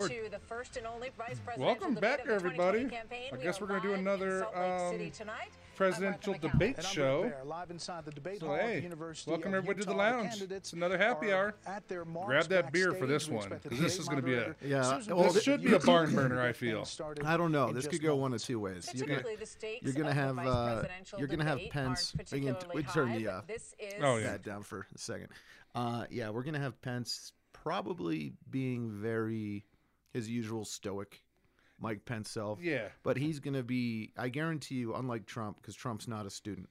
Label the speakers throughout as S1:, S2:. S1: to the first and only vice presidential
S2: Welcome
S1: debate
S2: back,
S1: of the 2020
S2: everybody.
S1: Campaign.
S2: I
S1: We
S2: guess
S1: are
S2: we're gonna do
S1: live in
S2: another,
S1: Salt Lake City
S2: um,
S1: tonight.
S2: presidential
S1: I'm Martha
S2: debate
S1: McCallum.
S3: And I'm
S2: show.
S3: Rick Bear, live inside the debate
S2: So,
S3: hall
S2: hey,
S3: of University
S2: welcome
S3: of
S2: everybody to the
S3: Utah.
S2: lounge. It's
S3: Candidates
S2: another happy
S3: are
S2: hour.
S3: At their
S2: Grab that beer for
S3: backstage.
S2: this
S3: We
S2: one,
S3: expect the
S2: 'cause this
S3: debate
S2: is gonna be a-
S3: moderator,
S4: Yeah,
S3: Susan
S4: well,
S3: Rice,
S4: this should
S3: to
S4: be a
S3: get
S2: barn
S3: things
S2: burner, I
S3: started
S2: feel.
S3: started
S4: I don't know.
S3: in
S4: This
S3: just
S4: could go
S3: moments.
S4: one of two ways. You're gonna,
S1: Typically, the stakes
S4: you're gonna
S1: of the
S4: have,
S1: vice
S4: uh,
S1: presidential
S4: you're gonna have
S1: debate aren't
S4: Pence- we can- we
S1: particularly
S4: can turn
S1: high,
S4: the,
S1: but
S4: uh,
S1: this is
S2: Oh, yeah.
S4: that down for a second. Uh, yeah, we're gonna have Pence probably being very his usual stoic, Mike Pence self.
S2: Yeah.
S4: but he's gonna be. I guarantee you, unlike Trump, because Trump's not a student.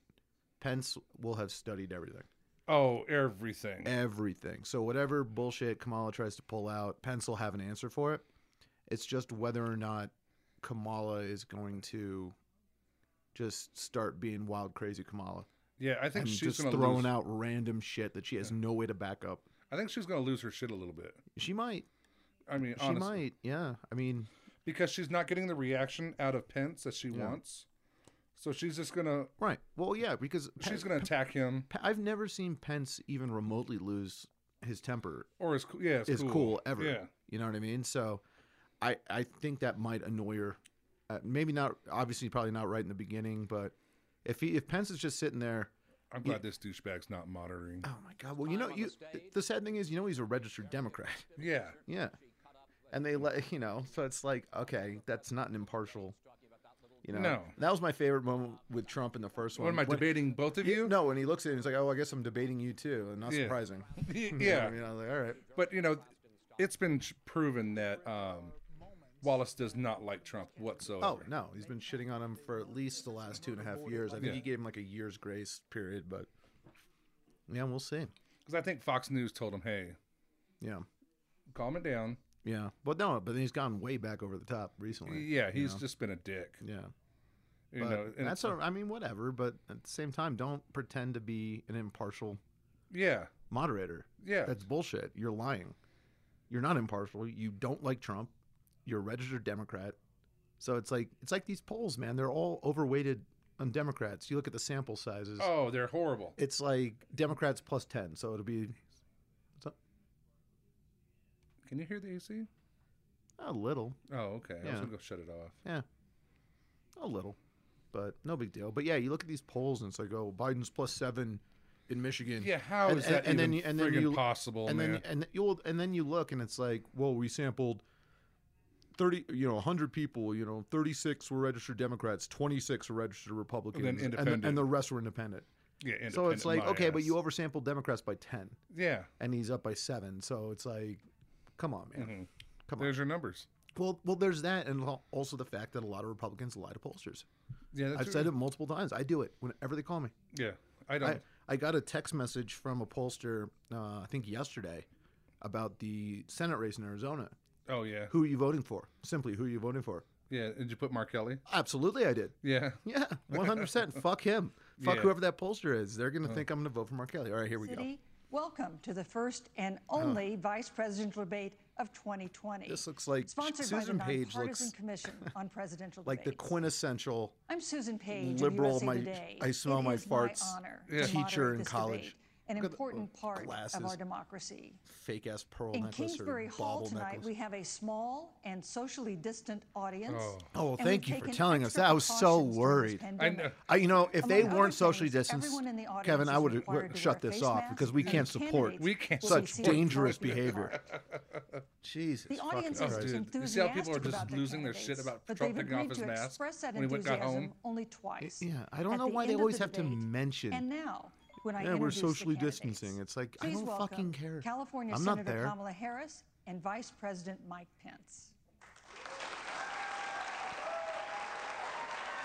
S4: Pence will have studied everything,
S2: Oh, everything.
S4: everything. So whatever bullshit Kamala tries to pull out, Pence will have an answer for it. It's just whether or not Kamala is going to just start being wild, crazy Kamala.
S2: yeah, I think
S4: and
S2: she's
S4: just
S2: gonna
S4: throwing
S2: lose.
S4: out random shit that she has no way to back up.
S2: I think she's gonna lose her shit a little bit.
S4: She might.
S2: I mean,
S4: She
S2: honestly,
S4: might. Yeah. I mean,
S2: because she's not getting the reaction out of Pence that she wants. So she's just gonna
S4: right. Well, yeah, because Pe-
S2: she's gonna attack him
S4: Pe- I've never seen Pence even remotely lose his temper.
S2: or is cool. Yeah, it's
S4: Is
S2: cool.
S4: cool. ever.
S2: Yeah,
S4: You know what I mean? So, I I think that might annoy her. Uh, maybe not. Obviously, probably not right in the beginning. But if he if Pence is just sitting there,
S2: I'm glad this douchebag's not monitoring.
S4: oh my god. Well, you know, you th- the sad thing is, you know, he's a registered Democrat.
S2: Yeah,
S4: Yeah. And they let you know, so it's like, okay, that's not an impartial. You know,
S2: No.
S4: that was my favorite moment with Trump in the first one.
S2: what am I debating both of you?
S4: No, when he looks at him, he's like, "Oh, I guess I'm debating you too," and not
S2: Yeah.
S4: surprising.
S2: yeah,
S4: you know, I was like, all right,
S2: but you know, it's been ch- proven that um, Wallace does not like Trump whatsoever.
S4: Oh no, he's been shitting on him for at least the last two and a half years. I think
S2: Yeah.
S4: he gave him like a year's grace period, but yeah, we'll see.
S2: because I think Fox News told him, "Hey,
S4: Yeah,
S2: calm it down."
S4: yeah, but no, but then he's gone way back over the top recently.
S2: Yeah,
S4: you
S2: he's
S4: know?
S2: just been a dick.
S4: yeah.
S2: You
S4: but
S2: know, and it's-
S4: that's all- I mean, whatever. But at the same time, don't pretend to be an impartial
S2: yeah,
S4: moderator.
S2: yeah,
S4: That's bullshit. You're lying. You're not impartial. You don't like Trump. You're a registered Democrat. So it's like it's like these polls, man. They're all overweighted on Democrats. You look at the sample sizes.
S2: oh, they're horrible.
S4: It's like Democrats plus ten. So it'll be
S2: Can you hear the AC?
S4: a little,
S2: Oh, okay. I was
S4: Yeah.
S2: gonna go shut it off.
S4: a little, but no big deal. But yeah, you look at these polls and it's like, oh, Biden's plus seven in Michigan.
S2: Yeah, how
S4: And-
S2: is that
S4: and- and
S2: even
S4: then you- and then
S2: friggin'
S4: you-
S2: possible,
S4: and
S2: man?
S4: then and then you'll and then you look and it's like, well, we sampled thirty, you know, hundred people. You know, thirty six were registered Democrats, twenty six were registered Republicans, and,
S2: independent.
S4: the, and the rest were independent.
S2: yeah,
S4: so
S2: independent
S4: it's like,
S2: my
S4: okay, but
S2: ass.
S4: you oversampled Democrats by ten,
S2: yeah,
S4: and he's up by seven. So it's like, come on, man,
S2: Mhm.
S4: come on.
S2: there's your numbers.
S4: Well, well, there's that, and al- also the fact that a lot of Republicans lie to pollsters.
S2: Yeah, that's
S4: I've
S2: your-
S4: said it multiple times. I do it whenever they call me.
S2: Yeah, I don't.
S4: I, I got a text message from a pollster, uh, I think yesterday, about the Senate race in Arizona.
S2: oh yeah,
S4: Who are you voting for? Simply, who are you voting for?
S2: yeah. Did you put Mark Kelly?
S4: Absolutely, I did.
S2: Yeah,
S4: Yeah, 100%. Fuck him. Fuck
S2: Yeah. Uh-huh.
S4: whoever that pollster is. They're going to think I'm going to vote for Mark Kelly. All right, here we go. Uh-huh.
S5: City, welcome to the first and only vice presidential debate of 2020.
S4: This looks like
S5: Sponsored
S4: Susan
S5: by the
S4: Page
S5: Nonpartisan
S4: looks
S5: Commission on Presidential
S4: like the
S5: Debates.
S4: quintessential.
S5: I'm Susan Page. of
S4: liberal,
S5: USA
S4: my-
S5: Today.
S4: I smell
S5: It
S4: my
S5: is
S4: farts
S5: honor
S4: Yeah.
S5: to
S4: teacher
S5: moderate
S4: in
S5: this
S4: college.
S5: debate, an
S4: Look at the
S5: important
S4: little
S5: part of
S4: glasses.
S5: our democracy.
S4: Fake ass pearl
S5: In
S4: necklace
S5: Kingsbury
S4: or
S5: Hall
S4: bauble
S5: tonight,
S4: necklace.
S5: we have a small and socially distant audience.
S2: Oh.
S4: Oh, well,
S5: and
S4: thank
S5: we've
S4: you for
S5: taken
S4: telling us
S5: extra
S4: that. I was so
S5: precautions during this
S4: worried. I
S2: I
S5: pandemic.
S2: know.
S4: I, you know, if they
S5: Among other
S4: weren't socially
S5: things,
S4: distanced,
S5: everyone in the audience
S4: Kevin,
S5: is
S4: I would
S5: required
S4: would
S5: to
S4: shut
S5: wear
S4: this
S5: face
S4: off
S5: masks,
S4: because we
S5: and
S4: can't support
S5: candidates
S2: We can't
S5: will be
S4: such
S5: seated
S4: dangerous
S5: appropriately
S4: behavior.
S5: apart.
S4: Jesus,
S5: The audience
S4: fucking
S5: is
S4: Christ.
S2: dude.
S5: enthusiastic
S2: You see how people are just
S5: about their
S2: losing their shit
S5: candidates,
S2: about
S5: but
S2: Trump
S5: they've
S2: taking off
S5: agreed
S2: his
S5: to
S2: mask
S5: express that
S2: when he went- got
S5: enthusiasm
S2: home?
S5: only twice.
S4: yeah, I don't
S5: at
S4: know
S5: the
S4: why they
S5: end of
S4: always
S5: the
S4: have to
S5: debate,
S4: mention-
S5: And now, when I
S4: Yeah, we're
S5: introduce the
S4: socially
S5: candidates.
S4: distancing. It's like, I
S5: Please
S4: don't
S5: welcome
S4: fucking care.
S5: California
S4: I'm not
S5: Senator
S4: there.
S5: Kamala Harris and Vice President Mike Pence.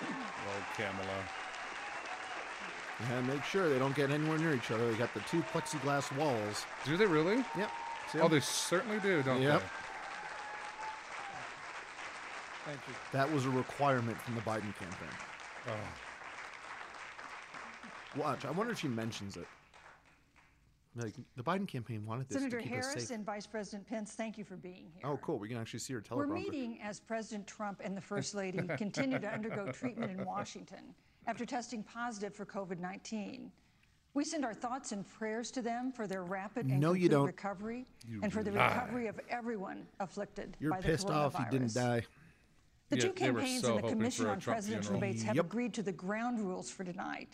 S2: oh Kamala.
S4: Yeah, make sure they don't get anywhere near each other. They got the two plexiglass walls.
S2: Do they really?
S4: Yep. See
S2: Oh,
S4: 'em?
S2: they certainly do, don't
S4: Yep.
S2: they?
S3: Thank you.
S4: That was a requirement from the Biden campaign. Oh. Watch. I wonder if she mentions it. Like the Biden campaign wanted this
S5: Senator
S4: to keep us
S5: Harris
S4: safe.
S5: and Vice President Pence, thank you for being here.
S4: Oh, cool. We can actually see her teleprompter.
S5: We're meeting as President Trump and the First Lady continue to undergo treatment in Washington after testing positive for COVID 19. We send our thoughts and prayers to them for their rapid and
S4: No, you
S5: complete
S4: don't.
S5: recovery and for the
S2: lie.
S5: recovery of everyone afflicted
S4: You're
S5: by the
S4: pissed off you didn't
S5: coronavirus.
S4: die.
S5: The
S2: Yeah,
S5: two
S2: they were
S5: campaigns
S2: so
S5: and the
S2: hoping
S5: Commission
S2: for a
S5: on
S2: Trump
S5: Presidential
S2: funeral.
S5: Debates have
S4: Yep.
S5: agreed to the ground rules for tonight.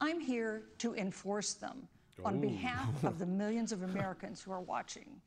S5: I'm here to enforce them on behalf of the millions of Americans who are watching.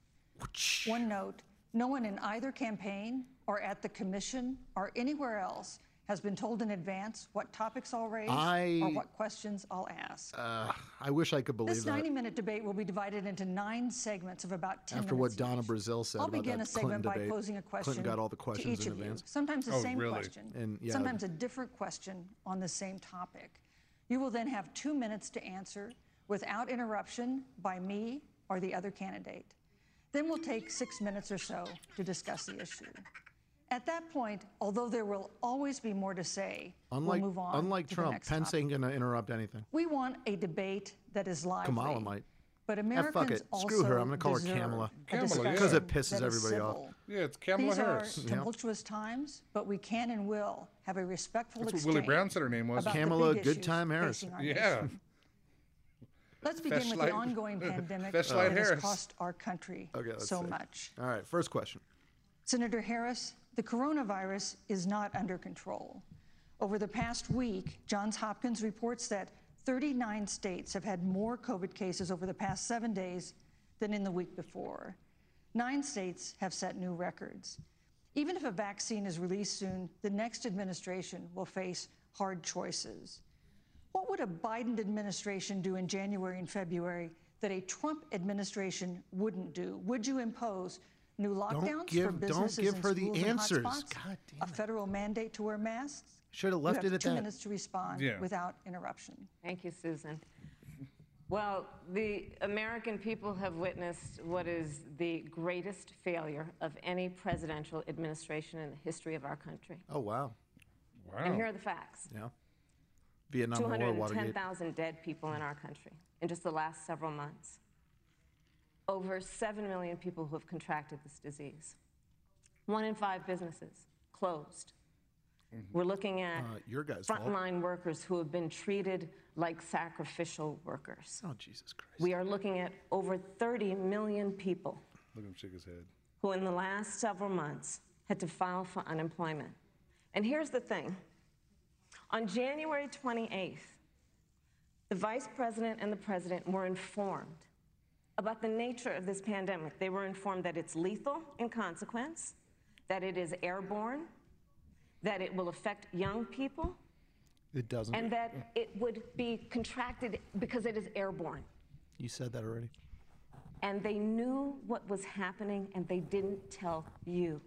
S5: One note no one in either campaign or at the Commission or anywhere else has been told in advance what topics I'll raise or
S4: I-
S5: what questions I'll ask.
S4: I wish I could believe
S5: This
S4: that.
S5: 90 minute debate will be divided into nine segments of about 10
S4: After what
S5: minutes.
S4: Donna
S5: each.
S4: Brazil said
S5: I'll
S4: about
S5: begin
S4: that
S5: a segment
S4: Clinton
S5: by
S4: debate.
S5: posing a
S4: Clinton
S5: question
S4: got all the
S5: to
S4: questions
S5: each
S4: in
S5: of
S4: advance.
S5: you. Sometimes the
S2: Oh,
S5: same
S2: really?
S5: question,
S4: And, yeah.
S5: sometimes a different question on the same topic. You will then have two minutes to answer without interruption by me or the other candidate. Then we'll take six minutes or so to discuss the issue. At that point, although there will always be more to say,
S4: Unlike,
S5: we'll move on.
S4: unlike
S5: to the
S4: Trump,
S5: next
S4: Pence
S5: topic.
S4: ain't going to interrupt anything.
S5: We want a debate that is lively.
S4: Kamala might.
S5: But
S4: Ah, fuck
S5: Americans
S4: it.
S5: also
S4: Screw her. I'm gonna call her
S5: deserve
S4: Kamala.
S5: a
S2: Kamala,
S5: discussion
S2: Because it
S4: pisses
S5: that is
S4: everybody off.
S5: civil.
S2: Yeah, it's Kamala
S5: These
S2: Harris.
S5: are tumultuous times, but we can and will have a respectful
S2: That's what
S5: exchange.
S2: Willie Brown said her name was.
S5: about the
S4: Kamala
S5: big
S4: Good
S5: issues
S4: Time Harris.
S5: facing our
S2: Yeah.
S5: nation. Let's begin with
S2: Fleshlight-
S5: the ongoing pandemic that
S2: Fleshlight
S5: has
S2: Harris.
S5: cost our country
S4: Okay, let's
S5: so
S4: see.
S5: much.
S4: All right, first question.
S5: Senator Harris, the coronavirus is not under control. Over the past week, Johns Hopkins reports that 39 states have had more COVID cases over the past seven days than in the week before. Nine states have set new records. Even if a vaccine is released soon, the next administration will face hard choices. What would a Biden administration do in January and February that a Trump administration wouldn't do? Would you impose new lockdowns for
S4: give- don't
S5: businesses
S4: give
S5: and
S4: her the
S5: schools and
S4: answers.
S5: hotspots?
S4: God damn
S5: a federal mandate to wear masks?
S4: Should have
S5: You
S4: left
S5: have
S4: it at
S5: two
S4: that.
S5: minutes to respond
S2: Yeah.
S5: without interruption.
S6: Thank you, Susan. Well, the American people have witnessed what is the greatest failure of any presidential administration in the history of our country.
S4: Oh, wow.
S6: And here
S2: Wow.
S6: are the facts
S4: Yeah. Vietnam War, Watergate.
S6: 210,000 dead people in our country in just the last several months. Over 7 million people who have contracted this disease. One in five businesses closed. We're looking at
S4: Mm-hmm. Uh, your guys' fault.
S6: frontline workers who have been treated like sacrificial workers.
S4: Oh, Jesus Christ.
S6: We are looking at over 30 million people
S2: Look at him shake his head.
S6: who, in the last several months, had to file for unemployment. And here's the thing on January 28th, the vice president and the president were informed about the nature of this pandemic. They were informed that it's lethal in consequence, that it is airborne, that it will affect young people,
S4: It doesn't.
S6: and that it would be contracted because it is airborne.
S4: you said that already.
S6: and they knew what was happening and they didn't tell you.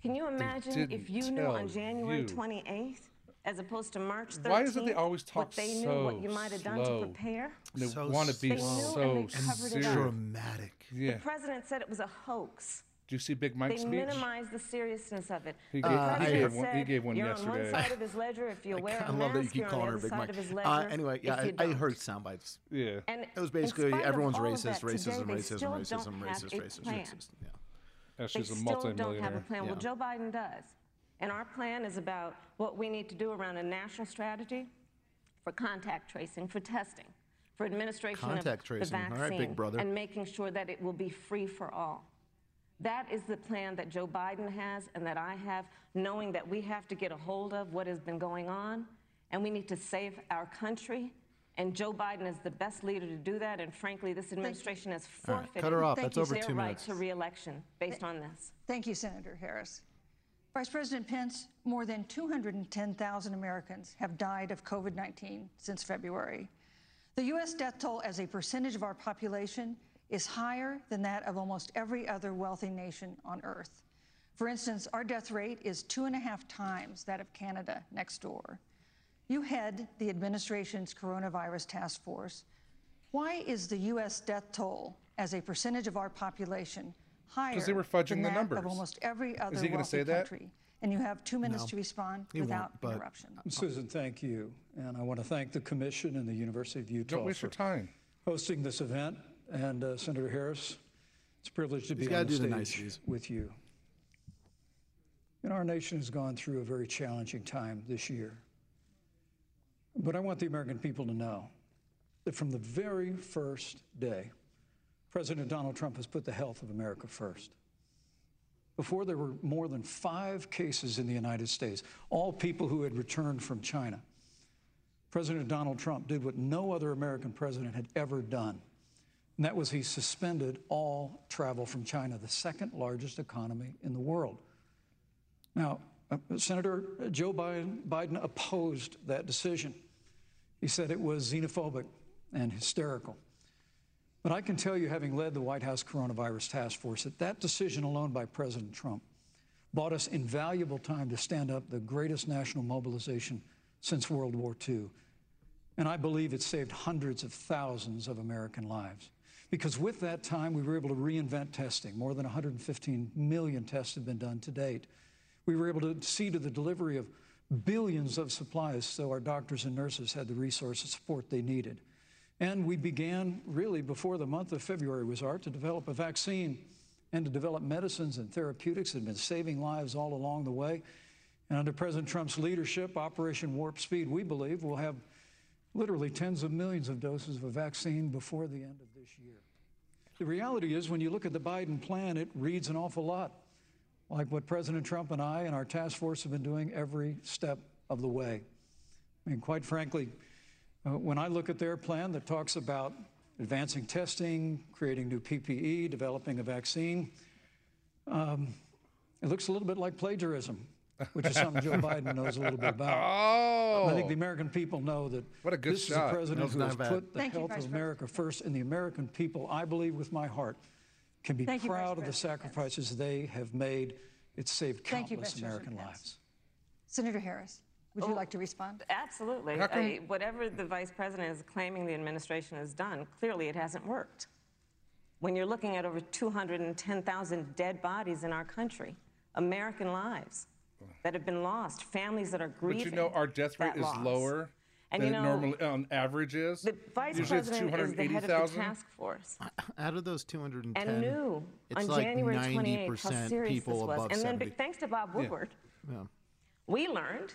S6: Can you imagine if
S2: didn't
S6: you knew on
S2: tell
S6: January
S2: you.
S6: 28th as opposed to March 13th?
S2: Why is it they always talk
S6: what they knew what
S2: so
S6: you might have done to
S2: slow?
S6: prepare?
S2: And they
S4: So
S2: want to be
S6: slow. They knew
S2: so
S6: and they covered it up.
S2: serious.
S4: Dramatic.
S2: Yeah.
S6: The president said it was a hoax.
S2: Do you see Big Mike's
S6: They
S2: speech?
S6: minimized the seriousnness of it.
S2: He
S6: The
S2: gave- he
S6: president
S2: gave one- he
S6: said,
S2: gave one
S6: you're on
S2: yesterday."
S6: one side of his ledger if you wear
S4: I
S6: a
S4: love
S6: mask.
S4: that you keep
S6: you're on the
S4: calling her
S6: other
S4: Big
S6: side
S4: Mike.
S6: of his
S4: Uh,
S6: ledger
S4: anyway,
S6: if
S4: yeah, I,
S6: you
S4: I
S6: don't.
S4: heard sound bites.
S2: Yeah.
S6: And
S4: It was
S6: in
S4: basically
S6: spite of
S4: everyone's
S6: all of
S4: racism,
S6: that, today
S4: racism,
S6: they
S4: racism,
S6: still
S4: racism,
S6: don't have
S4: racism,
S6: a
S4: racism,
S6: plan.
S4: racism. Yeah.
S2: That's
S6: They
S2: just a
S6: still don't have a
S2: multimillionaire.
S6: plan. Well,
S4: Yeah.
S6: Joe Biden does. And our plan is about what we need to do around a national strategy for contact tracing, for testing, for administration
S4: Contact
S6: of
S4: tracing.
S6: the
S4: All right,
S6: vaccine,
S4: big brother.
S6: and making sure that it will be free for all. That is the plan that Joe Biden has and that I have, knowing that we have to get a hold of what has been going on and we need to save our country. And Joe Biden is the best leader to do that. And frankly, this administration has
S4: All right,
S6: forfeited
S4: cut her off.
S5: Thank
S4: That's
S5: you,
S4: over
S6: their
S4: two
S6: right
S4: minutes.
S6: to reelection based on this.
S5: Thank you, Senator Harris. Vice President Pence, more than 210,000 Americans have died of COVID 19 since February. The U.S. death toll as a percentage of our population is higher than that of almost every other wealthy nation on earth. For instance, our death rate is two and a half times that of Canada next door. You head the administration's coronavirus task force. Why is the U.S. death toll as a percentage of our population higher?
S2: they were fudging
S5: than
S2: the
S5: that
S2: numbers.
S5: Of almost every other
S2: Is he gonna
S5: wealthy
S2: say that?
S5: country. And you have two minutes to respond
S4: he won't,
S5: without
S4: but-
S5: interruption.
S7: Susan, thank you. And I want to thank the commission and the University of Utah
S2: Don't waste
S7: for
S2: your time.
S7: hosting this event. And uh, Senator Harris, it's a privilege to be
S4: gotta
S7: on the
S4: do the
S7: stage
S4: niceties.
S7: with you. And our nation has gone through a very challenging time this year. But I want the American people to know that from the very first day, President Donald Trump has put the health of America first. Before there were more than five cases in the United States, all people who had returned from China. President Donald Trump did what no other American president had ever done, and that was he suspended all travel from China, the second largest economy in the world. Now, uh, Senator Joe Biden, Biden opposed that decision. He said it was xenophobic and hysterical. But I can tell you, having led the White House Coronavirus Task Force, that that decision alone by President Trump bought us invaluable time to stand up the greatest national mobilization since World War II. And I believe it saved hundreds of thousands of American lives. Because with that time, we were able to reinvent testing. More than 115 million tests have been done to date. We were able to see to the delivery of billions of supplies so our doctors and nurses had the resource and support they needed. And we began really before the month of February was out to develop a vaccine and to develop medicines and therapeutics that have been saving lives all along the way. And under President Trump's leadership, Operation Warp Speed, we believe will have literally tens of millions of doses of a vaccine before the end of this year. The reality is, when you look at the Biden plan, it reads an awful lot like what President Trump and I and our task force have been doing every step of the way. I mean, quite frankly, uh, when I look at their plan that talks about advancing testing, creating new PPE, developing a vaccine, um, it looks a little bit like plagiarism, which is something Joe Biden knows a little bit about.
S2: Oh,
S7: I think the American people know that
S2: What a good
S7: this
S2: shot.
S7: is a president
S4: That's
S7: who
S4: not
S7: has
S4: bad.
S7: put the
S5: Thank you,
S7: health
S5: Vice
S7: of America first, and the American people, I believe with my heart, can be
S5: Thank you, Vice
S7: proud of the
S5: President Pence.
S7: sacrifices they have made. It's saved
S5: Thank you,
S7: countless
S5: Vice President
S7: American
S5: Pence.
S7: lives.
S5: Senator Harris, would
S6: Oh.
S5: you like to respond?
S6: Absolutely.
S2: How come-
S6: I- whatever the vice president is claiming the administration has done, clearly it hasn't worked. When you're looking at over 210,000 dead bodies in our country, American lives that have been lost, families that are
S2: but
S6: grieving.
S2: you know our death rate
S6: that
S2: is
S6: loss.
S2: lower
S6: And
S2: than
S6: you
S2: it
S6: know,
S2: normally on average is.
S6: The vice
S2: Usually it's
S6: president is the head of the
S2: 280,000.
S6: task force.
S4: Out of those 210,
S6: and knew
S4: it's
S6: on
S4: like
S6: January 28th
S4: 90%
S6: how serious
S4: people
S6: this was.
S4: above
S6: And then,
S4: 70.
S6: be- thanks to Bob Woodward,
S4: Yeah.
S6: we learned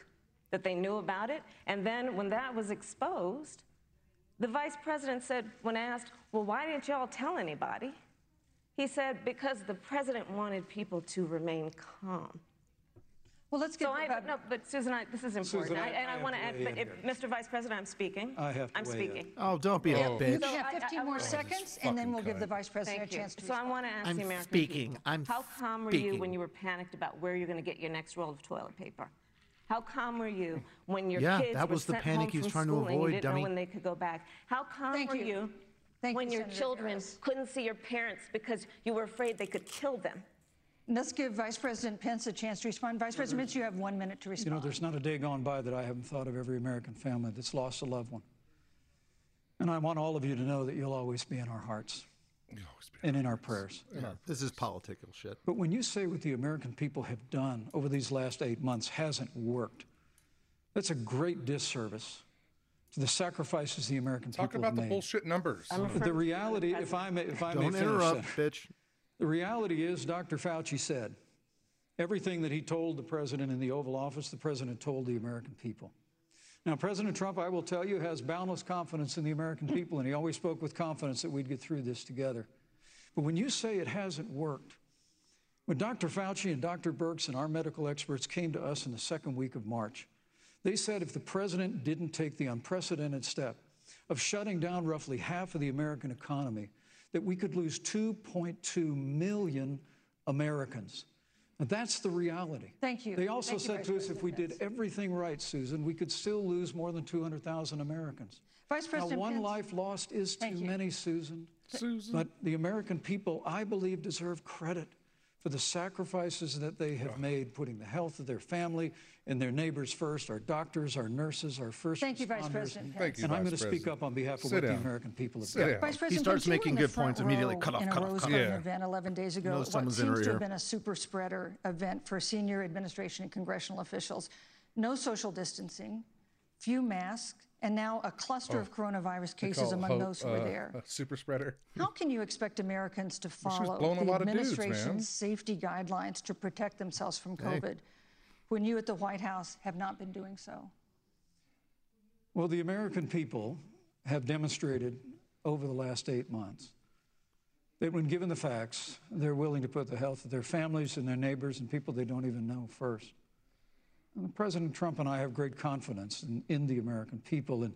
S6: that they knew about it. And then, when that was exposed, the vice president said, when asked, Well, why didn't y'all tell anybody? He said, Because the president wanted people to remain calm.
S5: Well, let's get.
S6: So I,
S5: uh,
S6: no, but Susan, I, this is important.
S7: Susan, I-
S6: I, and I,
S7: I have
S6: want to
S7: to
S6: add,
S7: weigh
S6: but
S7: in
S6: if, Mr. Vice President, I'm speaking.
S7: I have to
S6: I'm
S7: weigh in.
S6: speaking.
S4: Oh, don't be a
S5: You
S4: bitch.
S5: can have
S6: I- I-
S5: 15 more
S6: I wanna-
S5: seconds, and then
S2: fucking
S5: we'll give the
S2: kind.
S5: vice president a
S6: Thank you.
S5: chance to
S6: So I
S5: respond.
S6: want to ask
S4: I'm
S6: the American
S4: speaking.
S6: people,
S4: I'm
S6: how calm were you when
S4: speaking.
S6: you were panicked about where you're going to get your next roll of toilet paper? How calm were you when your
S4: Yeah,
S6: kids
S4: that
S6: were
S4: was the
S6: sent
S4: panic
S6: home
S4: he was
S6: from
S4: trying to
S6: school and you
S4: avoid,
S6: didn't
S4: dummy.
S6: know when they could go back? How calm
S5: Thank
S6: were
S5: you.
S6: you,
S5: Thank
S6: when
S5: you,
S6: your
S5: Senator
S6: children
S5: Harris.
S6: couldn't see your parents because you were afraid they could kill them?
S5: Let's give Vice President Pence a chance to respond. Vice President Pence, you have one minute to
S7: You know,
S5: respond.
S7: there's not a day gone by that I haven't thought of every American family that's lost a loved one. And I want all of you to know that you'll always be in our hearts and in our prayers.
S4: This is political shit.
S7: But when you say what the American people have done over these last eight months hasn't worked, that's a great disservice to the sacrifices the American
S2: Talk
S7: people
S2: about
S7: have
S2: the
S7: made.
S2: bullshit numbers.
S6: Um,
S7: The reality, if I may, if I may
S4: Don't
S7: finish
S4: interrupt,
S7: that.
S4: bitch.
S7: The reality is, Dr. Fauci said everything that he told the president in the Oval Office, the president told the American people. Now, President Trump, I will tell you, has boundless confidence in the American people, and he always spoke with confidence that we'd get through this together. But when you say it hasn't worked, when Dr. Fauci and Dr. Birx and our medical experts came to us in the second week of March, they said if the president didn't take the unprecedented step of shutting down roughly half of the American economy, that we could lose 2.2 million Americans. Now, that's the reality.
S5: Thank you.
S7: They also
S5: Thank you,
S7: said
S5: Vice
S7: to us if we
S5: President
S7: did everything right, Susan, we could still lose more than 200,000 Americans.
S5: Vice President
S7: now, one
S5: Pence.
S7: life lost is too
S5: Thank you.
S7: many, Susan.
S2: Susan.
S7: But the American people, I believe, deserve credit for the sacrifices that they have made, putting the health of their family and their neighbors first, our doctors, our nurses, our first
S5: Thank you, Vice
S7: responders.
S5: President
S2: Thank you,
S7: And I'm
S2: Vice
S7: going to speak
S2: President.
S7: up on behalf of
S2: Sit
S7: what
S2: down.
S7: the American people have
S2: Sit
S7: done.
S2: down.
S5: Vice President
S4: starts
S5: Pence, you were
S4: making
S5: in the
S4: good
S5: front
S4: points immediately.
S5: row
S4: Cut off,
S5: in a
S4: cut off,
S5: Rose
S4: cut
S5: Garden
S2: off. Yeah.
S5: event 11 days ago.
S4: know
S5: at what
S4: someone's in
S5: seems
S4: her
S5: to have
S4: ear.
S5: been a super spreader event for senior administration and congressional officials. No social distancing, few masks, and now a cluster
S4: Oh,
S5: of coronavirus cases
S2: Call
S5: among
S2: Ho-
S5: those who were
S2: uh,
S5: there.
S2: a super spreader.
S5: How can you expect Americans to follow
S2: blowing a
S5: the
S2: lot of dudes, man.
S5: administration's safety guidelines to protect themselves from COVID when you at the White House have not been doing so?
S7: Well, the American people have demonstrated over the last eight months that when given the facts, they're willing to put the health of their families and their neighbors and people they don't even know first. And President Trump and I have great confidence in, in the American people and,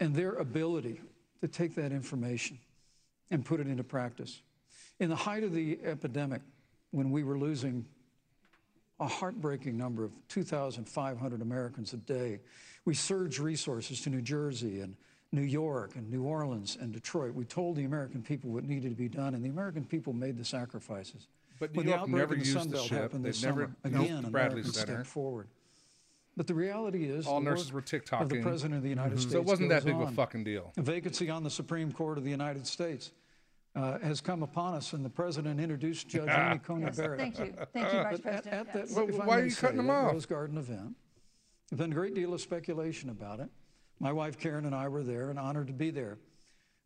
S7: and their ability to take that information and put it into practice. In the height of the epidemic, when we were losing a heartbreaking number of 2,500 Americans a day, we surged resources to New Jersey and New York and New Orleans and Detroit. We told the American people what needed to be done, and the American people made the sacrifices.
S2: But New
S7: when the
S2: York
S7: outbreak
S2: never
S7: in the
S2: used
S7: Sun
S2: the
S7: Belt
S2: ship.
S7: happened this
S2: They've never
S7: summer,
S2: used
S7: again,
S2: the Bradley
S7: Americans
S2: Center.
S7: stepped forward. But the reality is,
S2: All
S7: the
S2: nurses
S7: work
S2: were
S7: of the
S2: TikToking.
S7: president of the United States.
S2: Mm-hmm. So it wasn't that
S7: goes
S2: big of a
S7: on.
S2: fucking deal.
S7: A vacancy on the Supreme Court of the United States uh, has come upon us, and the president introduced Judge Amy Coney
S5: Yes,
S7: Barrett.
S5: Thank you. Thank you, Vice
S7: But at,
S5: President.
S7: at
S5: Yes.
S7: that,
S2: Well,
S7: if I
S2: why are
S7: may
S2: you
S7: say,
S2: cutting them
S7: that
S2: off?
S7: Rose Garden event, there's been a great deal of speculation about it. My wife Karen and I were there and honored to be there.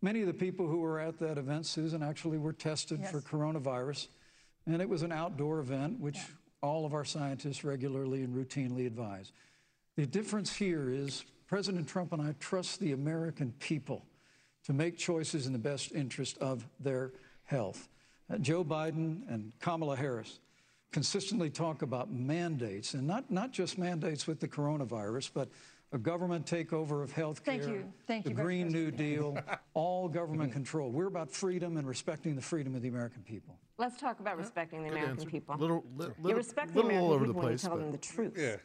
S7: Many of the people who were at that event, Susan, actually were tested for
S5: Yes.
S7: coronavirus, and it was an outdoor event, which all of our scientists regularly and routinely advise. The difference here is President Trump and I trust the American people to make choices in the best interest of their health. Uh, Joe Biden and Kamala Harris consistently talk about mandates, and not, not just mandates with the coronavirus, but a government takeover of health care,
S5: Thank you. Thank
S7: the
S5: you, Vice
S7: Green New Deal, all government control. We're about freedom and respecting the freedom of the American people.
S6: Let's talk about respecting the American people.
S4: Little, li-
S6: you
S4: little,
S6: respect the
S4: little
S6: American
S4: all over the
S6: people when
S4: place.
S6: you tell
S4: but-
S6: them the truth.
S2: Yeah.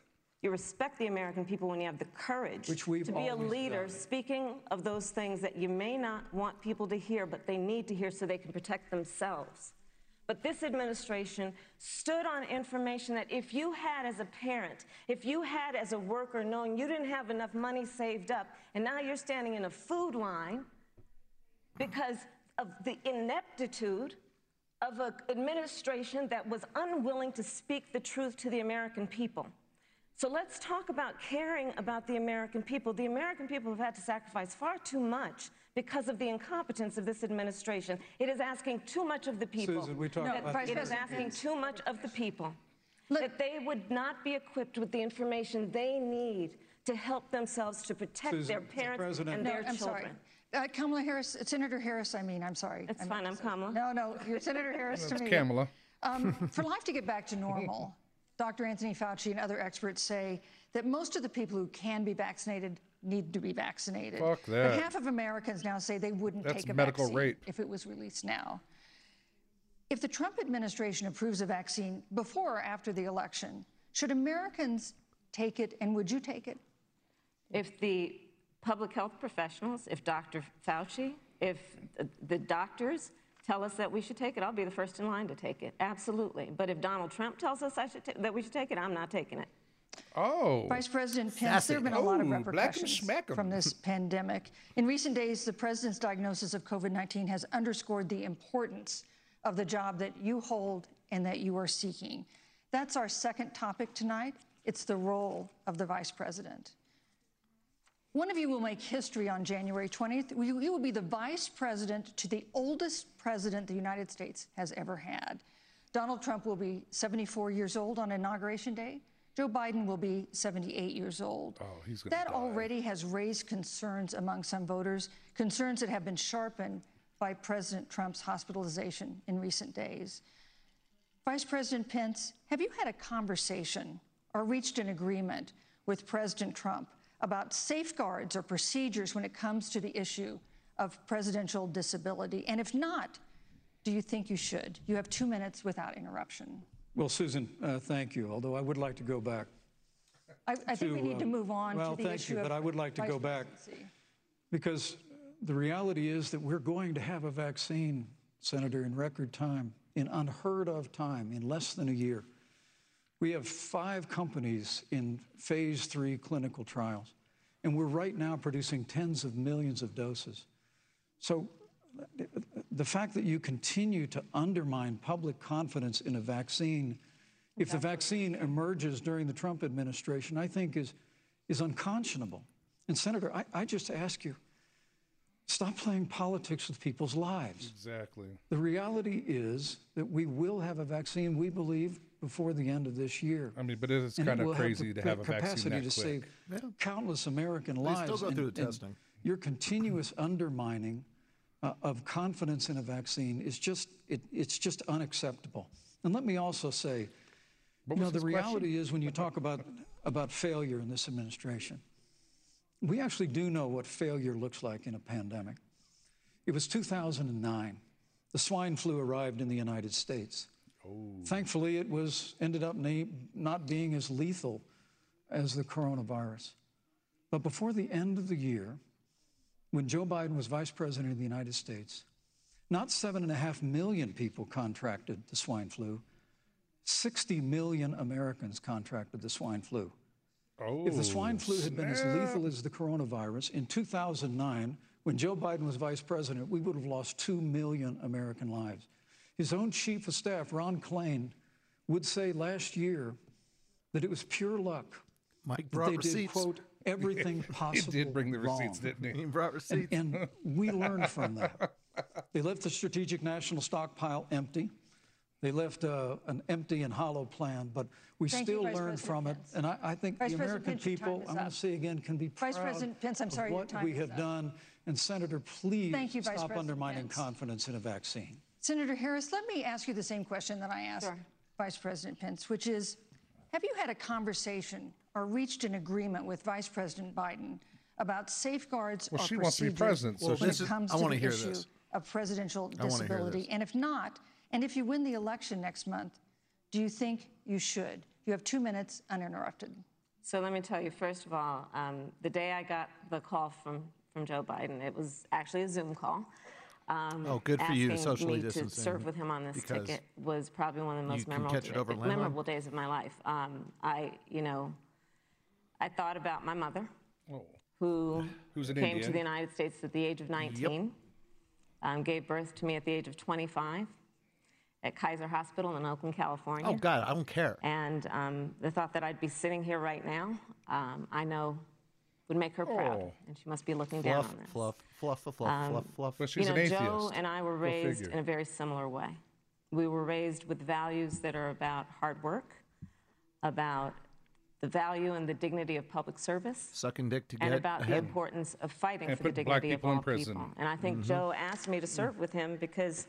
S6: You respect the American people when you have the courage
S7: Which we've
S6: to be a
S7: always
S6: leader
S7: done.
S6: speaking of those things that you may not want people to hear, but they need to hear so they can protect themselves. But this administration stood on information that if you had as a parent, if you had as a worker, knowing you didn't have enough money saved up, and now you're standing in a food line because of the ineptitude of an administration that was unwilling to speak the truth to the American people. So let's talk about caring about the American people. The American people have had to sacrifice far too much because of the incompetence of this administration. It is asking too much of the people.
S7: Susan, we talked
S5: No,
S7: about
S5: Vice
S6: It is
S5: President.
S6: asking too much of the people.
S5: Look-
S6: That they would not be equipped with the information they need to help themselves to protect
S7: Susan,
S6: their
S7: the
S6: parents
S7: President-
S6: and
S5: No,
S6: their
S5: I'm sorry.
S6: children.
S5: Uh, Kamala Harris, Senator Harris, I mean, I'm sorry.
S6: It's
S5: I meant
S6: fine,
S5: to
S6: I'm
S5: say-
S6: Kamala.
S5: No, no, you're Senator Harris to me.
S2: Kamala.
S5: Um, for life to get back to normal, Dr. Anthony Fauci and other experts say that most of the people who can be vaccinated need to be vaccinated.
S2: Fuck
S5: But
S2: that.
S5: half of Americans now say they wouldn't
S2: That's
S5: take a
S2: medical
S5: vaccine
S2: rape.
S5: if it was released now. If the Trump administration approves a vaccine before or after the election, should Americans take it and would you take it?
S6: if the public health professionals, if Dr. Fauci, if th- the doctors tell us that we should take it, I'll be the first in line to take it. Absolutely. But if Donald Trump tells us I should ta- that we should take it, I'm not taking it.
S2: Oh.
S5: Vice President Pence, there have been a lot of
S2: Ooh, Oh, black 'em,
S5: repercussions
S2: smack 'em.
S5: from this pandemic. In recent days, the president's diagnosis of COVID 19 has underscored the importance of the job that you hold and that you are seeking. That's our second topic tonight. It's the role of the vice president. One of you will make history on January 20th. You you will be the vice president to the oldest president the United States has ever had. Donald Trump will be 74 years old on Inauguration Day. Joe Biden will be 78 years old.
S2: Oh, he's gonna
S5: That
S2: die.
S5: already has raised concerns among some voters, concerns that have been sharpened by President Trump's hospitalization in recent days. Vice President Pence, have you had a conversation or reached an agreement with President Trump about safeguards or procedures when it comes to the issue of presidential disability? And if not, do you think you should? You have two minutes without interruption.
S7: Well, Susan, uh, thank you, although I would like to go back
S5: I, I think we
S7: To,
S5: need to
S7: um,
S5: move on
S7: well,
S5: to the
S7: thank
S5: issue
S7: you,
S5: of
S7: but I would like to
S5: vice
S7: go back.
S5: presidency.
S7: Because the reality is that we're going to have a vaccine, Senator, in record time, in unheard of time, in less than a year. We have five companies in phase three clinical trials, and we're right now producing tens of millions of doses. So the fact that you continue to undermine public confidence in a vaccine, if the vaccine emerges during the Trump administration, I think is, is unconscionable. And Senator, I, I just ask you, stop playing politics with people's lives.
S2: Exactly.
S7: The reality is that we will have a vaccine, we believe, before the end of this year.
S2: I mean, but it is
S7: And
S2: kind
S7: will
S2: of
S7: have the
S2: crazy to have a vaccine
S7: capacity
S2: that
S7: to
S2: quick.
S7: save countless American
S4: They
S7: lives.
S4: still go
S7: and-
S4: through the
S7: and-
S4: testing.
S7: your continuous undermining uh, of confidence in a vaccine is just it, it's just unacceptable. And let me also say, you know, the reality is when you talk about about failure in this administration, we actually do know what failure looks like in a pandemic. It was 2009. The swine flu arrived in the United States. Thankfully, it was ended up na- not being as lethal as the coronavirus. But before the end of the year, when Joe Biden was vice president of the United States, not seven and a half million people contracted the swine flu. 60 million Americans contracted the swine flu.
S2: Oh,
S7: If the swine flu had been as
S2: snap.
S7: lethal as the coronavirus in 2009, when Joe Biden was vice president, we would have lost 2 million American lives. His own chief of staff, Ron Klain, would say last year that it was pure luck.
S4: Mike
S7: that
S4: brought
S7: they
S4: receipts.
S7: did, quote, everything
S2: it
S7: possible.
S2: did bring the receipts,
S7: wrong.
S2: didn't
S4: He
S2: it?
S4: brought receipts.
S7: And, and we learned from that. They left the strategic national stockpile empty. They left uh, an empty and hollow plan, but we
S5: Thank you,
S7: still
S5: Vice
S7: learned
S5: President
S7: from
S5: Pence.
S7: it. And I, I think
S5: Vice
S7: the
S5: President
S7: American
S5: Pence, your time
S7: people,
S5: is
S7: I'm going
S5: up.
S7: to say again, can be
S5: Vice
S7: proud
S5: President Pence, I'm
S7: of
S5: sorry, your
S7: what
S5: time
S7: we
S5: is
S7: have
S5: up.
S7: done. And Senator, please
S5: Thank you,
S7: stop
S5: Vice President
S7: undermining
S5: Pence.
S7: confidence in a vaccine.
S5: Senator Harris, let me ask you the same question that I asked
S6: Sure.
S5: Vice President Pence, which is Have you had a conversation or reached an agreement with Vice President Biden about safeguards
S2: Well,
S5: or
S2: she wants to be
S5: procedures
S2: president, so
S5: when
S2: she-
S5: it
S2: This is-
S5: comes
S4: I
S5: to
S4: wanna
S5: the
S4: hear
S5: issue
S4: this.
S5: of presidential
S4: I wanna hear
S5: disability?
S4: this.
S5: And if not, and if you win the election next month, do you think you should? You have two minutes uninterrupted.
S6: So let me tell you, first of all, um, the day I got the call from, from Joe Biden, it was actually a Zoom call. Um,
S4: Oh, good for you,
S6: asking
S4: socially
S6: me
S4: distancing,
S6: to serve with him on this
S4: because
S6: ticket was probably one of the
S4: you
S6: most
S4: can
S6: memorable,
S4: catch it over landline.
S6: memorable days of my life. Um, I, you know, I thought about my mother, who
S2: Oh. Who's an
S6: came to
S2: Indian.
S6: the United States at the age of 19, um, gave birth to me at the age of 25 at Kaiser Hospital in Oakland, California.
S4: Oh God, I don't care.
S6: And um, the thought that I'd be sitting here right now, um, I know would make her proud.
S2: Oh.
S6: And she must be looking down
S4: Fluff,
S6: on this.
S4: fluff, fluff, fluff, fluff, fluff, fluff.
S2: But she's
S6: You know,
S2: an atheist.
S6: Joe and I were
S2: Go
S6: raised
S2: figure.
S6: in a very similar way. We were raised with values that are about hard work, about the value and the dignity of public service.
S4: Sucking dick to
S6: and
S4: get
S6: about the
S4: ahead.
S6: importance of fighting
S2: And
S6: for the
S2: put
S6: dignity
S2: black
S6: of
S2: people in
S6: all
S2: prison. Mm-hmm.
S6: people. And I think Joe asked me to serve with him because,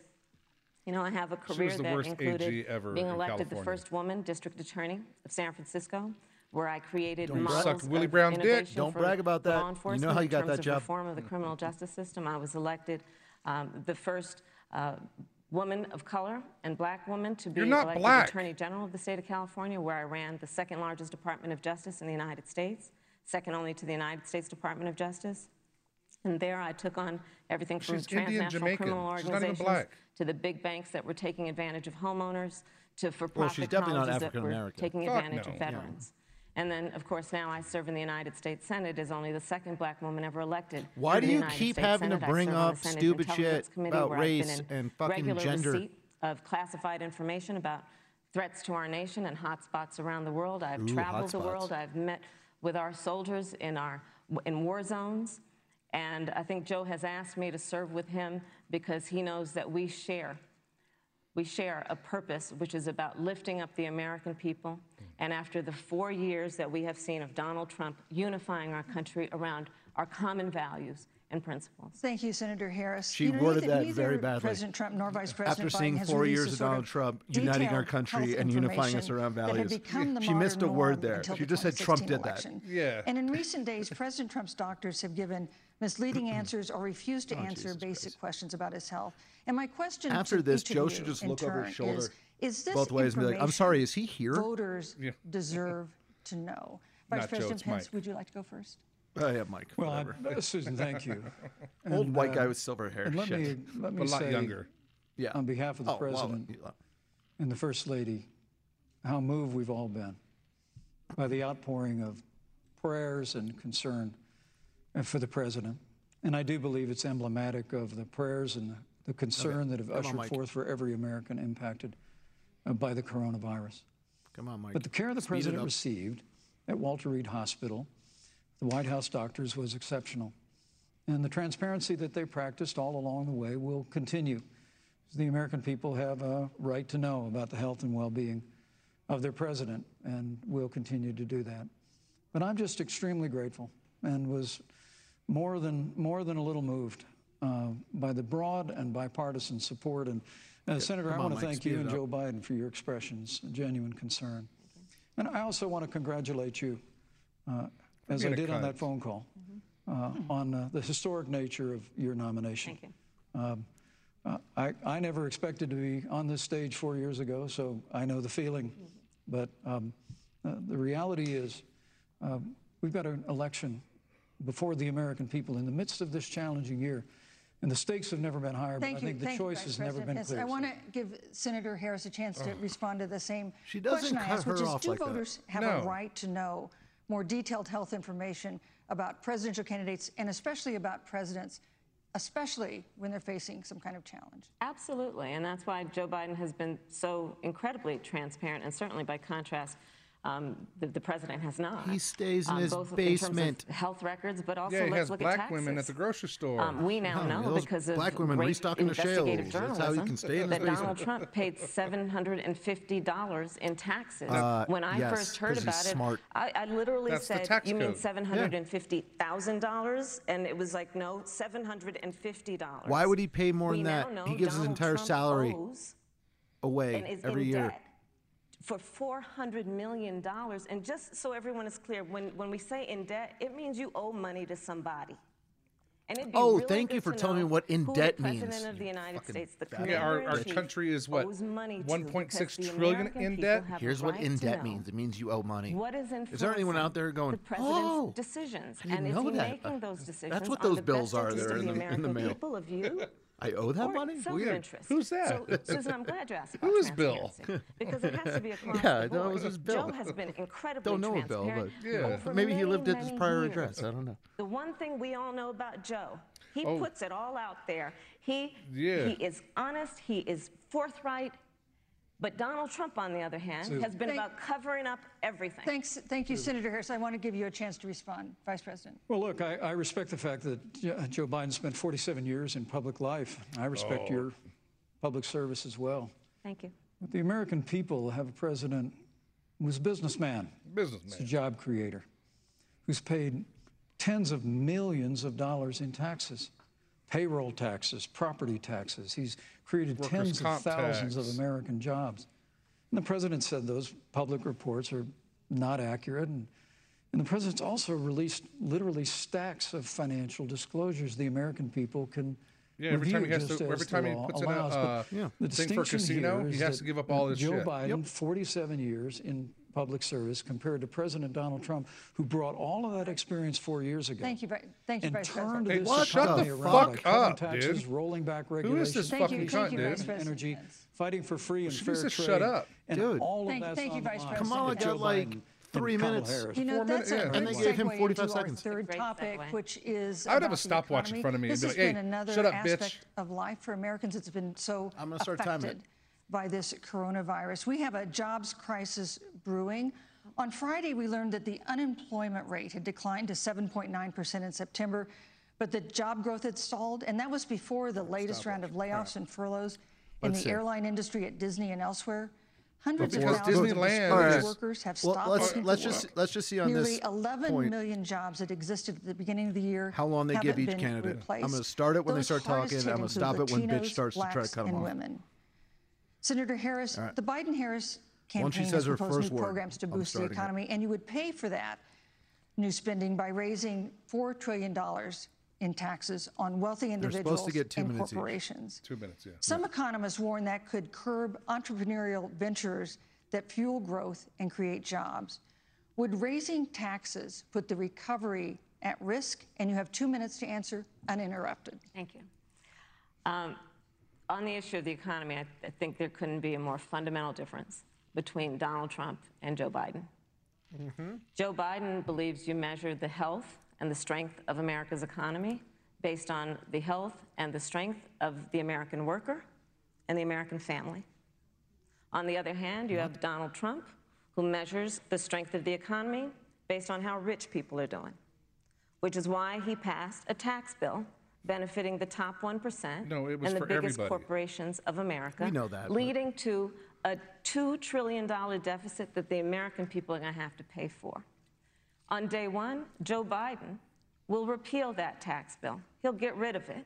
S6: you know, I have a career
S2: the
S6: that
S2: worst AG
S6: included
S2: ever
S6: being
S2: in
S6: elected the
S2: California.
S6: first woman district attorney of San Francisco, where I created
S2: brag-
S6: models
S2: Sucked Willie
S6: of
S2: Brown's dick.
S6: innovation
S4: Don't
S6: for
S4: brag about that. You know
S6: Law
S4: how
S6: enforcement
S4: you
S6: in
S4: got
S6: terms
S4: that
S6: of
S4: job.
S6: reform of the criminal
S2: Mm-hmm.
S6: justice system. I was elected um, the first. Uh, Woman of color and black woman to be
S2: You're not
S6: elected
S2: black.
S6: attorney general of the state of California, where I ran the second largest department of justice in the United States, second only to the United States Department of Justice. And there I took on everything from
S2: She's Indian
S6: transnational
S2: Jamaican.
S6: criminal
S2: She's not even
S6: organizations
S2: black.
S6: to the big banks that were taking advantage of homeowners to for-profit
S4: Well, she's definitely not
S6: colleges that were
S4: African-American.
S6: taking
S2: Fuck
S6: advantage
S2: no.
S6: of
S2: Yeah.
S6: veterans. And then, of course, now I serve in the United States Senate as only the second black woman ever elected.
S4: Why
S6: to
S4: do
S6: the
S4: you
S6: United
S4: keep
S6: States
S4: having to
S6: Senate. I
S4: bring
S6: serve on the
S4: up
S6: Senate
S4: stupid
S6: Intelligence
S4: shit
S6: Committee
S4: about
S6: where I've been
S4: race
S6: in
S4: and fucking
S6: regular
S4: gender?
S6: receipt of classified information about threats to our nation and hotspots around the world. I've
S4: Ooh,
S6: traveled the
S4: hotspots.
S6: world. I've met with our soldiers in our in war zones, and I think Joe has asked me to serve with him because he knows that we share we share a purpose which is about lifting up the American people. And after the four years that we have seen of Donald Trump unifying our country around our common values and principles.
S5: Thank you, Senator Harris.
S4: She
S5: You know,
S4: worded
S5: neither-
S4: that
S5: neither
S4: very badly.
S5: President Trump nor Vice President
S4: After seeing
S5: Biden has
S4: four
S5: released
S4: years
S5: the
S4: of
S5: sort
S4: Donald Trump uniting our
S5: detailed health
S4: country and unifying us
S5: information
S4: around
S5: that had
S4: values,
S5: become the
S4: she missed a
S5: modern
S4: word
S5: norm
S4: there.
S5: until
S4: She
S5: the
S4: just said Trump
S5: 2016
S4: did that.
S5: election.
S2: Yeah.
S5: And in recent days, President Trump's doctors have given misleading answers or refused to answer basic questions about his health. And my question
S4: Oh, After
S5: to
S4: this,
S5: each of
S4: Joe
S5: you
S4: should just
S5: in
S4: look over his
S5: turn is,
S4: shoulder
S5: is this
S4: both ways and be like, "I'm sorry, is he
S5: information
S4: here?"
S5: Voters deserve to know.
S2: Not
S5: Vice
S2: Joe,
S5: President
S2: it's
S5: Pence,
S2: Mike.
S5: would you like to go first?
S4: Oh yeah, Mike.
S7: Well, I,
S4: whatever.
S7: uh, Susan, thank you.
S4: Old white
S7: uh,
S4: guy with silver hair.
S7: And let
S4: Shit.
S7: me, let me
S2: a lot
S7: say,
S2: younger.
S4: yeah.
S7: on behalf of the
S4: Oh, well,
S7: president,
S4: yeah.
S7: and the First Lady, how moved we've all been by the outpouring of prayers and concern uh, for the president. And I do believe it's emblematic of the prayers and the, the concern that have
S4: Come on,
S7: ushered
S4: Mike.
S7: forth for every American impacted uh, by the coronavirus.
S4: Come on, Mike.
S7: But the care the
S4: Speed it
S7: president
S4: up.
S7: received at Walter Reed Hospital, the White House doctors, was exceptional. And the transparency that they practiced all along the way will continue. The American people have a right to know about the health and well being of their president, and will continue to do that. But I'm just extremely grateful and was more than, more than a little moved uh, by the broad and bipartisan support. And uh, Senator, I
S4: come on,
S7: want to
S4: Mike,
S7: thank
S4: speed
S7: you
S4: it
S7: and
S4: up.
S7: Joe Biden for your expressions of genuine concern. And I also want to congratulate you, uh, as I
S2: being a
S7: did on that
S2: cunt.
S7: phone call, uh,
S4: Mm-hmm.
S7: on uh, the historic nature of your nomination.
S6: Thank you.
S7: Uh, I, I never expected to be on this stage four years ago, so I know the feeling.
S6: Mm-hmm.
S7: But um, uh, the reality is, um, we've got an election before the American people in the midst of this challenging year, and the stakes have never been higher.
S5: Thank
S7: but
S5: you.
S7: I think the
S5: Thank you,
S7: choice
S5: Vice
S7: has
S5: President
S7: never been
S5: Pence.
S7: clear.
S5: I want to give Senator Harris a chance to respond to the same
S4: She doesn't
S5: question I
S4: cut
S5: asked, which
S4: her
S5: is
S4: off
S5: do
S4: like that.
S5: voters have
S2: No.
S5: a right to know more detailed health information about presidential candidates and especially about presidents, especially when they're facing some kind of challenge?
S6: Absolutely, and that's why Joe Biden has been so incredibly transparent, and certainly by contrast, um, the, the president has not. um,
S4: He stays in his
S6: both In terms
S4: basement.
S6: of health records, but also
S2: yeah, he
S6: let's
S2: has
S6: look at
S2: black
S6: taxes.
S2: women at the grocery store.
S6: Um, we now
S4: Yeah,
S6: know
S4: those
S6: because of
S4: black women
S6: great
S4: restocking the shelves.
S6: investigative journalism
S4: That's how he can stay in his
S6: that Donald
S4: basement.
S6: Trump paid seven hundred and fifty dollars in taxes. when I
S4: Uh, yes,
S6: first heard
S4: 'cause he's
S6: about it,
S4: smart.
S6: I, I literally
S2: That's the
S6: said,
S2: tax
S6: "You mean
S2: code."
S6: seven hundred and fifty thousand dollars?" And it was like, "No, seven hundred and fifty dollars."
S4: Why would he pay more
S6: We
S4: than
S6: now
S4: that?
S6: know
S4: He gives his
S6: Donald
S4: entire
S6: Trump
S4: salary
S6: owes and
S4: away
S6: is
S4: every
S6: in
S4: year.
S6: debt for $400 million. And just so everyone is clear, when, when we say in debt, it means you owe money to somebody. And it'd be
S4: Oh,
S6: really
S4: thank you
S6: good
S4: for
S6: to
S4: telling me
S6: know
S4: what in
S6: who
S4: debt
S6: the President
S4: means,
S6: of the
S4: you
S6: United
S4: fucking
S6: States, the
S4: bastard.
S2: yeah, our, our
S6: commander-in-chief
S2: country is what
S6: owes money to,
S2: 1.6
S6: because the
S2: trillion
S6: American
S2: in
S6: people
S2: debt.
S6: have a
S4: Here's what
S6: right
S4: in
S6: to
S4: debt
S6: know
S4: means. It means you owe money.
S6: What is
S4: Is there anyone out
S6: influencing
S4: there going?
S6: the president's
S4: oh,
S6: decisions,
S4: I didn't
S6: and if
S4: know
S6: you
S4: that.
S6: making those decisions,
S4: That's what
S6: on
S4: those
S6: the
S4: bills
S6: best
S4: are
S6: interest
S4: there
S6: of
S4: in the, in the
S6: American
S4: mail.
S6: people of you,
S4: I owe that
S6: or
S4: money.
S6: self
S4: Weird.
S6: interest.
S2: Who's that?
S6: So, Susan, I'm glad you asked. About
S2: Who is Bill?
S6: transparency, Because it has to be across
S4: Yeah, I
S6: the
S4: thought it
S6: board.
S4: was just Bill.
S6: Joe has been incredibly
S4: Don't know a Bill,
S6: transparent.
S4: but yeah.
S6: over
S4: maybe he
S6: many,
S4: lived at his
S6: many
S4: prior
S6: years.
S4: address. Oh. I don't know.
S6: The one thing we all know about Joe, he puts it all out there. He
S2: Yeah.
S6: he is honest. He is forthright. But Donald Trump, on the other hand, has been
S5: Thank-
S6: about covering up everything.
S5: Thanks, thank you, Senator Harris. I want to give you a chance to respond, Vice President.
S7: Well, look, I, I respect the fact that Jo- Joe Biden spent 47 years in public life. I respect your public service as well.
S6: Thank you.
S7: But the American people have a president who's a businessman, who's a
S2: Businessman.
S7: job creator, who's paid tens of millions of dollars in taxes, payroll taxes, property taxes. He's created
S2: Workers'
S7: tens of
S2: comp
S7: thousands
S2: tax.
S7: of American jobs. And the president said those public reports are not accurate. And, and the president's also released literally stacks of financial disclosures the American people can.
S2: Yeah, every time he
S7: review
S2: has
S7: just
S2: to-
S7: as
S2: every
S7: the
S2: time he
S7: law
S2: puts in a,
S7: allows. But
S2: uh, Yeah.
S7: the
S2: thing for
S7: distinction
S2: casino,
S7: here
S2: he
S7: is
S2: has
S7: that
S2: to give up all his
S7: Joe
S2: shit.
S7: Biden, 47 years in public service, compared to President Donald Trump, who brought all of that experience four years ago.
S5: Thank you, Vi- thank you,
S7: and
S5: Vice
S7: turned
S5: President.
S2: Hey,
S7: this
S2: what the
S7: economy
S2: fuck
S7: around by cutting
S2: up,
S7: taxes,
S2: dude?
S7: rolling back
S2: Who is
S7: regulations,
S2: this
S5: Thank
S2: fucking
S5: you, thank
S2: cunt,
S5: you,
S2: dude?
S5: Vice President
S7: energy,
S5: Pence.
S7: fighting for free and
S2: She
S7: fair
S2: needs to
S7: trade.
S2: shut up.
S7: and
S4: Dude.
S7: all of
S5: Thank-
S7: that's
S5: thank you,
S7: on the
S5: Vice
S7: line.
S5: President. Kamala
S7: Joe
S4: got, like,
S7: Biden
S4: three
S7: and Kamala
S4: minutes.
S7: Harris.
S5: You know,
S2: Four minutes,
S5: that's a
S2: yeah.
S5: good
S2: And
S4: they gave him
S5: segue
S4: 45
S5: into our
S4: seconds.
S5: third
S6: Great
S5: topic,
S6: segue.
S5: which is
S2: I would have
S5: about
S2: a
S5: the
S2: stopwatch in
S5: economy.
S2: front of me and
S5: This
S2: be
S5: has
S2: like,
S5: been
S2: "Hey,
S5: another
S2: shut up, bitch."
S5: aspect of life for Americans. It's been so
S4: I'm gonna start timing it.
S5: affected by this coronavirus. We have a jobs crisis brewing. On Friday, we learned that the unemployment rate had declined to 7.9% in September, but the job growth had stalled, and that was before the latest round of layoffs and furloughs in
S4: Let's
S5: the
S4: see.
S5: airline industry at Disney and elsewhere. Hundreds of
S2: Because
S5: thousands of
S2: Disneyland
S5: displaced
S2: is-
S5: workers have
S4: Well,
S5: stopped
S4: let's-
S5: looking
S4: let's
S5: for
S4: just-
S5: work.
S4: let's just see on
S5: Nearly
S4: this
S5: 11
S4: point.
S5: million jobs that existed at the beginning of the year.
S4: How long they give
S5: haven't
S4: each
S5: been
S4: candidate. I'm
S5: replaced.
S4: gonna start it when they
S5: Those
S4: start talking,
S5: hardest
S4: and I'm
S5: hit
S4: gonna
S5: include
S4: stop it when bitch
S5: Latinos,
S4: starts to try to
S5: blacks,
S4: cut 'em
S5: and
S4: off.
S5: Women. Senator Harris, the Biden Harris
S4: Once she
S5: campaign
S4: says
S5: has
S4: her
S5: proposed
S4: first
S5: new
S4: word,
S5: programs to
S4: I'm
S5: boost the
S4: starting it.
S5: economy, and you would pay for that new spending by raising $4 trillion in taxes on wealthy
S4: supposed to
S5: individuals
S4: get two
S5: and
S4: minutes each.
S5: corporations.
S2: Two minutes, yeah.
S5: Some economists warn that could curb entrepreneurial ventures that fuel growth and create jobs. Would raising taxes put the recovery at risk? And you have two minutes to answer uninterrupted.
S6: Thank you. Um, on the issue of the economy, I, I think there couldn't be a more fundamental difference between Donald Trump and Joe Biden. Joe Biden believes you measure the health and the strength of America's economy based on the health and the strength of the American worker and the American family. On the other hand, you
S2: Mm-hmm.
S6: have Donald Trump, who measures the strength of the economy based on how rich people are doing, which is why he passed a tax bill benefiting the top 1%
S2: No, it was
S6: and the
S2: for
S6: biggest
S2: everybody.
S6: corporations of America,
S4: We know that, but-
S6: leading to a $2 trillion deficit that the American people are going to have to pay for. On day one, Joe Biden will repeal that tax bill. He'll get rid of it.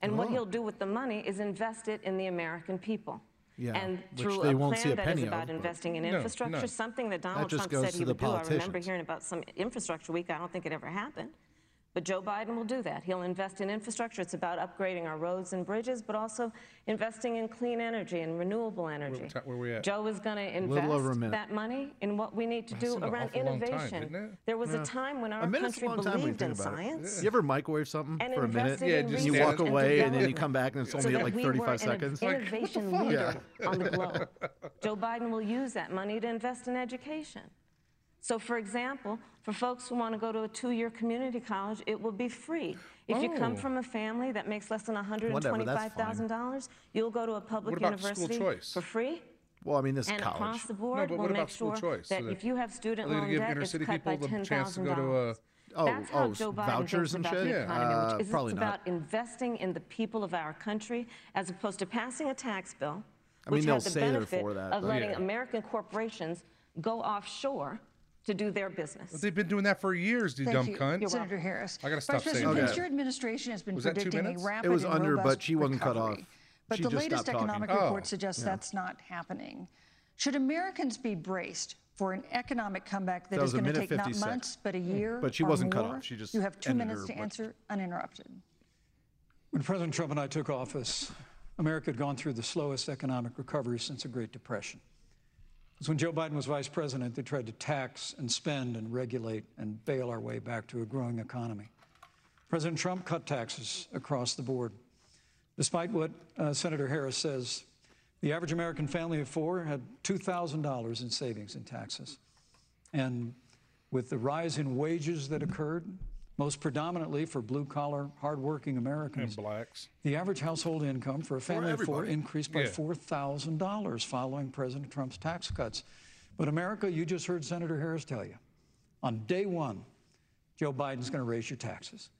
S6: And
S4: Oh.
S6: what he'll do with the money is invest it in the American people.
S4: Yeah,
S6: and
S4: which
S6: through
S4: they
S6: a
S4: won't
S6: plan
S4: see a
S6: that is
S4: penny of,
S6: about
S4: but-
S6: investing in
S2: No,
S6: infrastructure,
S2: no.
S6: something that Donald
S4: just
S6: Trump
S4: goes
S6: said
S4: to
S6: he
S4: the
S6: would do. I remember
S4: politicians.
S6: hearing about some infrastructure week. I don't think it ever happened. But Joe Biden will do that. He'll invest in infrastructure. It's about upgrading our roads and bridges, but also investing in clean energy and renewable energy.
S2: ta- where we at?
S6: Joe is going to
S4: little over a
S6: invest
S4: minute.
S6: that money in what we need to
S2: That
S6: do
S2: seemed an
S6: around
S2: awful long time,
S6: innovation.
S2: didn't it?
S6: There was a time when
S4: a
S6: our
S4: minute's a
S6: country
S4: long time when you
S6: believed
S4: think
S6: in
S4: about
S6: science.
S4: it. You ever microwave something
S6: and
S4: for a minute?
S6: invested
S2: Yeah,
S6: in
S2: just
S4: and you walk
S6: research and
S4: away and then you
S6: development
S4: come back and it's
S6: so
S4: only
S6: that
S4: at like
S6: we were
S4: 35
S6: an
S4: seconds.
S6: Innovation leader on the globe. Joe Biden will use that money to invest in education. So, for example, for folks who want to go to a two-year community college, it will be free. If you come
S2: Oh.
S6: from a family that makes less than
S4: Whatever, that's fine.
S6: $125,000, you'll go to a public
S2: What about school
S6: university
S2: choice?
S6: for free.
S4: Well, I mean, this is
S6: And
S4: college.
S6: across the
S2: No,
S6: board,
S2: but
S6: we'll
S2: what
S6: make
S2: about school
S6: sure
S2: choice? So
S6: that
S2: that-
S6: if you have
S2: are
S6: student
S2: they gonna
S6: loan
S2: give
S6: debt,
S2: inner
S6: it's
S2: city
S6: cut by
S2: people the
S6: ten
S2: chance to
S6: thousand
S2: go to, uh,
S6: dollars.
S4: Oh,
S6: That's how
S4: oh,
S6: Joe Biden
S4: vouchers
S6: thinks
S4: and
S6: about
S4: shit?
S6: the
S4: Yeah.
S6: economy,
S4: Uh,
S6: which is it's
S4: probably not.
S6: about investing in the people of our country as opposed to passing a tax bill,
S4: I mean,
S6: which
S4: they'll
S6: had the
S4: say they're
S6: benefit
S4: for that,
S6: of
S4: but-
S6: letting
S2: Yeah.
S6: American corporations go offshore to do their business.
S2: They've been doing that for years, you dumb
S5: Thank you,
S2: cunt.
S5: Senator Harris.
S2: I gotta
S5: Vice
S2: stop saying
S5: President
S2: that.
S5: Pence, your administration has been
S2: Was that two
S5: predicting a
S2: minutes? It
S5: rapid
S4: It was
S5: and
S4: under,
S5: robust
S4: but she wasn't cut
S5: recovery.
S4: off.
S5: But
S4: She
S5: the
S4: just
S5: latest
S4: stopped talking.
S5: economic
S2: Oh.
S5: report suggests that's not happening. Should Americans be braced for an economic comeback
S4: That
S5: that is
S4: was a
S5: going to
S4: minute
S5: take not
S4: 56.
S5: months but a year?
S4: But she
S5: or
S4: wasn't cut
S5: more?
S4: off. She just
S5: you have two
S4: ended
S5: minutes
S4: her
S5: to
S4: what-
S5: answer uninterrupted.
S7: When President Trump and I took office, America had gone through the slowest economic recovery since the Great Depression. It was when Joe Biden was vice president, they tried to tax and spend and regulate and bail our way back to a growing economy. President Trump cut taxes across the board. Despite what uh, Senator Harris says, the average American family of four had $2,000 in savings in taxes. And with the rise in wages that occurred, most predominantly for blue collar, hardworking Americans,
S2: Blacks.
S7: the average household income for a family of four
S4: everybody.
S7: increased by
S2: Yeah.
S7: $4,000 following President Trump's tax cuts. But America, you just heard Senator Harris tell you, on day one, Joe Biden's going to raise your taxes.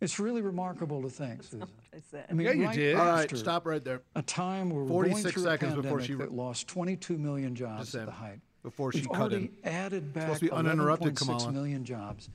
S7: It's really remarkable to think. Susan.
S6: I said.
S7: mean,
S2: Yeah, you
S7: right
S2: did.
S4: All right,
S7: after
S4: stop right there.
S7: A time where we're going
S4: 46
S7: through a
S4: seconds
S7: pandemic
S4: before she-
S7: that lost 22 million jobs
S4: saying,
S7: at the height.
S4: before she
S7: We've
S4: cut
S7: already
S4: in.
S7: added back
S4: Supposed to be uninterrupted,
S7: 11.6
S4: Kamala.
S7: million jobs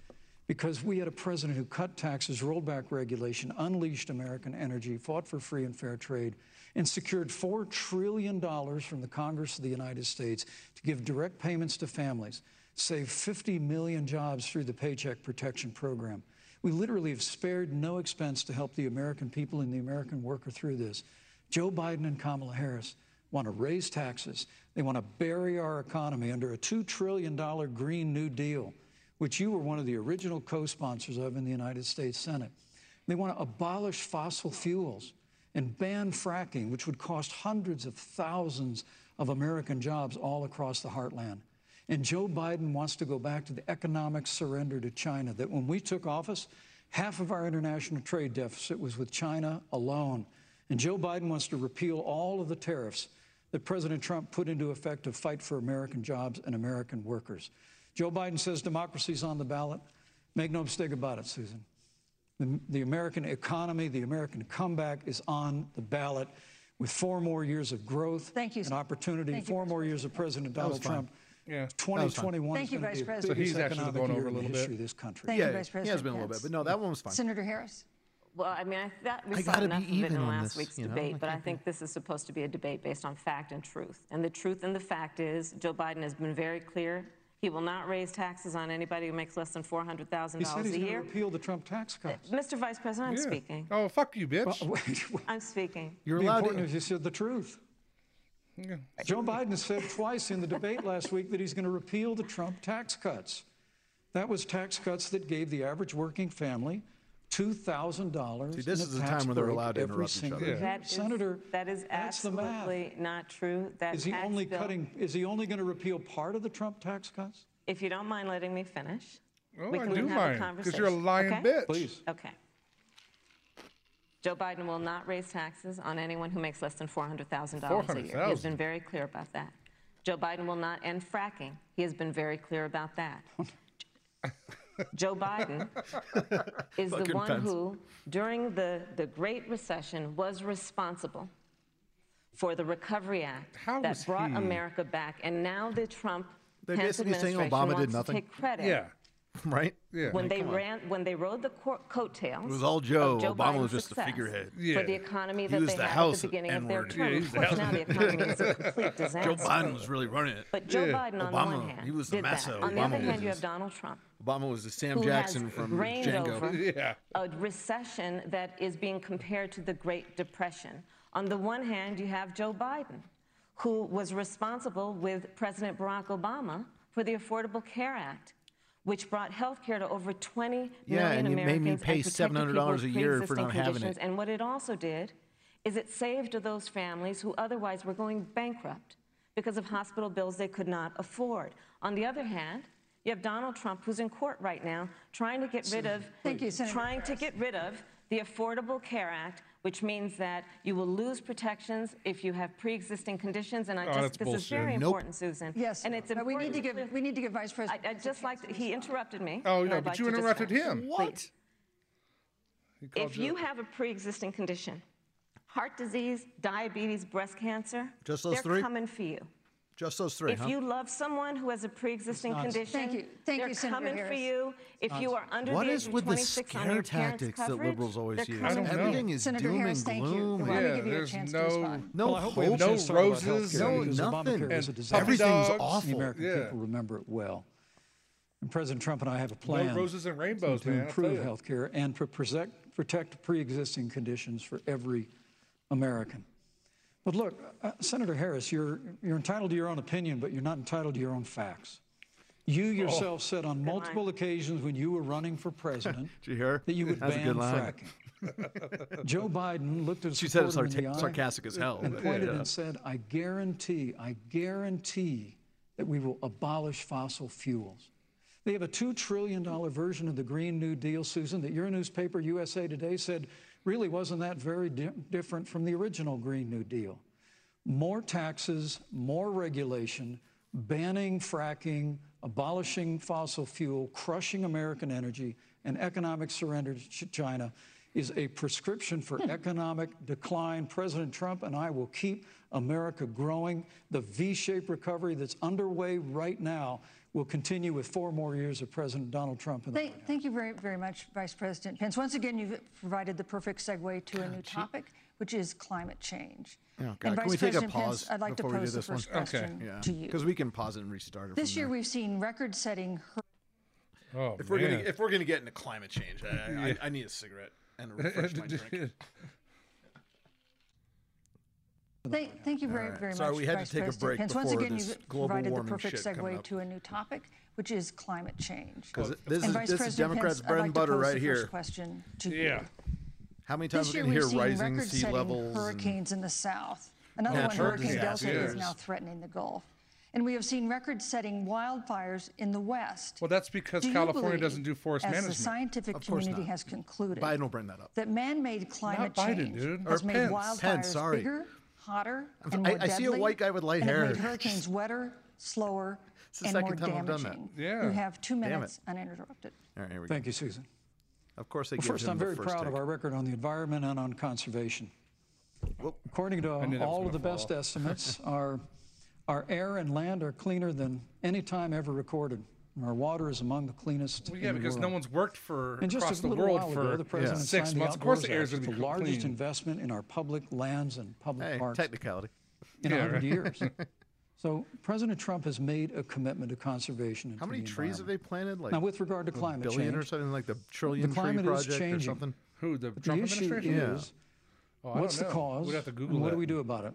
S7: because we had a president who cut taxes, rolled back regulation, unleashed American energy, fought for free and fair trade, and secured $4 trillion from the Congress of the United States to give direct payments to families, save 50 million jobs through the Paycheck Protection Program. We literally have spared no expense to help the American people and the American worker through this. Joe Biden and Kamala Harris want to raise taxes. They want to bury our economy under a $2 trillion Green New Deal, which you were one of the original co sponsors of in the United States Senate. They want to abolish fossil fuels and ban fracking, which would cost hundreds of thousands of American jobs all across the heartland. And Joe Biden wants to go back to the economic surrender to China that when we took office, half of our international trade deficit was with China alone. And Joe Biden wants to repeal all of the tariffs that President Trump put into effect to fight for American jobs and American workers. Joe Biden says democracy's on the ballot. Make no mistake about it, Susan. The, the American economy, the American comeback is on the ballot with four more years of growth
S5: Thank you,
S7: and
S5: sir.
S7: opportunity,
S5: Thank you,
S7: four more years of President Donald Trump.
S2: Yeah.
S7: 2021
S5: Thank
S7: is
S5: you, Vice
S7: going to be the
S5: President. So
S2: he's
S7: biggest
S2: actually
S7: economic
S2: going over a
S7: year in the
S2: little
S7: history
S2: bit.
S7: of this country.
S5: Thank
S4: Yeah,
S5: you,
S4: yeah,
S5: Vice
S4: he has
S5: President
S4: been a little
S5: Pence.
S4: bit, but no, that one was fine.
S5: Senator Harris.
S6: Well, I mean, I thought we
S4: I
S6: saw
S4: gotta be
S6: enough of it
S4: even
S6: in
S4: on
S6: last
S4: this,
S6: week's
S4: you know?
S6: debate,
S4: I
S6: but I
S4: can't
S6: think this is supposed to be a debate based on fact and truth. And the truth and the fact is, Joe Biden has been very clear. He will not raise taxes on anybody who makes less than
S7: He said
S6: $400,000
S7: he's
S6: a
S7: going to
S6: year.
S7: repeal the Trump tax cuts.
S6: Mr. Vice President, I'm
S2: Yeah.
S6: speaking.
S2: Oh, fuck you, bitch.
S7: Well, wait, wait.
S6: I'm speaking.
S4: You're
S7: the
S4: allowed
S7: important
S4: to.
S7: is you said the truth. Joe Biden said twice in the debate last week that he's going to repeal the Trump tax cuts. That was tax cuts that gave the average working family two thousand dollars.
S4: See, this is the time where they're allowed to interrupt each other.
S2: Yeah.
S6: That is-
S7: Senator,
S6: that is
S7: that's the math.
S6: absolutely not true. That
S7: Is he
S6: tax
S7: only
S6: bill-
S7: cutting? Is he only going to repeal part of the Trump tax cuts?
S6: If you don't mind letting me finish,
S2: oh,
S6: we
S2: I
S6: can
S2: do
S6: have a
S2: mind. Because
S6: conversation.
S2: you're a lying
S6: okay?
S2: bitch.
S7: Please.
S6: Okay. Joe Biden will not raise taxes on anyone who makes less than $400,000 a year. He has
S2: $400,000.
S6: been very clear about that. Joe Biden will not end fracking. He has been very clear about that. Joe Biden is the
S4: Fucking
S6: one
S4: Pence.
S6: who, during the, the Great Recession, was responsible for the Recovery Act
S2: How
S6: that
S2: was
S6: brought
S2: he-
S6: America back. And now the Trump
S4: They're
S6: Pence
S4: basically saying
S6: administration
S4: Obama did
S6: wants
S4: nothing.
S6: to take credit
S2: Yeah.
S4: right?
S2: Yeah.
S6: when they ran, when they rode the co- coattails.
S4: It was all Oh, Joe.
S6: of
S4: Obama was just
S6: Biden's
S4: the
S6: success
S4: figurehead.
S2: Yeah.
S6: For the economy
S4: He
S6: that
S4: was
S6: they
S4: the
S6: had at
S4: house
S6: the
S4: of
S6: beginning of their
S4: N-word.
S6: term.
S2: Yeah,
S6: Of
S2: he's the
S6: course,
S2: house
S6: now
S2: of-
S6: the economy is a complete disaster.
S4: Joe Biden was really running it.
S6: But Joe Biden, on the
S4: Obama,
S6: one hand,
S4: he was the
S6: did
S4: massa.
S6: that. On the
S4: Obama
S6: other hand,
S4: was
S6: you have
S4: his-
S6: Donald Trump,
S4: Obama was the Sam
S6: who
S4: Jackson
S6: has
S4: from
S6: reigned
S4: Django.
S6: over
S2: Yeah.
S6: a recession that is being compared to the Great Depression. On the one hand, you have Joe Biden, who was responsible with President Barack Obama for the Affordable Care Act. Which brought health care to over 20 million
S4: Yeah, and you made me
S6: Americans
S4: pay
S6: protected people with
S4: $700 a year for
S6: pre-existing
S4: not having
S6: conditions.
S4: it.
S6: And what it also did is it saved those families who otherwise were going bankrupt because of hospital bills they could not afford. On the other hand, you have Donald Trump, who's in court right now, trying to get rid of,
S5: Thank you, Senator
S6: trying to get rid of the Affordable Care Act, which means that you will lose protections if you have pre-existing conditions. And I
S2: Oh,
S6: just,
S2: that's
S6: this is
S2: bullshit.
S6: very
S4: Nope.
S6: important, Susan.
S5: Yes,
S6: and it's
S5: but we
S6: important.
S5: need to give, we need to give Vice
S6: I,
S5: President.
S6: I just like he interrupted me.
S2: Oh,
S6: and
S2: no,
S6: I'd
S2: but
S6: like
S2: you
S6: to
S2: interrupted
S6: distract
S2: him.
S6: What?
S2: He called
S6: If you
S2: out-
S6: have a pre-existing condition, heart disease, diabetes, breast cancer,
S4: Just those
S6: they're
S4: three?
S6: coming for you.
S4: Just those three,
S6: if
S4: huh?
S6: you love someone who has a pre-existing condition,
S5: Thank you. Thank
S6: they're
S5: you, Senator
S6: coming for
S5: Harris.
S6: you. If you are under
S4: What
S6: the age
S4: is
S6: of
S4: with the
S6: 26 on
S4: scare
S6: your parents'
S4: tactics that
S6: coverage,
S4: liberals always
S6: they're
S4: use?
S6: coming
S2: I don't
S6: for
S2: know.
S4: Everything is
S5: Senator
S4: doom
S5: Harris,
S4: and
S5: thank you.
S4: gloom.
S5: Let me
S2: Yeah,
S5: give you a
S2: there's
S5: chance to
S2: no.
S5: respond.
S4: No
S7: well, I hope we
S4: hope.
S7: have a chance to talk about
S2: roses,
S7: healthcare,
S2: no
S7: because
S4: nothing.
S7: Obamacare was a
S2: And
S7: disaster.
S2: puppy
S4: Everything's
S2: dogs.
S7: The
S4: awful.
S7: American
S2: Yeah.
S7: people remember it well. And President Trump and I have a
S2: No
S7: plan
S2: roses and rainbows,
S7: to
S2: man. I'll tell
S7: improve
S2: you.
S7: health care and to protect, protect pre-existing conditions for every American. But look, uh, Senator Harris, you're, you're entitled to your own opinion, but you're not entitled to your own facts. You yourself said on multiple occasions when you were running for president
S4: Did you hear her?
S7: that you would
S4: That's a
S7: ban
S4: good line.
S7: fracking. Joe Biden looked at
S4: She said it
S7: supporter in the
S4: sarta-
S7: eye
S4: sarcastic as hell.
S7: and
S4: but-
S7: pointed
S4: Yeah.
S7: and said, I guarantee, I guarantee that we will abolish fossil fuels. They have a $2 trillion version of the Green New Deal, Susan, that your newspaper, USA Today, said really wasn't that very di- different from the original Green New Deal. More taxes, more regulation, banning fracking, abolishing fossil fuel, crushing American energy, and economic surrender to Ch- China is a prescription for economic decline. President Trump and I will keep America growing. The V shaped recovery that's underway right now will continue with four more years of President Donald Trump in the White House.
S5: Thank, thank you very, very much, Vice President Pence. Once again, you've provided the perfect segue to a new topic, which is climate change.
S4: Oh, God.
S5: And
S4: Can
S5: Vice
S4: we take a
S5: President
S4: pause
S5: Pence, I'd like to
S4: before we do
S5: pose the
S4: this one?
S5: first
S4: Okay.
S5: question
S4: Yeah,
S5: to you.
S4: because we can pause it and restart it.
S5: This
S4: from
S5: year,
S4: there.
S5: we've seen record-setting. hur-
S2: Oh,
S4: if we're
S2: man.
S4: gonna if we're gonna get into climate change, I, I, I need a cigarette and refresh my drink.
S5: Thank, thank you very, very
S4: Sorry,
S5: much,
S4: we had to
S5: Vice
S4: take a
S5: President
S4: break
S5: Pence. Once
S4: before
S5: again,
S4: this
S5: you've
S4: global
S5: provided the
S4: warming
S5: perfect
S4: shit coming
S5: segue
S4: up.
S5: to a new topic, which is climate change.
S4: 'Cause this
S5: and
S4: is-
S5: Vice
S4: this is
S5: President
S4: Democrats'
S5: Pence,
S4: bread and
S5: I'd like to
S4: butter
S5: pose
S4: right
S5: the
S4: here.
S5: First question to
S2: yeah.
S5: you.
S4: How many times
S5: This
S4: we
S5: year
S4: can
S5: we've
S4: hear
S5: seen
S4: rising sea
S5: record-setting
S4: levels? and-
S5: hurricanes in the south. Another one,
S4: Natural
S5: Hurricane Delta, is
S4: disasters.
S5: now threatening the Gulf. And we have seen record-setting wildfires in the west.
S2: Well, that's because
S5: Do you
S2: California
S5: believe,
S2: doesn't do forest
S5: as
S2: management.
S5: the scientific
S4: course
S5: community
S4: not.
S5: has concluded,
S4: Biden will bring that up.
S5: that man-made climate
S2: Biden,
S5: change
S2: dude.
S5: has
S2: Or
S5: made
S2: Pence.
S5: wildfires
S4: Pence, sorry.
S5: bigger, hotter,
S4: I'm-
S5: and
S4: I-
S5: more
S4: I see a
S5: deadly,
S4: white guy with light
S5: and it
S4: hair.
S5: made hurricanes wetter, slower,
S4: the
S5: and
S4: second
S5: more
S4: time I've
S5: damaging.
S4: done that.
S2: Yeah.
S5: You have two
S4: it.
S5: minutes uninterrupted.
S4: All right, here we go.
S7: Thank you, Susan.
S4: Of course, they
S7: Well,
S4: give
S7: first,
S4: him
S7: I'm
S4: the
S7: very
S4: first
S7: proud of
S4: take.
S7: our record on the environment and on conservation. According to
S2: knew that was
S7: all
S2: gonna
S7: of the best
S2: fall.
S7: estimates, our, our air and land are cleaner than any time ever recorded. And our water is among the cleanest.
S2: Well, yeah,
S7: in the
S2: because no
S7: world.
S2: one's worked for
S7: And just
S2: across
S7: a
S2: the
S7: little
S2: world
S7: while
S2: for
S7: ago, the president
S2: six
S7: signed
S2: months.
S7: The
S2: Of course, the
S7: Outdoors
S2: air's
S7: Act,
S2: going to be
S7: the largest
S2: clean.
S7: investment in our public lands and public
S4: Hey,
S7: parks
S4: technicality.
S7: in a
S2: Yeah,
S7: 100
S2: right.
S7: years. So President Trump has made a commitment to conservation. And
S4: How
S7: to
S4: many
S7: the
S4: trees have
S7: environment.
S4: they planted? Like
S7: Now, with regard to climate
S4: billion
S7: change,
S4: or something, like the trillion tree
S7: climate is
S4: project or
S7: changing.
S4: something.
S2: Who the
S7: But
S2: Trump
S7: the issue
S2: administration?
S7: is,
S2: Oh, I don't
S7: what's the
S2: know.
S7: cause?
S2: We'd have to
S7: and
S2: Google
S7: What
S2: that.
S7: do we do about it?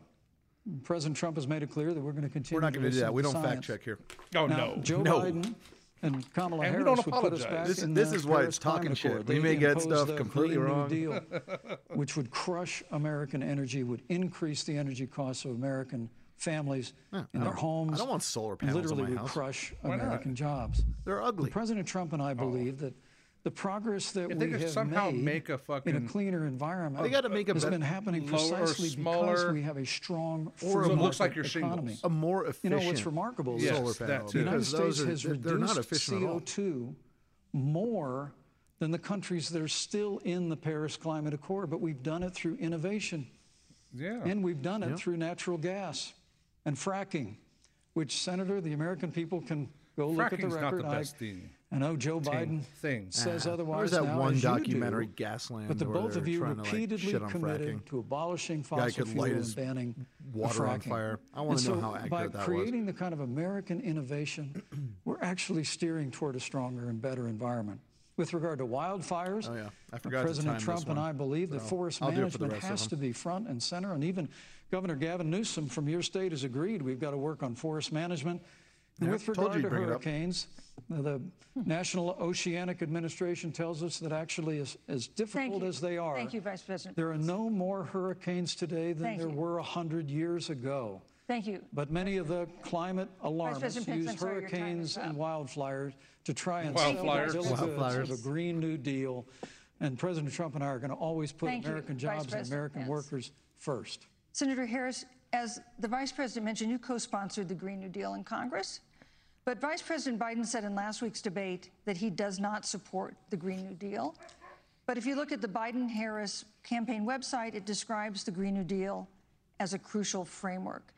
S7: President Trump has made it clear that we're going to continue.
S4: We're not going to do
S7: listen
S4: that. We
S7: the
S4: don't fact
S7: science.
S4: check here.
S2: Oh
S7: Now,
S2: no.
S7: Joe
S4: No.
S7: Biden and Kamala
S2: And we
S7: Harris
S2: don't
S7: would put us
S2: apologize.
S7: back
S4: This-
S7: in
S4: this
S7: the
S4: is why
S7: Paris
S4: it's talking
S7: Climate
S4: shit.
S7: Accord.
S4: We
S7: They
S4: may get
S7: imposed
S4: stuff
S7: the
S4: completely
S7: Green New
S4: wrong.
S7: Deal, which would crush American energy, would increase the energy costs of American families in their homes.
S4: don't want solar
S7: and
S4: panels on
S7: Literally
S4: my
S7: would
S4: house.
S7: crush
S2: not? Oh.
S7: American jobs.
S4: They're ugly.
S7: President Trump and I believe that the progress that
S2: If they
S7: we
S2: could
S7: have
S2: somehow
S7: made
S2: make a
S7: in
S2: fucking
S7: a cleaner environment
S4: They gotta make a
S7: has
S4: bet-
S7: been happening
S2: lower,
S7: precisely because
S2: smaller-
S7: we have a strong
S4: Or
S7: free
S4: it
S2: looks
S7: market
S2: like your shingles.
S7: economy.
S4: A more efficient.
S7: You know what's remarkable
S2: Yes,
S4: solar
S7: is
S2: that
S4: panel.
S2: too.
S7: the United
S4: because those
S7: States
S4: are-
S7: has
S4: they're-
S7: reduced
S4: they're not efficient at all.
S7: CO2 more than the countries that are still in the Paris Climate Accord, but we've done it through innovation.
S2: yeah.
S7: And we've done it through natural gas and fracking, which, Senator, the American people can Go look at the
S2: Fracking's not
S7: record.
S2: the
S7: I-
S2: best thing-
S7: I know Joe Biden
S2: thing. Ah.
S7: says otherwise.
S4: There's that
S7: now,
S4: one
S7: as you do,
S4: documentary, Gasland,
S7: But the
S4: where
S7: both of
S4: they're
S7: you
S4: trying to, like,
S7: repeatedly
S4: shit on
S7: committed
S4: fracking.
S7: to abolishing
S4: guy
S7: fossil
S4: could
S7: fuel
S4: light
S7: and
S4: his
S7: banning the
S4: water on
S7: fracking.
S4: fire. I wanna
S7: And
S4: know
S7: so
S4: how accurate
S7: by
S4: that was.
S7: creating the kind of American innovation, we're actually steering toward a stronger and better environment. With regard to wildfires, uh,
S4: Oh, yeah. I forgot to
S7: President
S4: time this
S7: Trump and
S4: one.
S7: I believe that forest
S4: I'll do it for the
S7: management
S4: rest of
S7: has
S4: them.
S7: to be front and center. And even Governor Gavin Newsom from your state has agreed we've got to work on forest management. And
S4: Yeah,
S7: with
S4: told you
S7: regard
S4: you'd
S7: to
S4: bring it up. Hmm.
S7: hurricanes, the National Oceanic Administration tells us that actually, as, as
S5: Thank
S7: difficult
S5: you.
S7: as they are,
S5: Thank you, Vice President.
S7: there are no more hurricanes today than
S5: Thank
S7: there
S5: you.
S7: were 100 years ago.
S5: Thank you.
S7: But many of the climate alarmists
S5: President Pence, I'm
S7: use
S5: sorry, your time
S7: hurricanes
S5: is
S7: and wildfires to try and sell
S2: Wildfires.
S7: the bill of goods
S4: Wildfires.
S7: of a Green New Deal. And President Trump and I are going to always put
S5: Thank you,
S7: American
S5: Vice
S7: jobs and
S5: President
S7: American
S5: Pence.
S7: workers first.
S5: Senator Harris, as the Vice President mentioned, you co sponsored the Green New Deal in Congress. But Vice President Biden said in last week's debate that he does not support the Green New Deal. But if you look at the Biden Harris campaign website, it describes the Green New Deal as a crucial framework.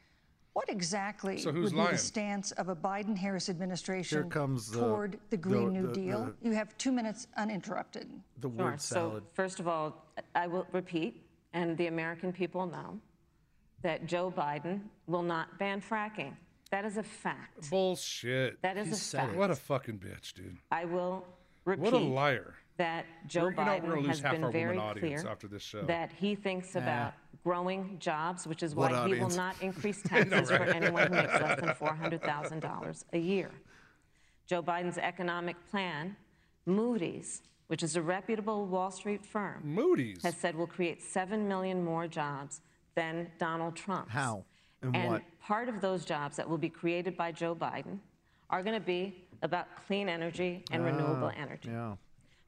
S5: What exactly
S2: So
S5: would
S2: who's
S5: be
S2: lying?
S5: the stance of a Biden Harris administration
S4: Here comes the-
S5: toward the Green
S4: the-
S5: New
S4: the-
S5: Deal? you have two minutes uninterrupted.
S4: The
S6: Sure.
S4: word salad.
S6: So, first of all, I will repeat, and the American people know, that Joe Biden will not ban fracking. That is a fact.
S2: Bullshit.
S6: That is
S4: He
S6: a
S4: said it.
S6: fact.
S2: What a fucking bitch, dude.
S6: I will repeat.
S2: What a liar.
S6: That Joe
S2: We're- you know, we're gonna
S6: Biden
S2: lose
S6: has
S2: half
S6: been
S2: our women
S6: very
S2: audience
S6: clear
S2: after this show.
S6: that he thinks about growing jobs, which is
S4: What
S6: why he will
S4: audience?
S6: not increase taxes for anyone who makes less than four hundred thousand dollars a year. Joe Biden's economic plan, Moody's, which is a reputable Wall Street firm,
S2: Moody's.
S6: has said will create 7 million more jobs than Donald Trump's.
S4: How? And what?
S6: part of those jobs that will be created by Joe Biden are going to be about clean energy and
S4: Ah,
S6: renewable energy.
S4: Yeah.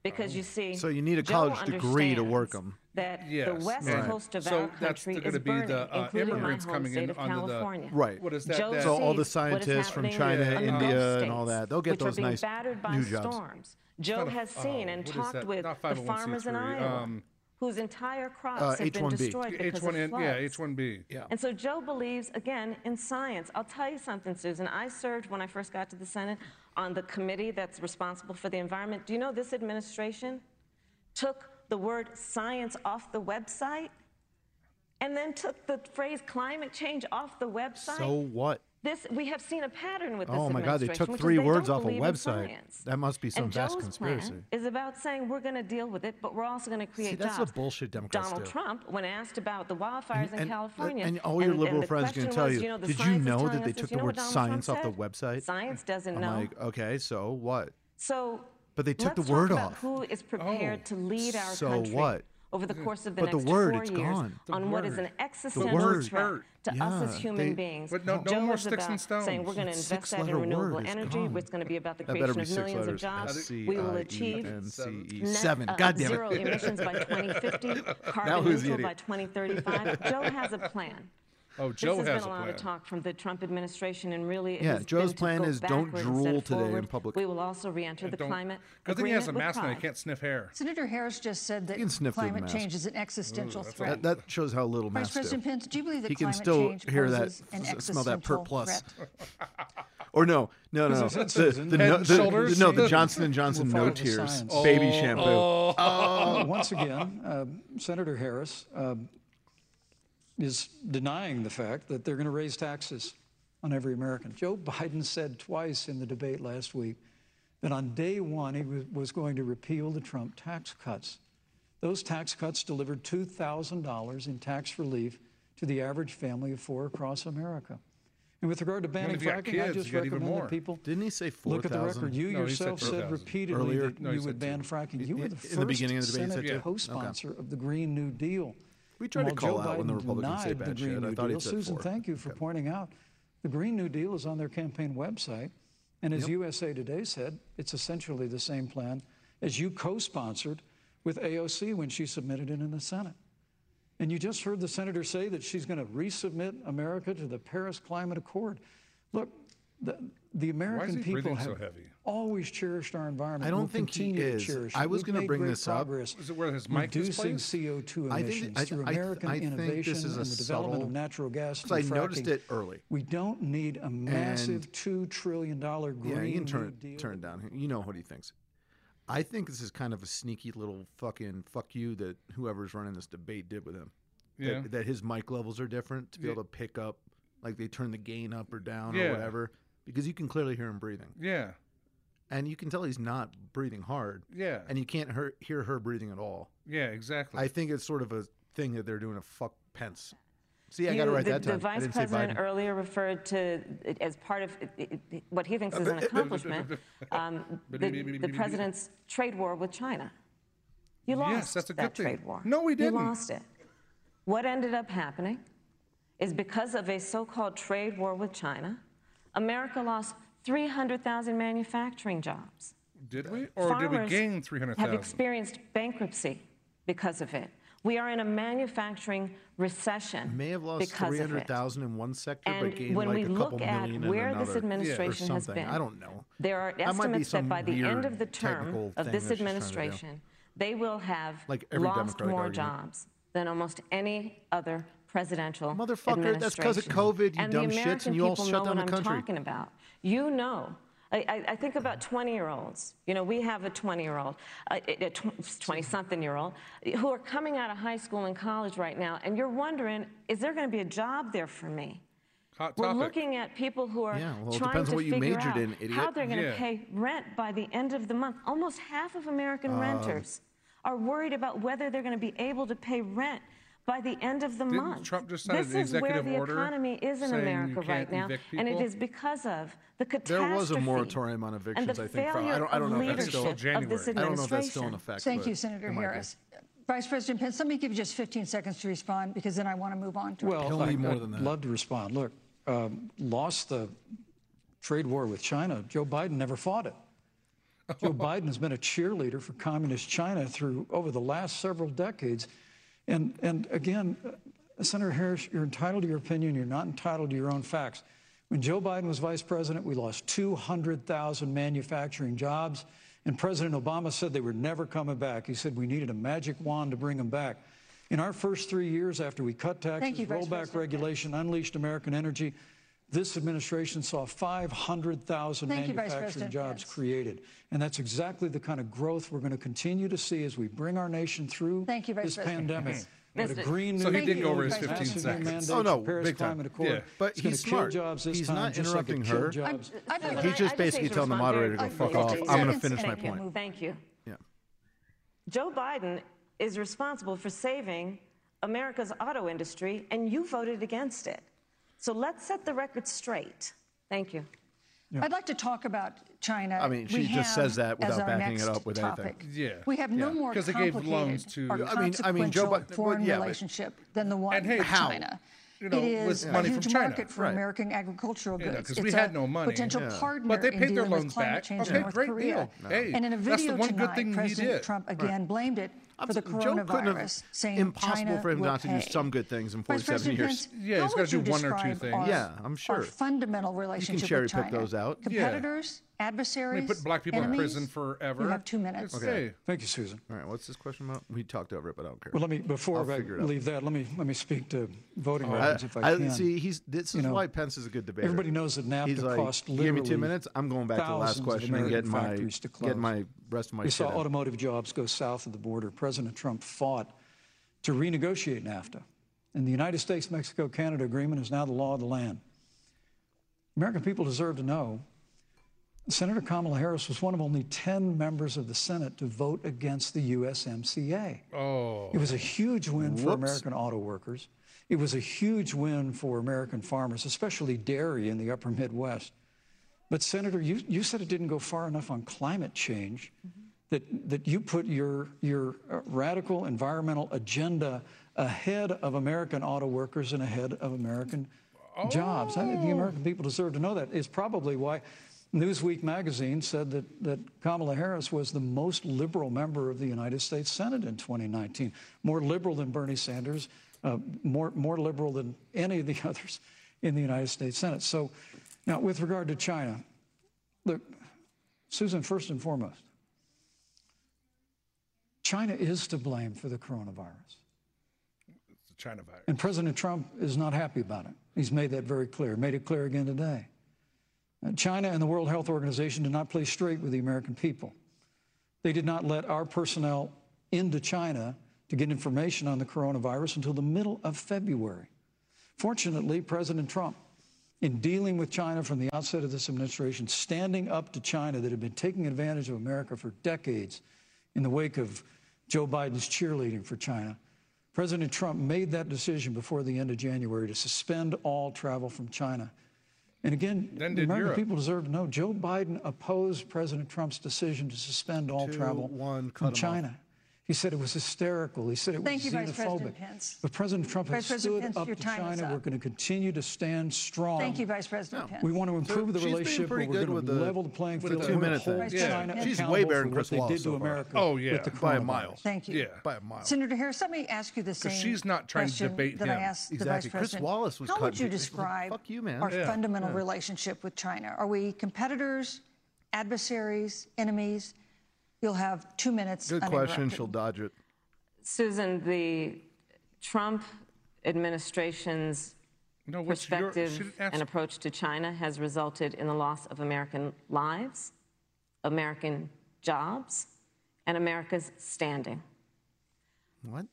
S6: Because you see,
S4: Um, So you need a
S6: Joe
S4: college degree to work
S6: understands
S4: 'em.
S6: That
S2: Yes,
S6: the west
S2: man.
S6: coast of
S2: So
S6: our
S2: that's
S6: country
S2: gonna
S6: is
S2: be the,
S6: burning,
S2: uh,
S6: including my
S2: immigrants
S6: home
S2: coming
S6: state
S2: in
S6: of
S2: under the-
S6: California.
S4: Right.
S2: What is that?
S6: Joe
S2: that-
S4: So all the
S6: sees what is
S4: scientists from
S6: happening
S4: China,
S6: in the
S4: India,
S6: Gulf
S4: and all
S6: states,
S4: that, they'll get
S6: which
S4: those
S6: are being
S4: nice
S6: battered by
S4: new jobs.
S6: storms. Joe
S2: not a-
S6: has
S2: oh,
S6: seen and
S2: what is
S6: talc
S2: that?
S6: with
S2: Not
S6: the farmers in
S2: 501c3,
S6: Iowa,
S2: um,
S6: whose entire crops
S4: Uh,
S6: have been
S4: H1B.
S6: destroyed because of
S2: H1N,
S6: floods.
S2: yeah, H1B.
S4: Yeah.
S6: And so Joe believes, again, in science. I'll tell you something, Susan. I served when I first got to the Senate on the committee that's responsible for the environment. Do you know this administration took the word science off the website and then took the phrase climate change off the website?
S4: So what?
S6: This we have seen a pattern with this.
S4: Oh my God, they
S6: administration,
S4: took
S6: which is
S4: three
S6: they
S4: words
S6: don't
S4: off a
S6: believe in
S4: website.
S6: science.
S4: That must be some
S6: and
S4: vast
S6: Joe's
S4: conspiracy.
S6: Plan is about saying we're going to deal with it, but we're also going to create
S4: that's
S6: jobs.
S4: what bullshit Democrats
S6: Donald
S4: do.
S6: Trump, when asked about the wildfires in
S4: and-
S6: California,
S4: and all your liberal
S6: the
S4: friends can
S6: question
S4: tell
S6: was,
S4: you,
S6: know, the
S4: "Did you
S6: science is
S4: know
S6: telling
S4: that they
S6: us this."
S4: took the
S6: You know what
S4: word
S6: Donald
S4: science
S6: Trump
S4: off the
S6: said?
S4: website?
S6: Science doesn't
S4: I'm
S6: know.
S4: like, okay, so what?
S6: So,
S4: But they took the
S6: let's
S4: word
S6: talk about
S4: off.
S6: Who is prepared
S2: Oh.
S6: to lead our
S4: so
S6: country
S4: what?
S6: over the course of the
S4: But the
S6: next
S4: word,
S6: four
S4: it's
S6: years
S4: gone. The
S6: on what is an
S2: word.
S6: existential
S4: word.
S6: threat to us as
S4: Yeah,
S6: human
S4: they-
S6: beings?
S2: But no- no
S6: Joe
S2: more
S6: is
S2: sticks
S6: about
S2: and stones.
S6: Saying we're going to
S4: It's a
S6: invest that in
S4: six-letter
S6: renewable
S4: word, it's
S6: energy.
S4: gone.
S6: It's going to be about the
S4: That better
S6: creation
S4: be
S6: of
S4: six
S6: millions of
S4: letters.
S6: jobs.
S4: S-C-I-E-N-C-E.
S6: we will achieve net,
S4: E Seven.
S6: uh,
S4: God damn
S6: zero
S4: it.
S6: emissions by 2050, carbon
S4: who's the
S6: neutral by
S4: idiot?
S6: 2035. Joe has a plan.
S2: Oh, Joe
S6: this has
S2: has
S6: been a, lot
S2: plan.
S6: of talk from the Trump administration, and really, it
S4: Yeah,
S6: has
S4: Joe's
S6: been to
S4: plan
S6: go
S4: is don't
S6: backward instead
S4: drool
S6: of
S4: today in
S6: forward.
S4: public.
S6: We will also re-enter the
S2: Don't-
S6: climate
S2: Because then he has a
S6: agreement with
S2: mask and he
S6: pride.
S2: can't sniff hair.
S5: Senator Harris just said that
S4: can sniff through the
S5: climate
S4: mask.
S5: change is an existential threat.
S4: That, that shows how little
S5: Vice
S4: mass
S5: President
S4: do.
S5: Pence, do you believe that
S4: He can
S5: climate
S4: still
S5: change
S4: hear that,
S5: poses an
S4: s- smell that
S5: existential
S4: pert plus.
S5: threat?
S4: Or no, no, no, no.
S7: Susan,
S4: The,
S7: Susan.
S4: the,
S7: Head
S4: no,
S2: and
S4: the,
S2: shoulders.
S4: the- no, the Johnson and Johnson
S7: follow
S4: no
S7: the
S4: tears,
S7: science. Oh.
S4: baby shampoo.
S7: Uh, once again, uh, Senator Harris uh, is denying the fact that they're going to raise taxes on every American. Joe Biden said twice in the debate last week that on day one he was, was going to repeal the Trump tax cuts. Those tax cuts delivered $2,000 in tax relief to the average family of four across America. And with regard to banning
S2: if you got
S7: fracking, I
S2: kids,
S7: just
S2: you got even
S7: recommend
S2: more.
S7: that people
S4: Didn't he say
S7: look at the
S4: 4,000?
S7: record. You
S2: No, he said
S7: yourself said
S2: 4,000.
S7: repeatedly
S4: Earlier?
S7: that
S2: No, he
S7: you
S2: said
S7: would ban
S2: two.
S7: fracking. You were
S4: in the
S7: the first
S4: beginning of the debate, he said
S7: Senate
S4: two. Okay.
S7: co-sponsor of the Green New Deal.
S4: We tried to
S7: And while
S4: call
S7: Joe
S4: out when the
S7: Biden
S4: Republicans say
S7: denied the
S4: bad
S7: Green
S4: shit. I
S7: New
S4: thought he
S7: Deal.
S4: said
S7: Susan,
S4: four.
S7: thank you for pointing out the Green New Deal is on their campaign website, and as USA Today said, it's essentially the same plan as you co-sponsored with AOC when she submitted it in the Senate. And you just heard the senator say that she's going to resubmit America to the Paris Climate Accord. Look, The, the American
S2: he
S7: people
S2: breathing
S7: have
S2: so heavy?
S7: always cherished our environment.
S4: I don't
S7: We'll
S4: think he
S7: continue to
S4: is.
S7: cherish it.
S4: I was
S7: We've
S4: gonna
S7: made
S4: bring
S7: great
S4: this up.
S7: progress
S2: Is it where his mic was
S7: reducing
S2: placed?
S7: CO2
S4: I think-
S7: emissions
S4: I-
S7: through
S4: I-
S7: American
S4: I think this
S7: innovation
S4: is a
S7: and the development
S4: subtle-
S7: of natural gas.
S4: because
S7: through
S4: I noticed
S7: fracking.
S4: it early.
S7: We don't need a massive $2 trillion green
S4: Yeah, you can turn
S7: New Deal.
S4: it turn it down. here. You know what he thinks. I think this is kind of a sneaky little fucking fuck you that whoever's running this debate did with him. That-
S2: Yeah.
S4: That, his mic levels are different to be able to pick up, like they turn the gain up or down
S2: Yeah.
S4: or whatever, because you can clearly hear him breathing,
S2: Yeah.
S4: and you can tell he's not breathing hard,
S2: Yeah.
S4: and you can't hear, hear her breathing at all.
S2: Yeah. Exactly.
S4: I think it's sort of a thing that they're doing a fuck Pence. See, I
S6: You-
S4: got it right
S6: the,
S4: that time.
S6: The
S4: I
S6: vice
S4: didn't say
S6: president
S4: Biden.
S6: earlier referred to it as part of it- it- what he
S2: Uh,
S6: thinks is an accomplishment, um, the, the president's trade war with China. You lost
S2: Yes, that's a
S6: that
S2: good thing.
S6: trade war.
S2: No, we didn't.
S6: You lost it. What ended up happening is because of a so-called trade war with China, America lost 300,000 manufacturing jobs
S2: did we or did we
S6: farmers
S2: gain three hundred thousand?
S6: Have experienced bankruptcy because of it. We are in a manufacturing recession.
S4: May have lost
S6: because of it.
S4: three hundred thousand in one sector,
S6: And
S4: but gained
S6: when
S4: like
S6: we
S4: a couple
S6: look at
S4: million
S6: where
S4: in another.
S6: this administration has
S4: something.
S6: been,
S4: I don't know.
S6: There are
S4: That might be
S6: estimates that
S4: some
S6: by the end of
S4: weird
S6: the term
S4: technical
S6: of
S4: thing
S6: this
S4: that she's trying to do.
S6: administration, they will have
S4: Like every
S6: lost
S4: Democratic
S6: more
S4: argument.
S6: jobs than almost any other presidential
S4: Motherfucker, that's 'cause of
S6: administration.
S4: COVID, you
S6: and the
S4: dumb shits,
S6: American
S4: and you all
S6: people
S4: shut
S6: know
S4: down
S6: what
S4: the country.
S6: I'm talking about. You know. I, I, I think about 20 year olds. You know, we have a 20 year old, a 20 something year old, who are coming out of high school and college right now, and you're wondering, is there going to be a job there for me?
S2: Hot
S6: We're
S2: topic.
S6: looking at people who are
S4: Yeah, well, it
S6: trying
S4: depends
S6: to
S4: on what you
S6: figure
S4: majored
S6: out
S4: in, idiot.
S6: how they're going to
S2: Yeah.
S6: pay rent by the end of the month. Almost half of American
S4: Um,
S6: renters are worried about whether they're going to be able to pay rent by the end of the
S2: Didn't
S6: month.
S2: Trump just sign
S6: this
S2: an
S6: is where
S2: executive
S6: the
S2: order
S6: economy is in
S2: saying you
S6: America right
S2: can't
S6: now,
S2: evict
S6: and it
S2: people?
S6: is because of the
S4: There
S6: catastrophe.
S4: was a moratorium on
S6: and the
S4: evictions, I think, for- I
S6: failure
S4: don't- I don't
S6: of
S4: know if that's still-
S6: leadership of this
S2: I
S4: I don't know if that's still
S6: administration.
S4: an effect.
S5: Thank
S4: but
S5: you, Senator
S4: it might be.
S5: Harris. Vice President Pence, let me give you just 15 seconds to respond because then I want to move on to.
S7: Well,
S4: Tell me
S7: I,
S4: more
S7: would
S4: than that.
S7: love to respond. Look, um, lost the trade war with China. Joe Biden never fought it. Joe Biden has been a cheerleader for communist China through over the last several decades. And, and again, uh, Senator Harris, you're entitled to your opinion. You're not entitled to your own facts. When Joe Biden was vice president, we lost 200,000 manufacturing jobs. And President Obama said they were never coming back. He said we needed a magic wand to bring them back. In our first three years after we cut
S5: Thank
S7: taxes,
S5: you, Vice
S7: rolled back
S5: President.
S7: regulation, unleashed American energy, this administration saw 500,000
S5: Thank you, Vice
S7: manufacturing
S5: President
S7: jobs
S5: Pence.
S7: created. And that's exactly the kind of growth we're going to continue to see as we bring our nation through
S5: Thank you, Vice
S7: this
S5: President
S7: pandemic.
S5: Pence.
S7: But a green
S2: So he
S7: new
S2: did
S7: deal,
S2: go over his
S7: massive
S2: 15
S7: new
S2: seconds.
S7: mandate,
S4: Oh, no,
S7: the Paris
S4: big time.
S7: Climate Accord.
S2: Yeah.
S4: But
S7: It's gonna
S4: he's
S7: kill
S4: smart.
S7: Jobs this
S4: He's
S7: time,
S4: not
S7: just like it
S4: interrupting
S7: killed
S4: her.
S5: I'm,
S7: Jobs.
S5: I'm
S6: Well,
S4: He's
S6: I-
S5: going
S4: just
S6: I need to
S4: basically telling the
S6: respond very
S4: moderator to
S6: quickly
S4: fuck off.
S6: to
S4: I'm going
S5: seconds
S4: to finish
S5: and
S4: my
S5: I can
S4: point.
S5: move
S6: Thank you.
S4: Yeah.
S6: Joe Biden is responsible for saving America's auto industry, and you voted against it. So let's set the record straight. Thank you.
S5: I'd like to talk about China.
S4: I mean, she
S5: We
S4: just
S5: have
S4: says that
S5: as
S4: without
S5: our
S4: backing it
S5: next
S4: up with anything.
S5: topic.
S2: Yeah.
S5: We have no
S4: Yeah.
S5: more
S2: 'Cause they
S5: complicated
S2: gave loans to-
S5: or
S2: I
S4: mean- I mean, Joe
S5: consequential
S4: Biden- but
S5: foreign
S4: yeah, but-
S5: relationship than the one
S2: And hey,
S5: with
S2: how?
S5: China.
S2: You know,
S5: it
S2: with
S5: is
S2: money
S5: a
S2: from
S5: huge
S2: China.
S5: market for
S4: Right.
S5: American agricultural
S2: Yeah, no,
S5: goods.
S2: 'cause
S5: It's
S2: we
S5: a
S2: had no money.
S5: potential
S2: Yeah.
S5: partner
S2: But they
S5: in
S2: paid their
S5: dealing with
S2: loans
S5: climate
S2: back.
S5: change in
S2: Okay,
S5: North
S2: great
S5: Korea.
S2: deal. No. Hey,
S5: and in a
S2: that's the
S5: video
S2: one good
S5: tonight,
S2: thing he
S5: President
S2: did.
S5: Trump again blamed it
S4: I'm
S5: for the
S4: s- Joe
S5: coronavirus,
S4: couldn't have-
S5: saying
S4: impossible
S5: China
S4: for him
S5: will
S4: not to do
S5: pay.
S4: some good things in
S5: Vice
S4: 47
S5: President
S4: years.
S5: Pence,
S2: Yeah,
S5: how
S2: he's gotta
S5: would you
S2: do one or two
S5: describe
S2: things.
S5: our-
S4: Yeah, I'm
S5: Our
S4: sure.
S5: fundamental relationship
S4: cherry
S5: with
S4: pick
S5: China.
S4: those out. Yeah.
S5: Competitors, adversaries,
S2: put black people
S5: enemies.
S2: in prison forever.
S5: You have two minutes.
S2: It's- hey,
S7: Thank you, Susan.
S4: All right, what's this question about? We talked over it, but I don't care.
S7: Well, let me before I
S4: figure it out.
S7: leave that, let me let me speak to voting records if I,
S4: I,
S7: can.
S4: see. He's this is
S7: know,
S4: why Pence is a good debater.
S7: everybody knows that NAFTA
S4: He's like,
S7: cost
S4: "You Give me two
S7: literally
S4: minutes. I'm going back to the
S7: thousands
S4: last
S7: of
S4: question and get
S7: American
S4: my
S7: factories to close.
S4: get my rest of my
S7: We
S4: shit
S7: saw
S4: in."
S7: automotive jobs go south of the border. President Trump fought to renegotiate NAFTA. And the United States Mexico Canada agreement is now the law of the land. American people deserve to know Senator Kamala Harris was one of only 10 members of the Senate to vote against the USMCA.
S2: oh,
S7: It was a huge win for
S4: Whoops.
S7: American auto workers. It was a huge win for American farmers, especially dairy in the upper Midwest. But Senator, you, you said it didn't go far enough on climate change, that, that you put your, your uh, radical environmental agenda ahead of American auto workers and ahead of American jobs. I think the American people deserve to know that. It's probably why Newsweek magazine said that, that Kamala Harris was the most liberal member of the United States Senate in 2019, more liberal than Bernie Sanders, uh, more, more liberal than any of the others in the United States Senate. So Now, with regard to China, look, Susan, first and foremost, China is to blame for the coronavirus.
S2: It's the China virus.
S7: And President Trump is not happy about it. He's made that very clear, made it clear again today. Uh, China and the World Health Organization did not play straight with the American people. They did not let our personnel into China to get information on the coronavirus until the middle of February. Fortunately, President Trump, in dealing with China from the outset of this administration, standing up to China that had been taking advantage of America for decades in the wake of Joe Biden's cheerleading for China, President Trump made that decision before the end of January to suspend all travel from China. And again, the
S2: Then did
S7: American
S2: Europe.
S7: people deserve to know Joe Biden opposed President Trump's decision to suspend all
S4: Two,
S7: travel
S4: one, cut 'em
S7: from
S4: off.
S7: China. He said it was hysterical. He said it was
S5: Thank you, Vice
S7: xenophobic.
S5: President Pence.
S7: But President Trump has
S5: Vice President
S7: stood
S5: Pence,
S7: up
S5: your
S7: to
S5: time is
S7: China.
S5: up.
S7: We're going to continue to stand strong.
S5: Thank you, Vice President Pence.
S7: Um, We want to improve the
S4: she's being
S7: relationship, but
S4: pretty
S7: we're
S4: good
S7: going
S4: with
S7: to
S4: the-
S7: level the playing
S2: with the
S7: field. We're
S2: two-minute
S7: gonna hold
S5: thing. Yeah.
S7: China
S4: She's way
S7: accountable
S4: better
S7: for
S4: than
S7: what
S4: Chris
S7: they
S4: Wallace
S7: did to
S4: so far.
S7: America.
S2: Oh, yeah.
S7: with the
S4: By a
S7: coronavirus.
S4: mile.
S5: Thank you.
S2: Yeah.
S4: By a mile.
S5: Senator Harris, let me ask you the same
S2: she's not trying to
S5: question
S2: debate
S5: that I
S2: him.
S5: asked the Vice
S4: Exactly. Chris
S5: President.
S4: Wallace was
S5: How would
S4: cutting
S5: you
S4: people. He's like,
S5: describe
S4: "Fuck you, man."
S5: our
S4: Yeah.
S5: fundamental relationship with China? Are we competitors, adversaries, enemies? You'll have two minutes.
S4: Good question.
S5: uninterrupted.
S4: She'll dodge it.
S6: Susan, the Trump administration's
S2: No, what's your she
S6: perspective
S2: didn't ask-
S6: and approach to China has resulted in the loss of American lives, American jobs, and America's standing.
S4: What?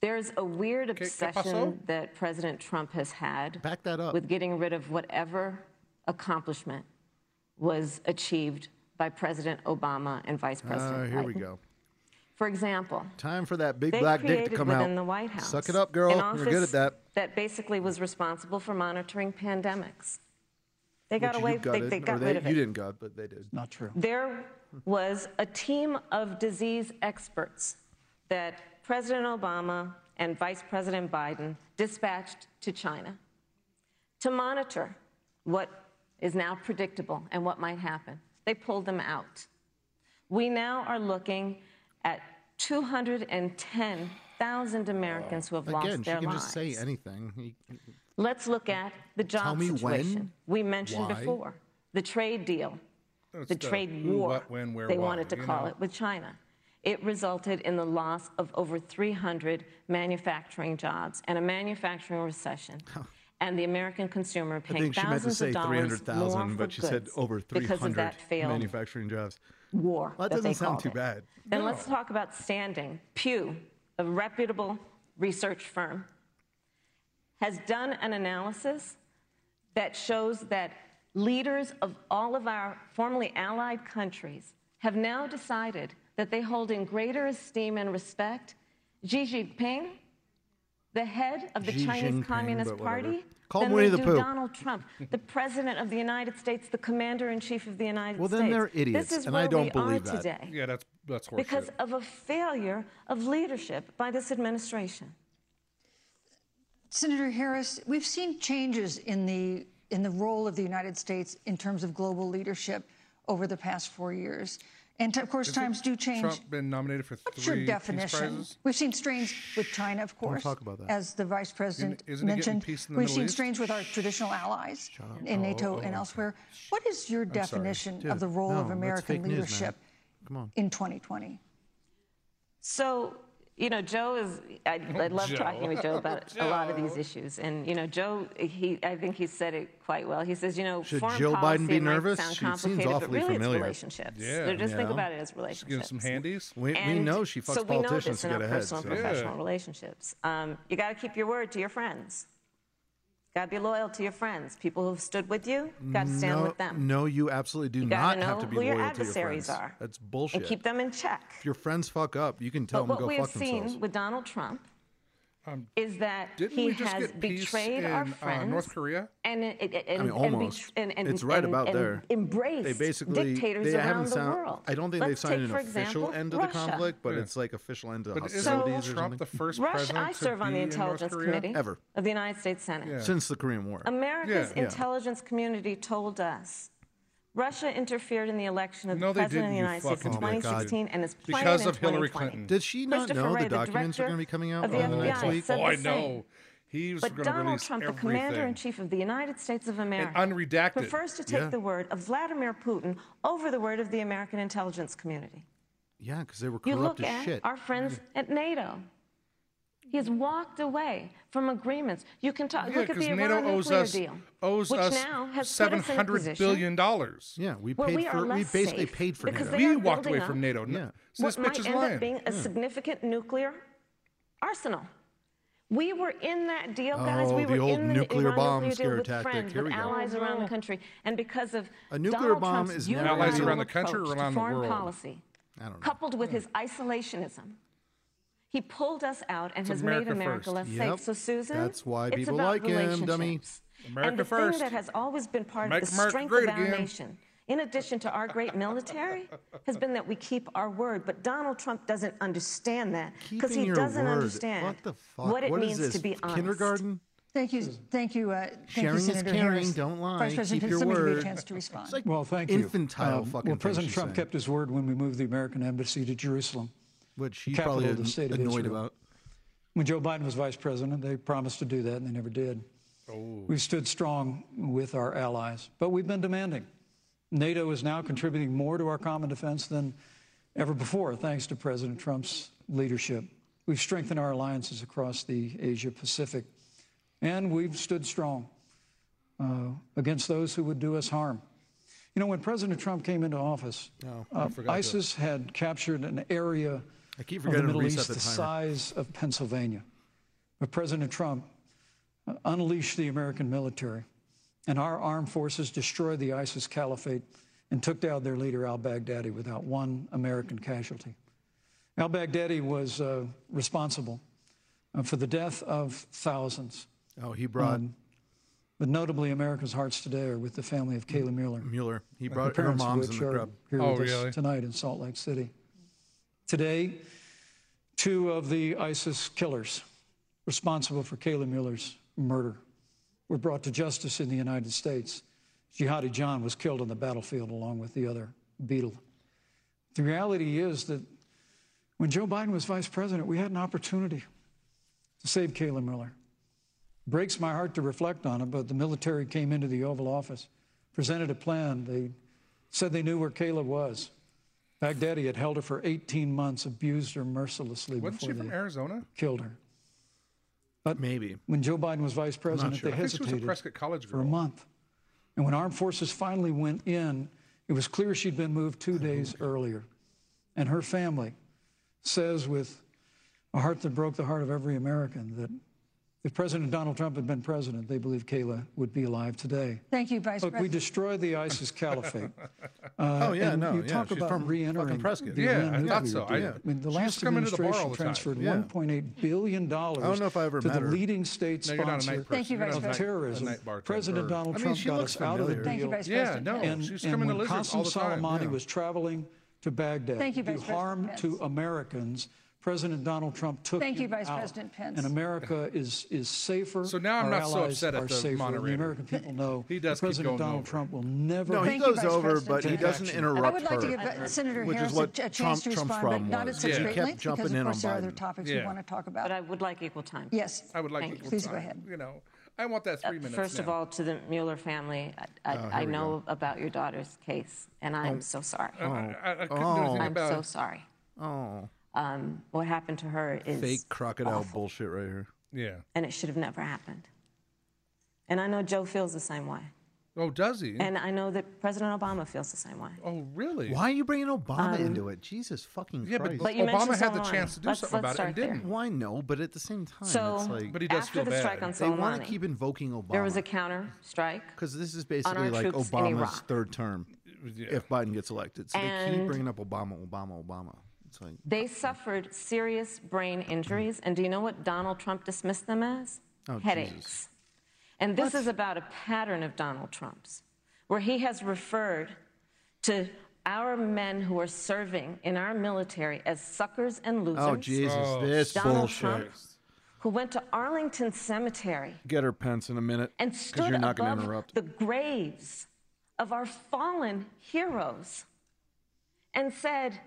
S6: There's a weird
S2: ¿qué
S6: obsession
S2: pasó?
S6: that President Trump has had
S4: Back that up.
S6: with getting rid of whatever accomplishment was achieved by President Obama and Vice
S4: Uh,
S6: President
S4: here we
S6: Biden.
S4: go.
S6: For example,
S4: Time for that big
S6: they
S4: black dick
S6: created
S4: to come
S6: within
S4: out.
S6: the White House.
S4: Suck it up, girl.
S6: an
S4: You're good at
S6: office
S4: that.
S6: That basically was responsible for monitoring pandemics. They
S4: Which
S6: got
S4: you
S6: away. They,
S4: gutted,
S6: they
S4: or
S6: got rid of
S4: You
S6: it.
S4: didn't gut, but they did.
S7: Not true.
S6: There was a team of disease experts that President Obama and Vice President Biden dispatched to China to monitor what is now predictable and what might happen. They pulled them out. We now are looking at 210,000 Americans who have
S4: Again,
S6: lost
S4: she
S6: their
S4: can
S6: lives.
S4: just say anything. You-
S6: Let's look at the job
S4: Tell me when,
S6: situation we mentioned
S4: why.
S6: before, the trade deal,
S2: That's
S6: the
S2: the
S6: trade
S2: who,
S6: war.
S2: what, when, where,
S6: they
S2: why,
S6: wanted to
S2: you
S6: call
S2: know?
S6: it with China. It resulted in the loss of over 300 manufacturing jobs and a manufacturing recession. And the American consumer paying
S4: I think she meant to
S6: thousands
S4: say
S6: of dollars more
S4: 300,000,
S6: for
S4: but she said
S6: goods
S4: over
S6: because of
S4: 300
S6: that failed
S4: manufacturing jobs.
S6: war.
S4: Well, that
S6: they
S4: doesn't sound
S6: called
S4: too
S6: it.
S4: bad.
S6: Then let's talk about standing. Pew, a reputable research firm, has done an analysis that shows that leaders of all of our formerly allied countries have now decided that they hold in greater esteem and respect Xi Jinping, the head of the
S4: Xi
S6: Chinese
S4: Jinping,
S6: Communist
S4: but whatever.
S6: Party,
S4: Call him
S6: than
S4: Winnie
S6: they
S4: the
S6: do
S4: Pooh.
S6: Donald Trump, the president of the United States, the commander in chief of the United
S4: Well,
S6: States.
S4: then they're idiots,
S6: This is
S4: and
S6: where
S4: I don't
S6: we
S4: believe
S6: are
S4: that.
S6: today
S2: Yeah, that's that's horseshit.
S6: because of a failure of leadership by this administration.
S5: Senator Harris, we've seen changes in the in the role of the United States in terms of global leadership over the past four years, and t- of course,
S2: Hasn't
S5: times do change.
S2: Trump been nominated for
S5: What's
S2: three
S5: your
S2: peace
S5: definition?
S2: prizes?
S5: We've seen strains with China, of course,
S4: talk about that.
S5: as the vice president
S2: Isn't- isn't it getting
S5: mentioned.
S2: peace in the
S5: We've
S2: Middle
S5: seen
S2: East?
S5: strains with our traditional allies
S4: Oh,
S5: in NATO and elsewhere. What is your definition of the
S4: Dude,
S5: role
S4: no,
S5: of
S4: that's
S5: American
S4: fake news, man.
S5: leadership
S4: Come on.
S5: in 2020?
S6: So, you know, Joe is, I, I love
S2: Joe.
S6: talking with Joe about a lot of these issues. And, you know, Joe, he, I think he said it quite well. He says, you know,
S4: Should
S6: foreign
S4: Joe
S6: policy
S4: Biden be
S6: might
S4: nervous?
S6: sound
S4: She seems
S6: complicated, but
S4: awfully
S6: really
S4: familiar.
S6: it's relationships.
S2: Yeah.
S6: So just think
S4: Yeah.
S6: about it as
S2: Just give him
S6: relationships.
S2: some handies.
S4: We, we
S6: And
S4: know she fucks
S6: so we know
S4: politicians
S6: this
S4: to
S6: in
S4: get
S6: our
S4: ahead.
S6: personal
S4: so-
S6: and professional
S2: Yeah.
S6: relationships. Um, you got to keep your word to your friends. Got to be loyal to your friends. People who've stood with you, got to stand
S4: no,
S6: with them.
S4: no, you absolutely do
S6: gotta
S4: not have
S6: know
S4: to be
S6: who
S4: loyal
S6: your
S4: to your
S6: adversaries
S4: friends.
S6: are.
S4: That's bullshit.
S6: And keep them in check.
S4: if your friends fuck up, you can tell them
S6: But what
S4: to go
S6: we have
S4: fuck
S6: seen
S4: themselves.
S6: with Donald Trump
S2: Um,
S6: is that
S2: Didn't
S6: he
S2: we just
S6: has
S2: get peace
S6: betrayed our
S2: in, uh,
S6: friends.
S2: North Korea?
S6: And, it, it, and,
S4: mean,
S6: and betr-
S4: almost.
S6: And, and,
S4: It's right
S6: and-
S4: about
S6: and
S4: there.
S6: Embraced
S4: They basically
S6: dictators
S4: they
S6: around
S4: haven't
S6: the
S4: sound,
S6: world.
S4: I don't think
S6: Let's
S4: they've signed
S6: take,
S4: an
S6: for
S4: official
S6: example,
S4: end to the
S6: Russia.
S4: conflict, but
S2: Yeah.
S4: it's like official end to
S2: But
S4: hostilities
S2: isn't
S4: or
S2: Trump
S4: something.
S2: the first
S6: Russia,
S2: president
S6: I serve
S2: to
S6: on the
S2: be in North
S6: Intelligence
S2: Korea?
S6: Committee
S4: Ever.
S6: of the United States Senate.
S2: Yeah.
S4: Since the Korean War.
S6: America's
S2: Yeah.
S6: intelligence community told us Russia interfered in the election of
S2: No, they
S6: the president
S2: didn't,
S6: of the
S2: you
S6: United States in
S2: fucking
S4: Oh my God.
S6: 2016 and is playing
S2: Because
S6: in
S2: of Hillary
S6: 2020.
S2: Clinton.
S4: Did she not
S6: Christopher
S4: know
S6: Wray,
S4: the documents are
S6: director
S4: going to be coming out
S6: of the
S4: over the next
S6: FBI
S4: week?
S6: said
S2: uh, Oh,
S6: the
S2: I
S6: same.
S2: know. He was
S6: But
S2: going to
S6: Donald
S2: release
S6: Trump, the
S2: everything.
S6: Commander in Chief of the United States of America,
S2: unredacted.
S6: prefers to take
S4: Yeah.
S6: the word of Vladimir Putin over the word of the American intelligence community.
S4: Yeah, because they were
S6: You
S4: corrupt
S6: look
S4: as
S6: at
S4: shit.
S6: our friends at NATO. He has walked away from agreements. You can talk.
S2: Yeah,
S6: look at
S2: because
S6: the
S2: NATO
S6: Iran
S2: owes
S6: nuclear
S2: us
S6: deal,
S2: owes
S6: which
S2: us
S6: now has put
S2: seven
S6: us in a
S2: hundred
S6: position
S2: billion dollars.
S4: yeah, we
S6: where
S4: paid
S6: we are
S4: for. We
S6: less
S4: basically
S6: safe
S4: paid for
S6: because
S4: NATO.
S6: they
S2: we
S6: are
S2: walked away
S6: building
S2: from
S6: up
S2: NATO. No-
S4: Yeah.
S2: So this
S6: what
S2: bitch
S6: might
S2: is
S6: end
S2: lying.
S6: up being
S4: Hmm.
S6: a significant nuclear arsenal. We were in that deal, guys.
S4: Oh,
S6: We
S4: the
S6: were
S4: old
S6: in the
S4: nuclear
S6: Iran
S4: bomb
S6: nuclear
S4: scare
S6: deal with
S4: tactic.
S6: friends,
S4: Here
S6: with
S4: we go.
S6: allies around the country, and because of
S4: A nuclear
S6: Donald
S4: bomb
S6: Trump's
S4: is never
S2: Allies around
S6: unilateral
S2: the country or
S6: approach to
S2: around the
S6: foreign
S2: world?
S6: policy,
S4: I don't know. Hmm.
S6: coupled with his isolationism. He pulled us out and
S2: It's
S6: has
S2: America
S6: made America
S2: first.
S6: less
S4: Yep.
S6: safe. So Susan,
S4: That's why
S6: it's
S4: people
S6: about
S4: like him, dummy.
S6: relationships.
S2: America
S6: and the
S2: first.
S6: thing that has always been part
S2: Make
S6: of the
S2: America
S6: strength
S2: great
S6: of our
S2: again.
S6: nation, in addition to our great military, has been that we keep our word. But Donald Trump doesn't understand that because
S4: Keeping
S6: he
S4: your
S6: doesn't
S4: word.
S6: understand
S4: What the fuck?
S6: it
S4: What is
S6: means
S4: this?
S6: to be honest.
S4: Kindergarten.
S5: Thank you, thank you, uh, thank
S4: Sharing
S5: you,
S4: is
S5: Senator
S4: caring.
S5: Harris.
S4: Don't lie.
S5: Vice President
S4: Keep your
S5: Simpson, give you
S4: word.
S5: a chance to respond.
S4: It's like
S7: Well, thank you.
S4: infantile
S7: Um,
S4: fucking
S7: well,
S4: things
S7: President
S4: she's
S7: Trump
S4: saying.
S7: kept his word when we moved the American embassy to Jerusalem.
S4: which
S7: the
S4: he's
S7: capital
S4: probably
S7: of the state of
S4: annoyed
S7: Israel.
S4: about.
S7: When Joe Biden was vice president, they promised to do that, and they never did. We've stood strong with our allies, but we've been demanding. NATO is now contributing more to our common defense than ever before, thanks to President Trump's leadership. We've strengthened our alliances across the Asia Pacific, and we've stood strong uh, against those who would do us harm. You know, when President Trump came into office,
S4: Oh,
S7: uh, ISIS had captured an area
S4: I keep
S7: of the
S4: forgetting to
S7: Middle
S4: reset
S7: East
S4: the
S7: the
S4: timer.
S7: size of Pennsylvania. But President Trump unleashed the American military, and our armed forces destroyed the ISIS caliphate and took down their leader al Baghdadi without one American casualty. Al Baghdadi was uh, responsible uh, for the death of thousands,
S4: Oh, he brought
S7: but notably, America's hearts today are with the family of Kayla Mueller.
S4: Mueller. He
S7: The
S4: brought her
S7: parents of
S4: mom's in
S7: which
S4: the
S7: are
S4: crowd.
S7: Here
S2: Oh,
S7: with
S2: really?
S7: us tonight in Salt Lake City. Today, two of the ISIS killers responsible for Kayla Mueller's murder were brought to justice in the United States. Jihadi John was killed on the battlefield along with the other Beetle. The reality is that when Joe Biden was vice president, we had an opportunity to save Kayla Mueller. Breaks my heart to reflect on it, but the military came into the Oval Office, presented a plan. They said they knew where Kayla was. Baghdadi had held her for 18 months, abused her mercilessly
S2: Wasn't she
S7: before
S2: from
S7: they
S2: Arizona?
S7: killed her.
S4: Maybe.
S7: When Joe Biden was vice president,
S4: sure.
S7: they
S2: I think she was a
S7: hesitated
S2: Prescott College
S7: for a
S2: girl.
S7: month. And when armed forces finally went in, it was clear she'd been moved two days earlier. And her family says, with a heart that broke the heart of every American, that if President Donald Trump had been president, they believe Kayla would be alive today.
S5: Thank you, Vice
S7: Look, we
S5: President.
S7: destroyed the ISIS caliphate.
S4: oh yeah,
S7: and
S4: no,
S7: you
S4: yeah.
S7: talk
S4: she's
S7: about
S4: from
S7: re-entering
S4: fucking Prescott.
S7: the
S2: Yeah,
S7: Iran
S2: I thought
S7: nuclear
S2: so. I-
S7: deal. I mean, the
S2: she used
S7: last
S2: to come into the bar all
S7: administration
S2: the time.
S7: transferred
S4: Yeah.
S7: 1.8 billion dollars.
S4: I don't know if I ever
S7: to
S4: met
S7: the
S4: her.
S7: leading state
S2: No, you're not a night
S7: sponsor
S2: person.
S5: Thank you,
S2: You're not
S5: Vice
S2: a night-
S7: of
S5: President.
S7: terrorism.
S2: a night bartender.
S7: President Donald
S4: I mean,
S7: Trump
S4: she
S7: got
S4: looks
S7: us out of the
S4: familiar.
S7: deal.
S5: Thank you, Vice
S2: Yeah,
S5: President.
S2: no,
S7: and,
S2: she's
S7: and
S2: coming to
S7: when
S2: Lisbon all
S7: Qasem
S2: the time.
S7: Soleimani
S2: yeah.
S7: was traveling to Baghdad
S5: Thank you,
S7: to
S5: Vice
S7: do
S5: President
S7: harm
S5: Pence.
S7: to Americans, President Donald Trump took
S5: Thank you,
S7: him
S5: Vice
S7: out.
S5: President Pence.
S7: And America is is safer.
S2: So now I'm
S7: Our
S2: not so
S7: allies
S2: upset at
S7: are
S2: the
S7: safer. and
S2: moderator.
S7: The American people know
S2: He does
S7: that
S2: keep
S7: President
S2: going
S7: Donald
S2: over.
S7: Trump will never.
S4: No, he
S5: Thank you,
S4: goes
S5: Vice
S4: over,
S5: President.
S4: but he
S5: Take
S4: doesn't
S2: action.
S4: interrupt
S5: And I would like to
S4: her.
S5: give uh, Senator
S4: Which is
S5: Harris a,
S4: what
S5: a chance
S4: Trump-
S5: to
S4: Trump's
S5: respond, but
S4: problem
S5: not
S4: was.
S5: at such
S2: Yeah.
S5: great
S2: Kept
S5: length
S4: jumping
S5: because,
S4: in
S5: of
S4: on
S5: course, there are other
S4: Biden.
S5: topics
S2: Yeah.
S5: we want to talk
S6: But
S5: about.
S6: I would like equal time.
S5: Yes.
S2: I would like
S6: Thank
S2: equal
S6: you.
S5: Please go
S2: time,
S5: ahead.
S2: You know, I want that
S6: Uh,
S2: three minutes.
S6: First of
S2: now.
S6: all, to the Mueller family,
S4: Oh,
S6: I, I, I know about your daughter's case, and I'm so sorry.
S2: I, I couldn't do anything
S6: I'm
S2: about
S6: so
S2: it.
S6: sorry.
S4: Oh,
S6: Um, what happened to her is
S4: fake crocodile
S6: awful,
S4: bullshit right here.
S2: Yeah.
S6: and it should have never happened. And I know Joe feels the same way,
S2: Oh, does he?
S6: and I know that President Obama feels the same way.
S2: oh, really?
S4: Why are you bringing Obama into it? Jesus fucking
S2: Yeah, but,
S4: Christ.
S6: But you
S2: Obama
S6: mentioned
S2: had the
S6: Soleimani.
S2: chance to do
S6: Let's-
S2: something
S6: let's
S2: about it and
S6: start there.
S2: didn't.
S4: Why no? But at the same time,
S6: So
S4: it's like
S2: But he does
S6: after
S2: feel
S6: the
S2: bad.
S6: strike on
S4: they want
S6: Soleimani,
S4: to keep invoking Obama.
S6: there was a counter strike,
S4: because this is basically
S6: our
S4: like
S6: troops in
S4: Obama's
S6: Iraq.
S4: third term
S2: Yeah.
S4: if Biden gets elected. So they keep
S6: And-
S4: bringing up Obama, Obama, Obama. It's like
S6: They suffered serious brain injuries, and do you know what Donald Trump dismissed them as?
S4: Oh,
S6: Headaches.
S4: Jesus.
S6: And this is about a pattern of Donald Trump's, where he has referred to our men who are serving in our military as suckers and losers.
S4: oh Jesus, this
S6: Donald
S4: bullshit.
S6: Trump, who went to Arlington Cemetery
S4: Get her pence in a minute.
S6: and
S4: 'cause
S6: stood
S4: you're not gonna
S6: above
S4: interrupt.
S6: the graves of our fallen heroes and said,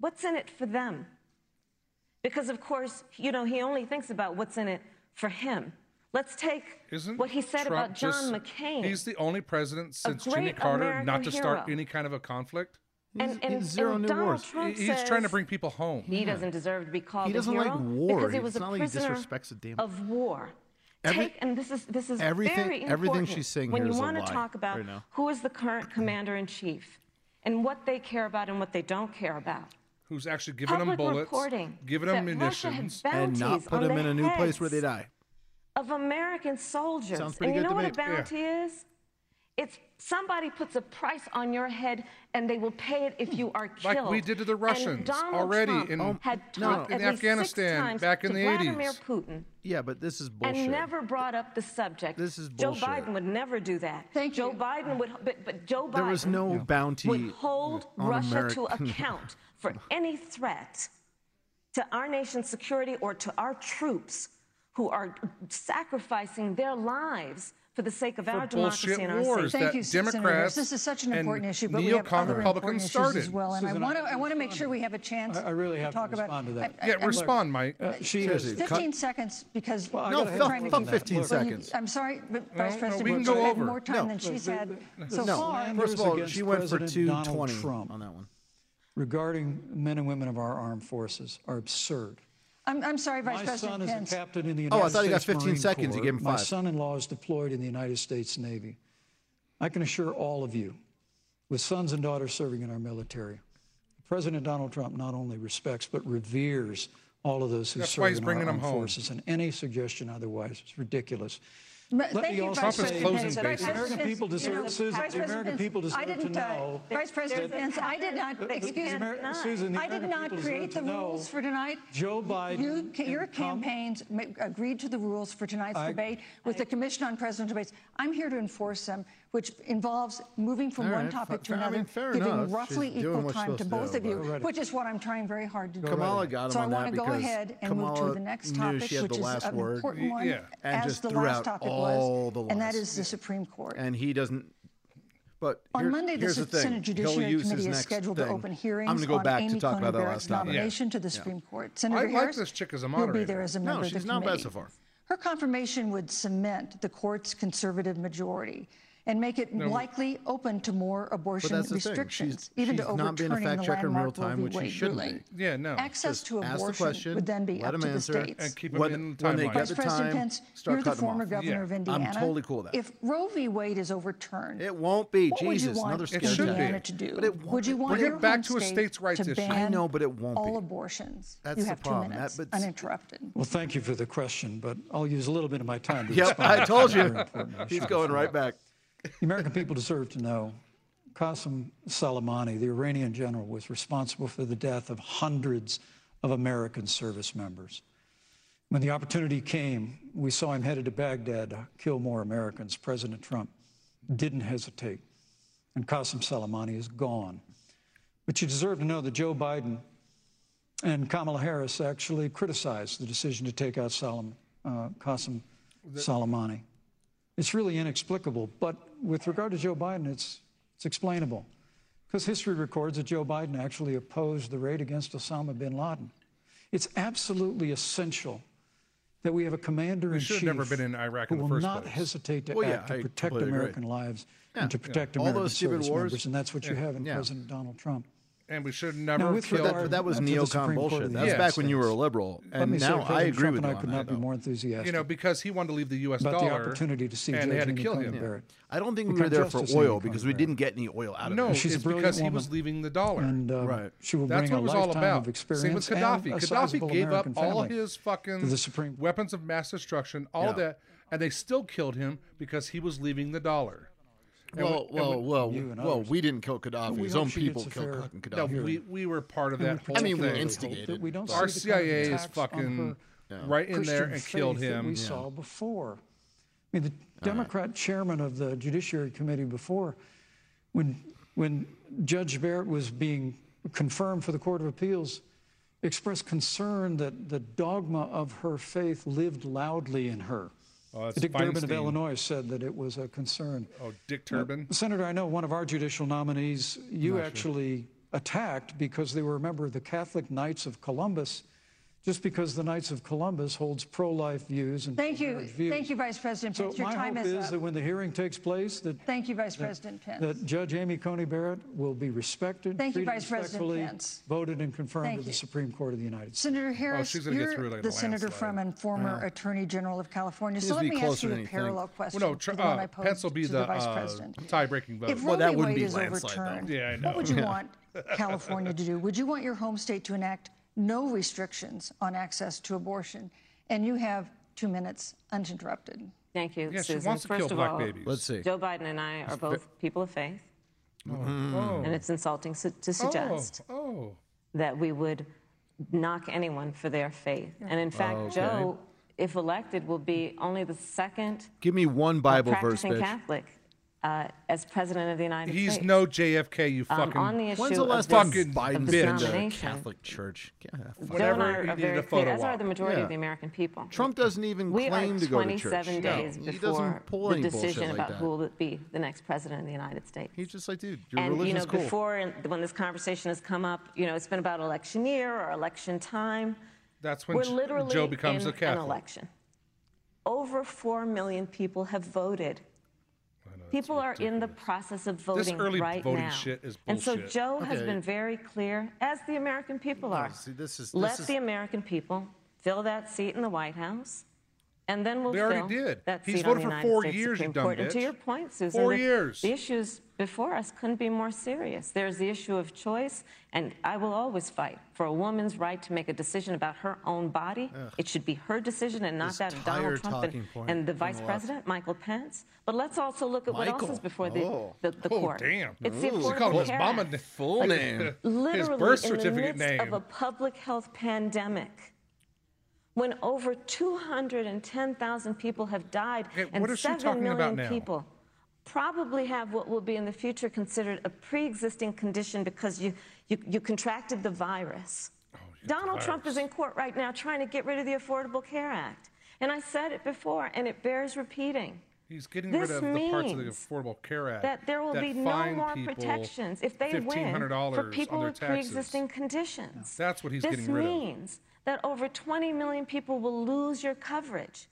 S6: What's in it for them? Because, of course, you know, he only thinks about what's in it for him. Let's take
S2: Isn't
S6: what he said
S2: Trump
S6: about John
S2: just-
S6: McCain.
S2: He's the only president since Jimmy
S6: great
S2: Carter not to
S6: American
S2: start
S6: hero.
S2: any kind of a conflict.
S6: and, and,
S4: he's zero
S6: and
S4: new
S6: Donald
S4: wars.
S6: Trump
S2: He- He's trying to
S6: says
S2: bring people home.
S6: he doesn't deserve to be called
S4: He doesn't
S6: a
S4: like
S6: hero
S4: war.
S6: because
S4: He-
S6: it was
S4: it's
S6: a
S4: not like he
S6: prisoner
S4: disrespects a damn-
S6: of war.
S4: Every-
S6: Take, and this is this is
S4: everything-
S6: very important.
S4: everything she's saying
S6: when
S4: here
S6: you
S4: is a
S6: wanna
S4: lie
S6: talk about
S4: right now.
S6: who is the current commander in chief and what they care about and what they don't care about.
S2: Who's actually giving them
S6: Public
S2: bullets,
S6: reporting
S2: giving them
S6: that Russia had
S2: munitions.
S6: been-
S4: and not
S6: Bounties
S4: put
S6: on
S4: him
S6: the
S4: in a new place where they
S6: heads.
S4: die.
S6: of American soldiers.
S4: Sounds pretty
S6: and you
S4: good
S6: know
S4: to
S6: what
S4: me.
S6: a bounty is? It's somebody puts a price on your head and they will pay it if you are
S2: Like
S6: killed.
S2: we did to the
S6: And
S2: Russians
S6: Donald
S2: already
S6: Trump
S2: in- Oh,
S6: had
S2: no,
S6: talked
S2: in
S6: at least
S2: Afghanistan
S6: six times
S2: back in
S6: to
S2: the
S6: Vladimir
S2: 80s.
S6: Putin
S4: Yeah, but this is bullshit.
S6: and never brought up the subject.
S4: This is bullshit.
S6: Joe Biden would never do that.
S5: Thank
S6: Joe
S5: you.
S6: Biden would, but, but Joe Biden
S4: There was no bounty
S6: would hold
S4: on
S6: Russia to
S4: American-
S6: account for any threat to our nation's security or to our troops who are sacrificing their lives for the sake of
S2: For
S6: our democracy
S2: bullshit
S6: and our
S2: wars.
S6: safety.
S5: Thank
S2: that
S5: you, Senator Harris.
S2: Democrats
S5: This is such an
S2: and
S5: important issue, but we have
S2: neocon
S5: other
S2: Republicans
S5: important issues as
S2: started.
S5: well. And I
S7: Susan,
S5: want to,
S7: I-
S5: I want to make sure we have a chance
S7: I- I really have to
S5: talk about-
S7: respond to that.
S5: I- I-
S2: yeah,
S5: I'm-
S2: respond, Mike.
S7: Uh, she has
S4: Seriously, cut-
S5: 15 seconds because
S7: Well, I
S4: No,
S7: gotta have
S4: fuck-
S7: time to
S4: fuck
S7: do that.
S4: 15
S7: Look,
S5: Well, you-
S4: seconds.
S5: I'm sorry, but
S2: No,
S5: Vice
S2: no,
S5: President,
S2: we can
S5: you've
S2: go
S5: had
S2: over.
S5: more time
S4: No.
S5: than she's
S7: the-
S5: had
S7: the-
S5: so
S7: the
S5: far.
S7: slanders
S4: First of all,
S7: against
S4: she went for
S7: President Donald
S4: 220
S7: Trump
S4: on that one.
S7: regarding men and women of our armed forces are absurd.
S5: I'm, I'm sorry, Vice
S7: My son
S5: President
S7: is
S5: Pence.
S7: a captain in
S4: Oh,
S7: the United
S4: I
S7: States
S4: thought he got 15
S7: Marine
S4: seconds. You
S7: Corps.
S4: gave him
S7: My
S4: five.
S7: son-in-law is deployed in the United States Navy. I can assure all of you, with sons and daughters serving in our military, President Donald Trump not only respects but reveres all of those who
S2: That's why
S7: serve
S2: he's
S7: in our
S2: bringing them
S7: armed
S2: home.
S7: forces, and any suggestion otherwise is ridiculous.
S5: Ma-
S7: Let
S5: Thank
S7: me
S5: you,
S7: also
S5: Vice
S2: say- Trump is
S5: President Pence.
S2: closing
S5: Vice
S2: bases. The
S7: American
S5: President
S7: people
S5: Pence,
S7: deserve-
S5: you know,
S7: Susan,
S5: Vice
S7: the
S5: President
S7: American
S5: Pence,
S7: people deserve
S5: I
S7: to
S5: didn't, uh,
S7: know
S5: Vice President
S7: that-
S5: Pence, I did not,
S7: the-
S5: excuse
S7: the
S5: me,
S7: Ameri- Susan, the
S5: I did
S7: American
S5: not
S7: people
S5: create
S7: deserve
S5: the
S7: to know
S5: rules for tonight.
S7: Joe Biden
S5: You-
S7: and
S5: Your
S7: Kamala-
S5: campaigns ma- agreed to the rules for tonight's
S7: I-
S5: debate with the Commission on Presidential Debates. I'm here to enforce them, which involves moving from
S4: All
S5: one
S4: right,
S5: topic to
S4: fa- I mean,
S5: another,
S4: fair enough.
S5: giving
S4: She's
S5: roughly
S4: doing
S5: equal
S4: what she's
S5: time to
S4: supposed to
S5: both
S4: do,
S5: of you,
S4: but-
S7: Right.
S5: which is what I'm trying very hard to do.
S4: Kamala got him
S5: So I
S4: on
S5: want
S4: that
S5: to go
S4: because
S5: ahead and move to
S4: Kamala
S5: the next
S4: knew
S5: topic,
S4: she had
S5: which
S4: the
S5: is
S4: last
S5: an
S4: word.
S5: important one,
S2: Yeah.
S4: And
S5: as
S4: just
S5: the
S4: threw
S5: last
S4: out
S5: topic
S4: all
S5: was,
S4: the
S5: and
S4: lies.
S5: that is the Supreme Court.
S4: And he doesn't. But
S5: On
S4: here-
S5: Monday, the
S4: here's
S5: Sen-
S4: thing.
S5: Senate
S4: He'll
S5: Judiciary
S4: use his
S5: Committee is
S4: next
S5: scheduled to
S4: thing.
S5: open hearings
S4: I'm gonna go
S5: on
S4: back
S5: Amy
S4: to talk
S5: Coney
S4: about that
S5: Barrett's
S4: last topic.
S5: nomination to the Supreme Court. Senator
S2: I like
S5: Harris,
S2: this chick as a
S5: You'll be
S2: moderator.
S5: there as a
S4: No,
S5: member of the
S4: she's not bad
S5: committee.
S4: so far.
S5: Her confirmation would cement the court's conservative majority and make it likely open to more abortion
S4: that's the thing. She's-
S5: restrictions, even to
S4: she's not being a
S5: overturning the
S4: fact-checker in real
S5: landmark Roe
S4: time,
S5: v.
S4: which she
S5: Wade
S4: shouldn't be.
S5: ruling.
S2: Yeah, no.
S5: Access to
S4: Oh, Ask the
S5: abortion
S4: question,
S5: would then be
S4: let
S5: up to
S4: them
S5: the
S4: answer,
S5: states.
S2: and keep them
S4: when,
S2: in
S4: when they
S2: timeline.
S4: get
S5: Vice
S4: the
S5: President
S4: time,
S5: Pence,
S4: start
S5: you're the
S4: cutting them
S5: former
S4: off.
S5: governor
S2: Yeah,
S5: of
S2: I'm
S5: Indiana.
S4: totally cool with that.
S5: If Roe v. Wade is overturned,
S4: It won't be.
S5: What
S4: Jesus,
S5: would you want
S4: another
S2: It
S4: scare
S2: should be.
S5: Indiana
S4: tactic.
S5: to do?
S4: But it won't
S5: would you
S4: be.
S5: want
S2: Bring it
S5: your
S2: back
S5: home
S2: to a
S5: state
S2: states' rights
S5: to
S2: issue. I
S5: Ban
S4: know, but it won't
S5: all
S4: be.
S5: abortions.
S4: That's
S5: you
S4: the
S5: have
S4: problem.
S5: two
S4: That-
S5: minutes
S4: but-
S5: uninterrupted.
S7: Well, thank you for the question, but I'll use a little bit of my time to
S4: Yep,
S7: respond.
S4: I told
S7: It's very
S4: you.
S7: important. I
S4: He's
S7: should
S4: going
S7: respond.
S4: right back.
S7: The American people deserve to know. Qasem Soleimani, the Iranian general, was responsible for the death of hundreds of American service members. When the opportunity came, we saw him headed to Baghdad to kill more Americans. President Trump didn't hesitate, and Qasem Soleimani is gone. But you deserve to know that Joe Biden and Kamala Harris actually criticized the decision to take out Solom, uh, Qasem Soleimani. It's really inexplicable. But with regard to Joe Biden, it's, it's explainable. Because history records that Joe Biden actually opposed the raid against Osama bin Laden. It's absolutely essential that we have a commander in
S2: should
S7: chief
S2: have never been in Iraq
S7: who
S2: in the
S7: will
S2: first
S7: not
S2: place.
S7: hesitate to
S4: Well, yeah,
S7: act to
S4: I
S7: protect
S4: completely agree.
S7: American lives and to protect
S4: All those
S7: American
S4: stupid
S7: service
S4: wars.
S7: members. And that's what you have in
S4: Yeah.
S7: President Donald Trump.
S2: And we should
S7: Now,
S2: never have
S7: with
S2: killed.
S7: regard-
S4: But that was
S7: That's what the
S4: neocon
S7: Supreme Court of
S4: bullshit.
S7: the
S4: That's
S7: United
S4: back when you were a
S7: States.
S4: liberal,
S7: Let
S4: and
S7: me say,
S4: now I
S7: President
S4: agree
S7: Trump
S4: with
S7: and
S4: you.
S7: I could
S4: on
S7: not
S4: that,
S7: be
S4: though.
S7: more enthusiastic.
S2: You know, because he wanted to leave the U.S.
S7: about
S2: dollar,
S7: the opportunity to see
S2: and
S7: Judge
S2: they had to
S7: Amy
S2: kill
S7: Coney
S2: him.
S7: Barrett.
S4: I don't think we
S7: Become
S4: were there for
S7: Justice Amy
S4: oil
S7: Coney
S4: because we
S7: Barrett.
S4: didn't get any oil out of
S2: No,
S4: it.
S7: she's a
S2: it's
S7: brilliant
S2: because he
S7: woman.
S2: was leaving the dollar.
S7: and uh,
S4: Right.
S7: she will
S2: That's
S7: bring
S2: what it
S7: a
S2: was all
S7: lifetime
S2: about.
S7: of experience.
S2: Same with Gaddafi.
S7: And a sizable
S2: Gaddafi gave up
S7: American
S2: all
S7: family
S2: his fucking
S7: to the Supreme.
S2: weapons of mass destruction, all
S4: Yeah.
S2: that, and they still killed him because he was leaving the dollar. And
S4: Well,
S2: we- and
S4: well,
S2: we-
S4: well,
S7: you and
S4: well.
S7: others.
S4: We didn't kill Gaddafi.
S7: We
S4: His
S7: hope
S4: own
S7: she gets
S4: people
S7: a
S4: killed
S7: fair-
S4: fucking
S2: No,
S4: Gaddafi.
S2: we, we were part of
S7: And
S2: that
S7: we
S2: whole
S4: I mean, we
S2: thing.
S7: particularly hope
S4: instigated,
S7: That we don't
S4: but-
S7: see
S2: Our
S7: the kind of
S2: CIA is
S7: attacks on
S2: fucking
S7: her
S2: right in there
S7: Christian
S2: and killed
S7: faith That we
S2: him.
S7: saw before. I mean, the Democrat chairman of the Judiciary Committee before, when when Judge Barrett was being confirmed for the Court of Appeals, expressed concern that the dogma of her faith lived loudly in her.
S2: Oh, that's
S7: Dick Durbin of
S2: Feinstein.
S7: Illinois said that it was a concern.
S2: Oh, Dick Turbin.
S7: Senator, I know one of our judicial nominees you actually attacked because they were a member of the Catholic Knights of Columbus just because the Knights of Columbus holds pro-life views and
S5: Thank you.
S7: pro-marriage views.
S5: Thank you, Vice President
S7: So
S5: Pence. Your
S7: my
S5: time
S7: hope
S5: is
S7: is
S5: up.
S7: that when the hearing takes place, that
S5: Thank you, Vice President Pence.
S7: that Judge Amy Coney Barrett will be respected,
S5: Thank you,
S7: treated
S5: Vice President
S7: respectfully,
S5: Pence.
S7: voted and confirmed
S5: Thank
S7: to the
S5: you.
S7: Supreme Court of the United States.
S5: Senator Harris,
S2: Oh, she's gonna get through it
S5: you're
S2: like
S5: the
S2: a
S5: senator
S2: landslide.
S5: from and former Attorney General of California. So
S4: needs
S5: let
S4: to be
S5: me ask
S4: closer
S5: you
S4: than
S5: a
S4: anything.
S5: parallel question
S2: Well, no,
S5: to
S2: tr-
S5: the one
S2: uh,
S5: I posed
S2: Pence will be
S5: to the,
S2: the,
S5: Vice
S2: uh,
S5: President.
S2: tie-breaking vote.
S5: If
S2: Well,
S5: Roe
S4: that
S5: v.
S4: wouldn't
S5: Wade
S4: be
S5: is
S4: landslide, though.
S5: overturned,
S2: Yeah, I
S5: what would you
S2: know.
S5: want California to do? Would you want your home state to enact no restrictions on access to abortion? And you have two minutes uninterrupted.
S6: Thank you,
S2: Yeah, she
S6: Susan.
S2: wants to
S6: First
S2: kill
S6: of
S2: black
S6: all,
S2: babies.
S4: Let's see.
S6: Joe Biden and I are both people of faith,
S2: Oh,
S6: and it's insulting su- to suggest
S2: Oh, oh.
S6: that we would knock anyone for their faith. And in fact,
S4: Okay.
S6: Joe, if elected, will be only the second
S4: Give me one Bible verse,
S6: practicing
S4: bitch.
S6: Catholic uh, as president of the United
S2: He's
S6: States.
S2: no JFK, you fucking.
S6: um, on the issue
S4: When's the
S6: of
S4: last
S6: this-
S4: time
S2: Fucking
S6: of
S4: Biden
S6: this
S4: been to a
S6: nomination.
S4: Catholic church? Yeah, fuck.
S6: Joe and I
S2: Whatever
S6: are
S2: you need
S6: very
S2: a
S6: clear,
S2: photo
S6: as are
S2: op.
S6: the majority
S4: Yeah.
S6: of the American people.
S4: Trump doesn't even
S6: we
S4: claim
S6: are
S4: to go to church.
S6: 27 days
S4: No, he
S6: before
S4: doesn't pull
S6: the
S4: any bullshit
S6: decision
S4: like
S6: about
S4: that.
S6: who will be the next president of the United States.
S4: He's just like, dude, your
S6: and you
S4: religion's
S6: know,
S4: cool.
S6: before and when this conversation has come up, you know, it's been about election year or election time.
S2: That's when
S6: We're
S2: J-
S6: literally
S2: Joe becomes
S6: in
S2: a Catholic.
S6: an election. Over four million people have voted. People are in the process of voting
S2: early
S6: right
S2: voting
S6: now.
S2: shit is
S6: And so
S2: bullshit.
S6: Joe has
S4: Okay.
S6: been very clear, as the American people are.
S4: see, this is-
S6: Let
S4: this is-
S6: the American people fill that seat in the White House, and then we'll
S2: They
S6: fill
S2: already did.
S6: that
S2: He's
S6: seat
S2: voted
S6: on
S2: for
S6: the
S2: four
S6: United States
S2: years, you
S6: Supreme
S2: dumb
S6: Court. And to
S2: bitch.
S6: your point, Susan,
S2: Four
S6: the-
S2: years.
S6: the issues before us couldn't be more serious. There's the issue of choice, and I will always fight for a woman's right to make a decision about her own body. It should be her decision and not
S4: This
S6: that of Donald
S4: tired
S6: Trump and,
S4: talking point
S6: and the
S4: from the
S6: Vice
S4: left.
S6: President, Michael Pence. But let's also look at what else
S4: Michael.
S6: is before the,
S4: Oh.
S6: the, the
S2: Oh,
S6: court.
S2: damn.
S6: It's the
S2: Ooh. She
S6: Affordable
S2: called him his
S6: Care
S2: mama
S6: Act.
S2: name.
S4: Full
S2: Like-
S4: name.
S6: Literally
S2: His birth
S6: in the
S2: certificate
S6: midst
S2: name.
S6: of a public health pandemic when over 210,000 people have died
S2: Okay,
S6: and
S2: what is she
S6: 7
S2: talking
S6: million
S2: about now?
S6: people probably have what will be in the future considered a pre-existing condition because you, you, you contracted the virus.
S2: Oh,
S6: Donald Trump is in court right now trying to get rid of the Affordable Care Act. And I said it before, and it bears repeating
S2: He's getting
S6: This
S2: rid of the parts of the
S6: means
S2: Affordable Care Act
S6: that there will be no
S2: fine
S6: more
S2: people
S6: protections if they win
S2: $1,500
S6: for
S2: on
S6: people
S2: their
S6: with pre-existing
S2: taxes.
S6: conditions.
S2: That's what he's
S6: this
S2: getting rid of.
S6: means that over 20 million people will lose your coverage.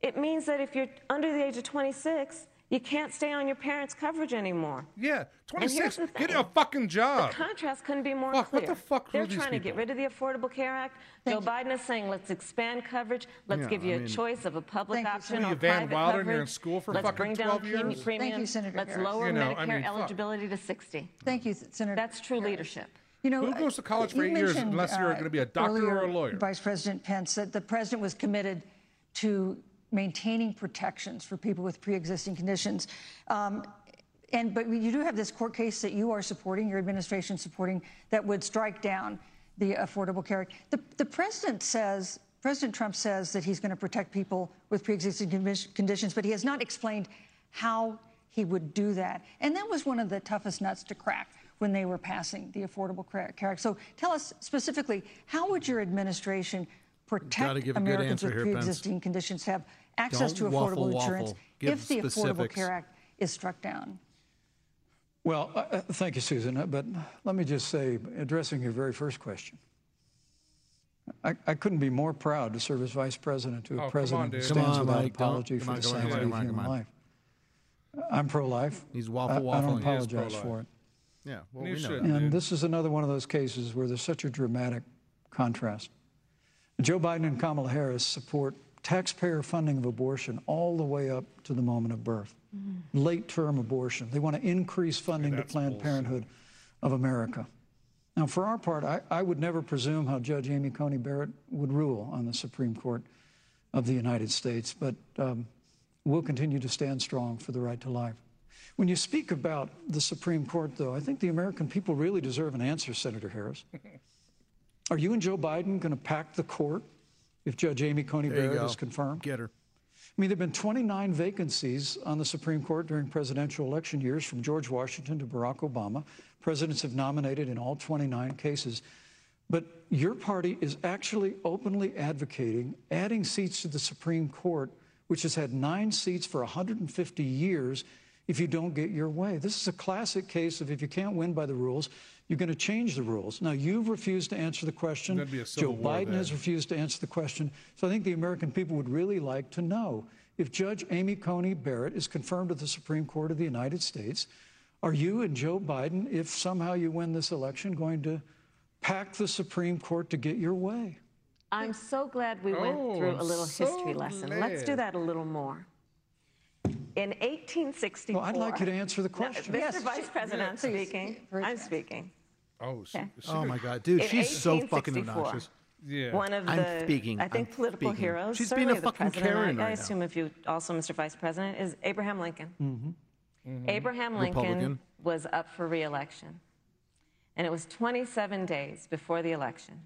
S6: It means that if you're under the age of 26, you can't stay on your parents' coverage anymore.
S2: Yeah,
S6: And
S2: 26.
S6: here's the
S2: Get
S6: thing.
S2: a fucking job.
S6: The contrast couldn't be more
S2: Fuck, what
S6: clear.
S2: the fuck are
S6: They're
S2: these
S6: trying to get
S2: people?
S6: rid of the Affordable Care Act. Joe Biden is saying, let's expand coverage. Let's
S4: Yeah,
S6: give you
S4: I
S6: a
S4: mean-
S6: choice of a public
S5: Thank you,
S6: option
S5: Senator.
S6: or
S5: What
S2: are you, Van
S6: private
S2: Wilder, and
S6: coverage.
S2: you're in school for
S6: let's
S2: fucking
S6: bring down
S2: 12
S6: pre-
S2: years? Thank you,
S6: premiums.
S5: Senator
S6: let's
S5: Harris.
S6: lower
S2: You know,
S6: Medicare
S2: I mean, fuck.
S6: eligibility to 60.
S5: Thank you, Senator.
S6: That's true leadership.
S5: You know,
S2: Who
S5: uh,
S2: goes to college for
S5: you
S2: eight years
S5: mentioned,
S2: unless you're
S5: uh,
S2: gonna be a doctor or a
S5: earlier,
S2: lawyer?
S5: Vice President Pence said the president was committed to maintaining protections for people with pre-existing conditions. Um, and but you do have this court case that you are supporting, your administration supporting, that would strike down the Affordable Care Act. The, the president says, President Trump says that he's going to protect people with pre-existing condi- conditions, but he has not explained how he would do that. And that was one of the toughest nuts to crack when they were passing the Affordable Care Care Act. So tell us specifically, how would your administration protect
S4: give a good
S5: Americans
S4: answer
S5: with
S4: here, Pence.
S5: pre-existing conditions to have access
S4: Don't
S5: to
S4: waffle,
S5: affordable insurance
S4: waffle. Give
S5: if the Affordable
S4: specifics.
S5: Care Act is struck down?
S7: Well, uh, uh, thank you, Susan. uh, But let me just say, addressing your very first question, I, I couldn't be more proud to serve as vice president to a
S2: Oh, come on,
S7: president who
S2: dude.
S4: Come
S7: stands
S4: on,
S7: without
S4: Mike, don't-
S7: apology
S4: come
S7: for
S4: on,
S7: the
S4: come on,
S7: sanctity
S4: come
S7: of
S4: on,
S7: human
S4: come on.
S7: life. I'm pro-life.
S4: He's
S7: I,
S4: waffle
S7: I
S4: waffling.
S7: don't
S4: He is
S7: apologize
S2: pro-life.
S7: for it.
S4: yeah, well,
S2: You
S4: we know.
S2: should.
S4: that.
S2: dude.
S7: And this is another one of those cases where there's such a dramatic contrast. Joe Biden and Kamala Harris support taxpayer funding of abortion all the way up to the moment of birth, late term abortion. They want to increase funding to Planned Parenthood of America. Now, for our part, I, I would never presume how Judge Amy Coney Barrett would rule on the Supreme Court of the United States, but um, we'll continue to stand strong for the right to life. When you speak about the Supreme Court, though, I think the American people really deserve an answer, Senator Harris. Are you and Joe Biden going to pack the court if Judge Amy Coney
S4: There you
S7: Barrett
S4: go.
S7: is confirmed?
S4: Get her.
S7: I mean, there have been 29 vacancies on the Supreme Court during presidential election years from George Washington to Barack Obama. Presidents have nominated in all 29 cases. But your party is actually openly advocating adding seats to the Supreme Court, which has had nine seats for 150 years, if you don't get your way. This is a classic case of if you can't win by the rules, you're going to change the rules. Now, you've refused to answer the question.
S2: That'd be a civil
S7: Joe
S2: war
S7: Biden
S2: then.
S7: has refused to answer the question. So I think the American people would really like to know if Judge Amy Coney Barrett is confirmed to the Supreme Court of the United States, are you and Joe Biden, if somehow you win this election, going to pack the Supreme Court to get your way?
S6: I'm so glad we went
S2: Oh,
S6: through
S2: I'm
S6: a little
S2: so
S6: history lesson. Let's do
S2: glad.
S6: that a little more. In 1864.
S7: Well, I'd like you to answer the
S6: No,
S7: question.
S6: Mr.
S5: Yes,
S6: Vice
S5: she-
S6: President, I'm
S5: please,
S6: speaking.
S5: very
S6: I'm
S5: fast.
S6: speaking.
S2: Oh, she,
S6: Okay.
S2: she
S4: Oh
S2: could-
S4: my God, dude,
S6: In
S4: she's so fucking
S6: 1864,
S4: obnoxious.
S2: yeah.
S6: One of
S4: I'm
S6: the,
S4: speaking.
S6: I think,
S4: I'm
S6: political
S4: speaking.
S6: heroes.
S4: She's being
S6: certainly
S4: a
S6: the
S4: fucking
S6: president,
S4: Karen
S6: I, I
S4: right now.
S6: assume if you also, Mr. Vice President, is Abraham Lincoln. Abraham Lincoln
S4: Republican.
S6: was up for re-election, and it was 27 days before the election,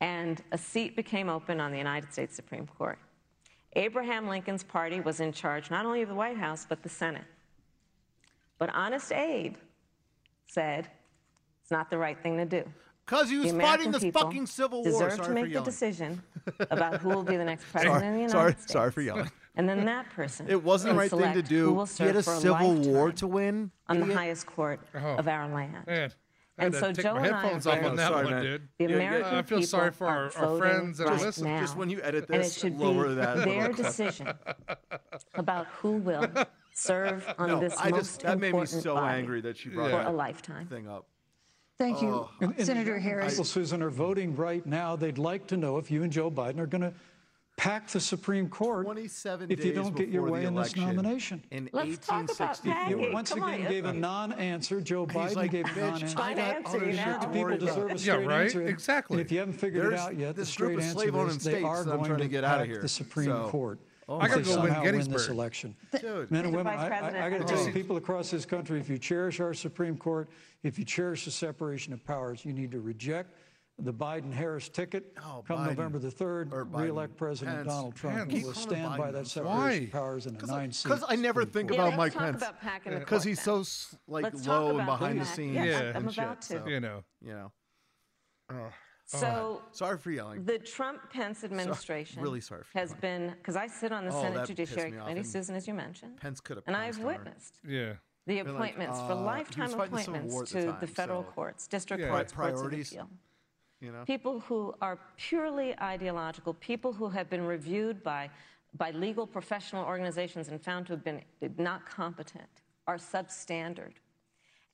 S6: and a seat became open on the United States Supreme Court. Abraham Lincoln's party was in charge not only of the White House but the Senate. But Honest Abe said, "It's not the right thing to do."
S4: Cause he was
S6: the
S4: fighting
S6: American
S4: this
S6: people
S4: fucking civil war.
S6: deserve
S4: Sorry
S6: to
S4: for
S6: make the
S4: yelling.
S6: decision about who will be the next president of the
S4: Sorry,
S6: United
S4: sorry,
S6: States.
S4: sorry for yelling.
S6: And then that person.
S4: It wasn't the
S6: will
S4: right thing to
S6: select who
S4: do.
S6: will
S4: He had
S6: serve
S4: a
S6: for
S4: civil war
S6: lifetime
S4: to win.
S6: on the
S4: idiot.
S6: highest court
S4: Oh.
S6: of our land.
S2: Man, I
S6: And
S2: had
S6: so
S2: to take
S6: Joe
S2: my
S6: and I
S2: headphones
S6: are
S2: off on
S6: voting.
S2: that
S4: Sorry,
S2: one,
S4: man.
S2: dude.
S6: The
S4: Yeah, yeah,
S6: American
S2: I feel
S6: people
S2: sorry for
S6: are
S2: our- our
S6: voting
S2: friends that are
S6: right
S2: listening.
S6: Now.
S4: Just when you edit
S6: and it
S4: this,
S6: should
S4: lower
S6: be
S4: that little
S6: their
S4: clip.
S6: decision about who will serve on
S4: No,
S6: this
S4: I
S6: most
S4: just that made me
S6: important
S4: so
S6: body
S4: angry that she
S6: for
S4: brought
S6: a
S4: that
S6: lifetime.
S4: thing up.
S5: Thank you,
S7: And- and
S5: Senator
S7: People,
S5: Harris.
S7: Susan, are voting right now. They'd like to know if you and Joe Biden are going to pack the Supreme Court
S4: 27
S7: if you
S4: days
S7: don't get your
S4: before
S7: way
S4: the
S7: in this
S4: election
S7: nomination.
S4: In
S6: Let's talk about
S4: 1864.
S6: Hey,
S7: Once
S6: come on,
S7: again,
S6: yeah.
S7: gave a non-answer. Joe Biden
S4: He's like,
S7: gave a
S4: bitch,
S7: non-answer.
S4: I
S6: Fine
S4: got
S6: answer,
S4: other
S6: you
S4: shit
S6: know.
S4: to
S6: The
S4: worry
S7: People
S4: about.
S7: deserve a
S2: Yeah,
S7: straight
S2: right?
S7: answer. And
S2: Exactly.
S7: If you haven't figured it
S4: There's
S7: out yet, the
S4: this group
S7: straight
S4: of
S7: answer
S4: slave-owning
S7: is they
S4: states
S7: are
S4: that I'm
S7: going
S4: trying to get outta
S7: pack
S4: here.
S7: the Supreme
S4: So-
S7: Court.
S4: Oh
S7: if
S2: my
S7: they
S2: God. I gotta go win
S7: somehow win this
S2: Gettysburg.
S7: election.
S4: Dude.
S7: Men and
S6: Mr.
S7: women,
S6: Vice
S7: I, I, I got
S6: President,
S7: to
S6: I
S7: tell you,
S6: hope-
S7: people across this country, if you cherish our Supreme Court, if you cherish the separation of powers, you need to reject the Biden-Harris ticket.
S4: Oh,
S7: Come
S4: Biden.
S7: November the 3rd,
S4: Or Biden.
S7: re-elect President
S4: Pence.
S7: Donald Trump.
S2: Pence.
S7: and
S2: Keep
S7: We'll
S4: calling him
S7: stand
S4: Biden.
S7: by that separation
S2: Why?
S7: of powers in a nine-seat.
S4: Because I never
S7: Supreme
S4: think
S7: Court.
S6: Yeah,
S4: about
S6: let's
S4: Mike
S6: talk
S4: Pence.
S6: about packing the
S4: Because
S6: court
S4: he's
S6: then.
S4: so s- like
S6: Let's talk
S4: low and
S6: about
S4: behind the
S6: that.
S4: scenes
S6: Yes,
S2: Yeah.
S6: I'm
S4: and shit.
S6: about to.
S4: so,
S2: you know.
S4: you know.
S6: So
S4: Sorry for yelling.
S6: The Trump Pence administration
S4: really sorry for
S6: has
S4: Mike.
S6: been because I sit on the
S4: Oh,
S6: Senate
S4: that pissed
S6: Judiciary
S4: me off,
S6: Committee,
S4: and
S6: Susan, as you mentioned,
S4: Pence could have
S6: and
S4: pounced
S6: I've
S4: on her.
S6: witnessed
S2: Yeah.
S6: the
S4: like,
S6: appointments
S4: uh,
S6: for
S4: he was
S6: lifetime
S4: fighting the Civil
S6: appointments
S4: War at the
S6: to
S4: time,
S6: the federal
S4: so-
S6: courts, district
S2: Yeah.
S6: courts,
S4: Pri-
S6: courts
S4: priorities,
S6: of appeal.
S4: you know?
S6: People who are purely ideological, people who have been reviewed by by legal professional organizations and found to have been not competent are substandard.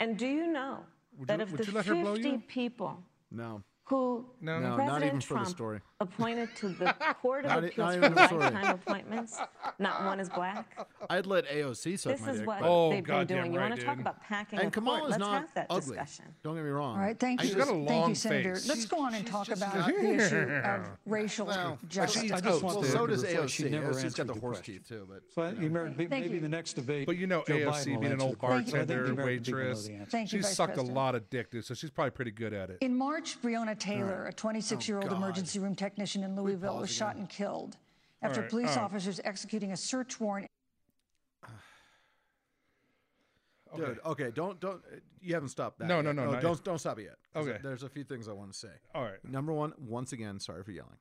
S6: And do you know that
S2: you-
S6: of
S2: would
S6: the
S2: you let her blow
S6: 50
S2: you?
S6: people
S4: No.
S6: who
S2: No. No,
S4: not
S6: President
S4: even for the
S6: Trump
S4: story.
S6: appointed to the Court of
S4: Not e-
S6: Appeals
S4: not
S6: for
S4: even the story.
S6: lifetime appointments. Not one is black.
S4: I'd let AOC suck
S6: This
S4: my
S6: is
S4: dick.
S6: what
S4: but-
S2: Oh,
S6: they've been
S2: goddamn
S6: doing. You want
S2: right,
S6: to talk
S2: dude.
S6: about packing
S4: and
S6: a court?
S4: Kamala's
S6: Let's
S4: not
S6: have that
S4: ugly.
S6: discussion.
S4: Don't get me wrong.
S5: All right, thank
S4: I
S5: you.
S4: just-
S2: got a
S5: Thank
S2: long
S5: you, Senator.
S2: face.
S5: Let's go on and
S4: She's
S5: talk
S4: just-
S5: about the issue of racial
S4: Well,
S5: justice. Oh,
S7: I just want
S4: well,
S7: the
S4: so
S7: record to
S4: does
S7: reflect she
S4: AOC.
S7: never
S4: AOC's got
S7: answered
S4: the
S7: the
S4: horse
S7: question.
S4: teeth too, but
S7: So I think the American people,
S5: Thank
S7: maybe
S5: you.
S7: the next debate.
S2: But you know,
S7: Joe Biden
S2: AOC
S7: will
S2: being an
S7: answer
S2: old
S7: the question. So I think the
S2: bartender,
S7: American people know
S2: waitress,
S7: the answer.
S5: Thank you,
S2: she
S5: Vice
S2: sucked
S5: President.
S2: a lot of dick, dude. So she's probably pretty good at it.
S5: In March, Breonna Taylor, a 26 year old
S4: God.
S5: emergency room technician in Louisville, was shot and killed after
S2: right,
S5: police
S2: oh.
S5: officers executing a search warrant.
S4: dude, okay, don't don't you haven't stopped that.
S2: No,
S4: yet.
S2: no,
S4: Oh,
S2: no, not
S4: don't
S2: yet.
S4: don't stop it yet. 'cause
S2: Okay.
S4: There's a few things I want to say.
S2: All right.
S4: Number one, once again, sorry for yelling,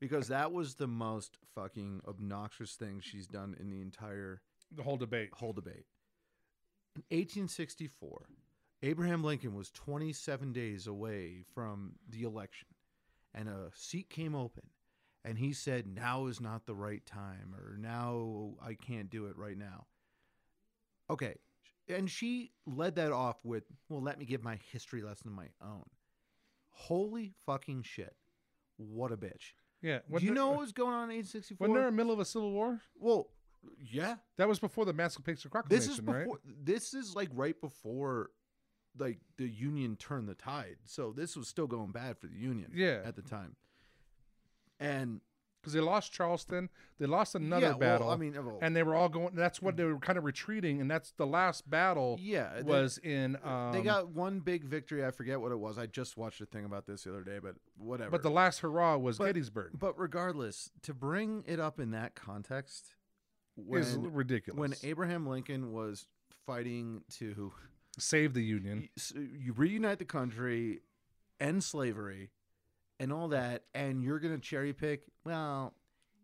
S4: because that was the most fucking obnoxious thing she's done in the entire
S2: The whole debate.
S4: whole debate. In 1864, Abraham Lincoln was 27 days away from the election, and a seat came open, and he said, Now is not the right time, or now I can't do it right now. Okay. And she led that off with, Well, let me give my history lesson of my own. Holy fucking shit. What a bitch.
S2: Yeah.
S4: do you
S2: there-
S4: know what was going on in 1864?
S2: Wasn't there in the middle of a civil war?
S4: well, yeah.
S2: That was before the Massapequa Proclamation,
S4: This is before.
S2: right?
S4: This is like right before, like the Union turned the tide. So this was still going bad for the Union.
S2: Yeah.
S4: at the time. And
S2: Because they lost Charleston, they lost another
S4: Yeah, well,
S2: battle.
S4: I mean, well-
S2: and they were all going. That's what they were kind of retreating, and that's the last battle.
S4: Yeah, they-
S2: was in. Um,
S4: they got one big victory. I forget what it was. I just watched a thing about this the other day, but whatever.
S2: but the last hurrah was
S4: But-
S2: Gettysburg.
S4: But regardless, to bring it up in that context
S2: Is ridiculous.
S4: When Abraham Lincoln was fighting to
S2: Save the Union.
S4: s- you reunite the country, end slavery, and all that, and you're gonna cherry pick. Well,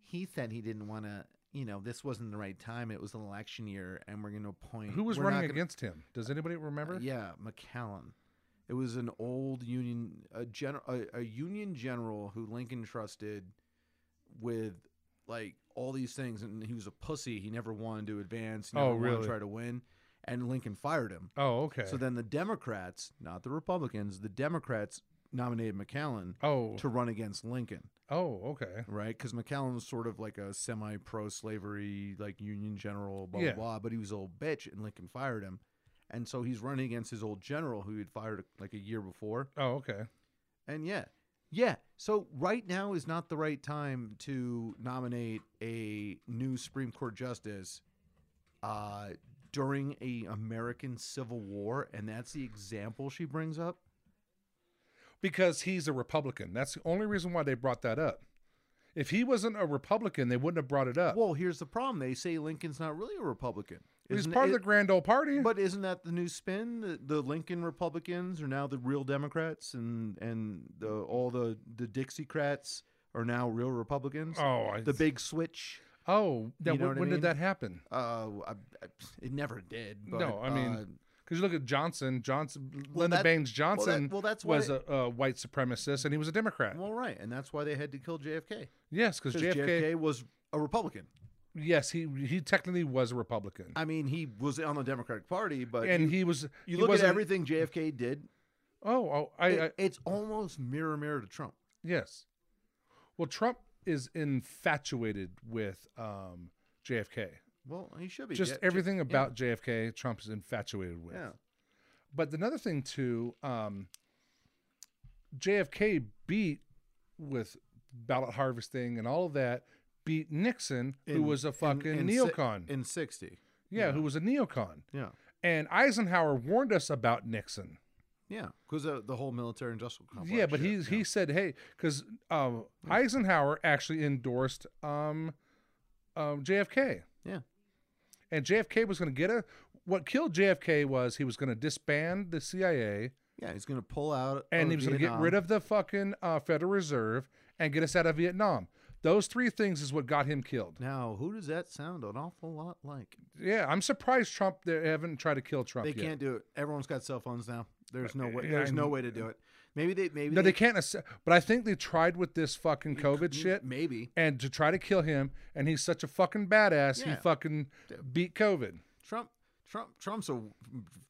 S4: he said he didn't want to. you know, this wasn't the right time. It was an election year, and we're going to appoint.
S2: Who was
S4: we're not
S2: running
S4: gonna- Uh,
S2: against him? Does anybody remember?
S4: Yeah, McCallum. It was an old union, a general, a, a union general who Lincoln trusted with like all these things, and he was a pussy. He never wanted to advance. He never
S2: Oh,
S4: wanted to
S2: really?
S4: Try to win, and Lincoln fired him.
S2: Oh, okay.
S4: So then the Democrats, not the Republicans, the Democrats nominated McCallum
S2: Oh.
S4: to run against Lincoln,
S2: oh, okay.
S4: right? Because McCallum was sort of like a semi-pro-slavery, like Union general, blah
S2: Yeah.
S4: blah blah. But he was a old bitch, and Lincoln fired him, and so he's running against his old general who he'd fired like a year before.
S2: Oh, okay.
S4: And yeah, yeah. So right now is not the right time to nominate a new Supreme Court justice uh, during a American Civil War, and that's the example she brings up.
S2: Because he's a Republican. That's the only reason why they brought that up. If he wasn't a Republican, they wouldn't have brought it up.
S4: Well, here's the problem: they say Lincoln's not really a Republican.
S2: he's
S4: Isn't
S2: part of the
S4: it-
S2: grand old party.
S4: But isn't that the new spin? The, the Lincoln Republicans are now the real Democrats, and and the, all the the Dixiecrats are now real Republicans.
S2: oh, I,
S4: the big switch.
S2: oh, that,
S4: you
S2: when,
S4: know what I
S2: when did
S4: mean?
S2: that happen?
S4: Uh, I, I- it never did. But,
S2: no, I mean,
S4: uh,
S2: because you look at Johnson, Johnson, Linda
S4: that-
S2: Baines
S4: well, that-
S2: Johnson
S4: well, that's why
S2: was
S4: it-
S2: a, a white supremacist and he was a Democrat.
S4: well, right, and that's why they had to kill JFK
S2: yes, because
S4: because
S2: JFK,
S4: JFK, was a Republican.
S2: yes, he he technically was a Republican,
S4: I mean, he was on the Democratic Party, but
S2: and
S4: you,
S2: he was.
S4: you
S2: he
S4: look at
S2: wasn't-
S4: everything JFK did.
S2: Oh, oh, I, I
S4: it- it's almost mirror mirror to Trump.
S2: yes. Well, Trump is infatuated with um, JFK.
S4: Well, he should be
S2: Just
S4: yeah,
S2: everything
S4: yeah,
S2: about JFK, Trump is infatuated with.
S4: yeah.
S2: But another thing too, um, JFK beat with ballot harvesting and all of that. Beat Nixon, who
S4: in-
S2: was a
S4: in-
S2: fucking
S4: in si-
S2: neocon.
S4: in 60
S2: yeah, who was a neocon.
S4: yeah
S2: And Eisenhower warned us about Nixon.
S4: yeah because uh, the whole military industrial complex
S2: yeah, but
S4: shit,
S2: he
S4: yeah.
S2: he said, hey, because um, Eisenhower actually endorsed um, um, JFK,
S4: yeah
S2: and JFK was going to get a. What killed JFK was he was going to disband the CIA,
S4: yeah he's gonna pull out
S2: and
S4: of
S2: he was going to get
S4: Oh, Vietnam.
S2: rid of the fucking uh, Federal Reserve and get us out of Vietnam. Those three things is what got him killed.
S4: now who does that sound an awful lot like
S2: Yeah, I'm surprised Trump they haven't tried to kill Trump.
S4: they
S2: yet.
S4: can't do it everyone's got cell phones now there's no way
S2: Uh, yeah,
S4: there's no
S2: and-
S4: way to do it maybe they maybe
S2: No, they can't. ass- But I think they tried with this fucking COVID shit.
S4: maybe
S2: and to try to kill him and he's such a fucking badass he
S4: Yeah.
S2: fucking beat covid
S4: trump Trump, Trump's a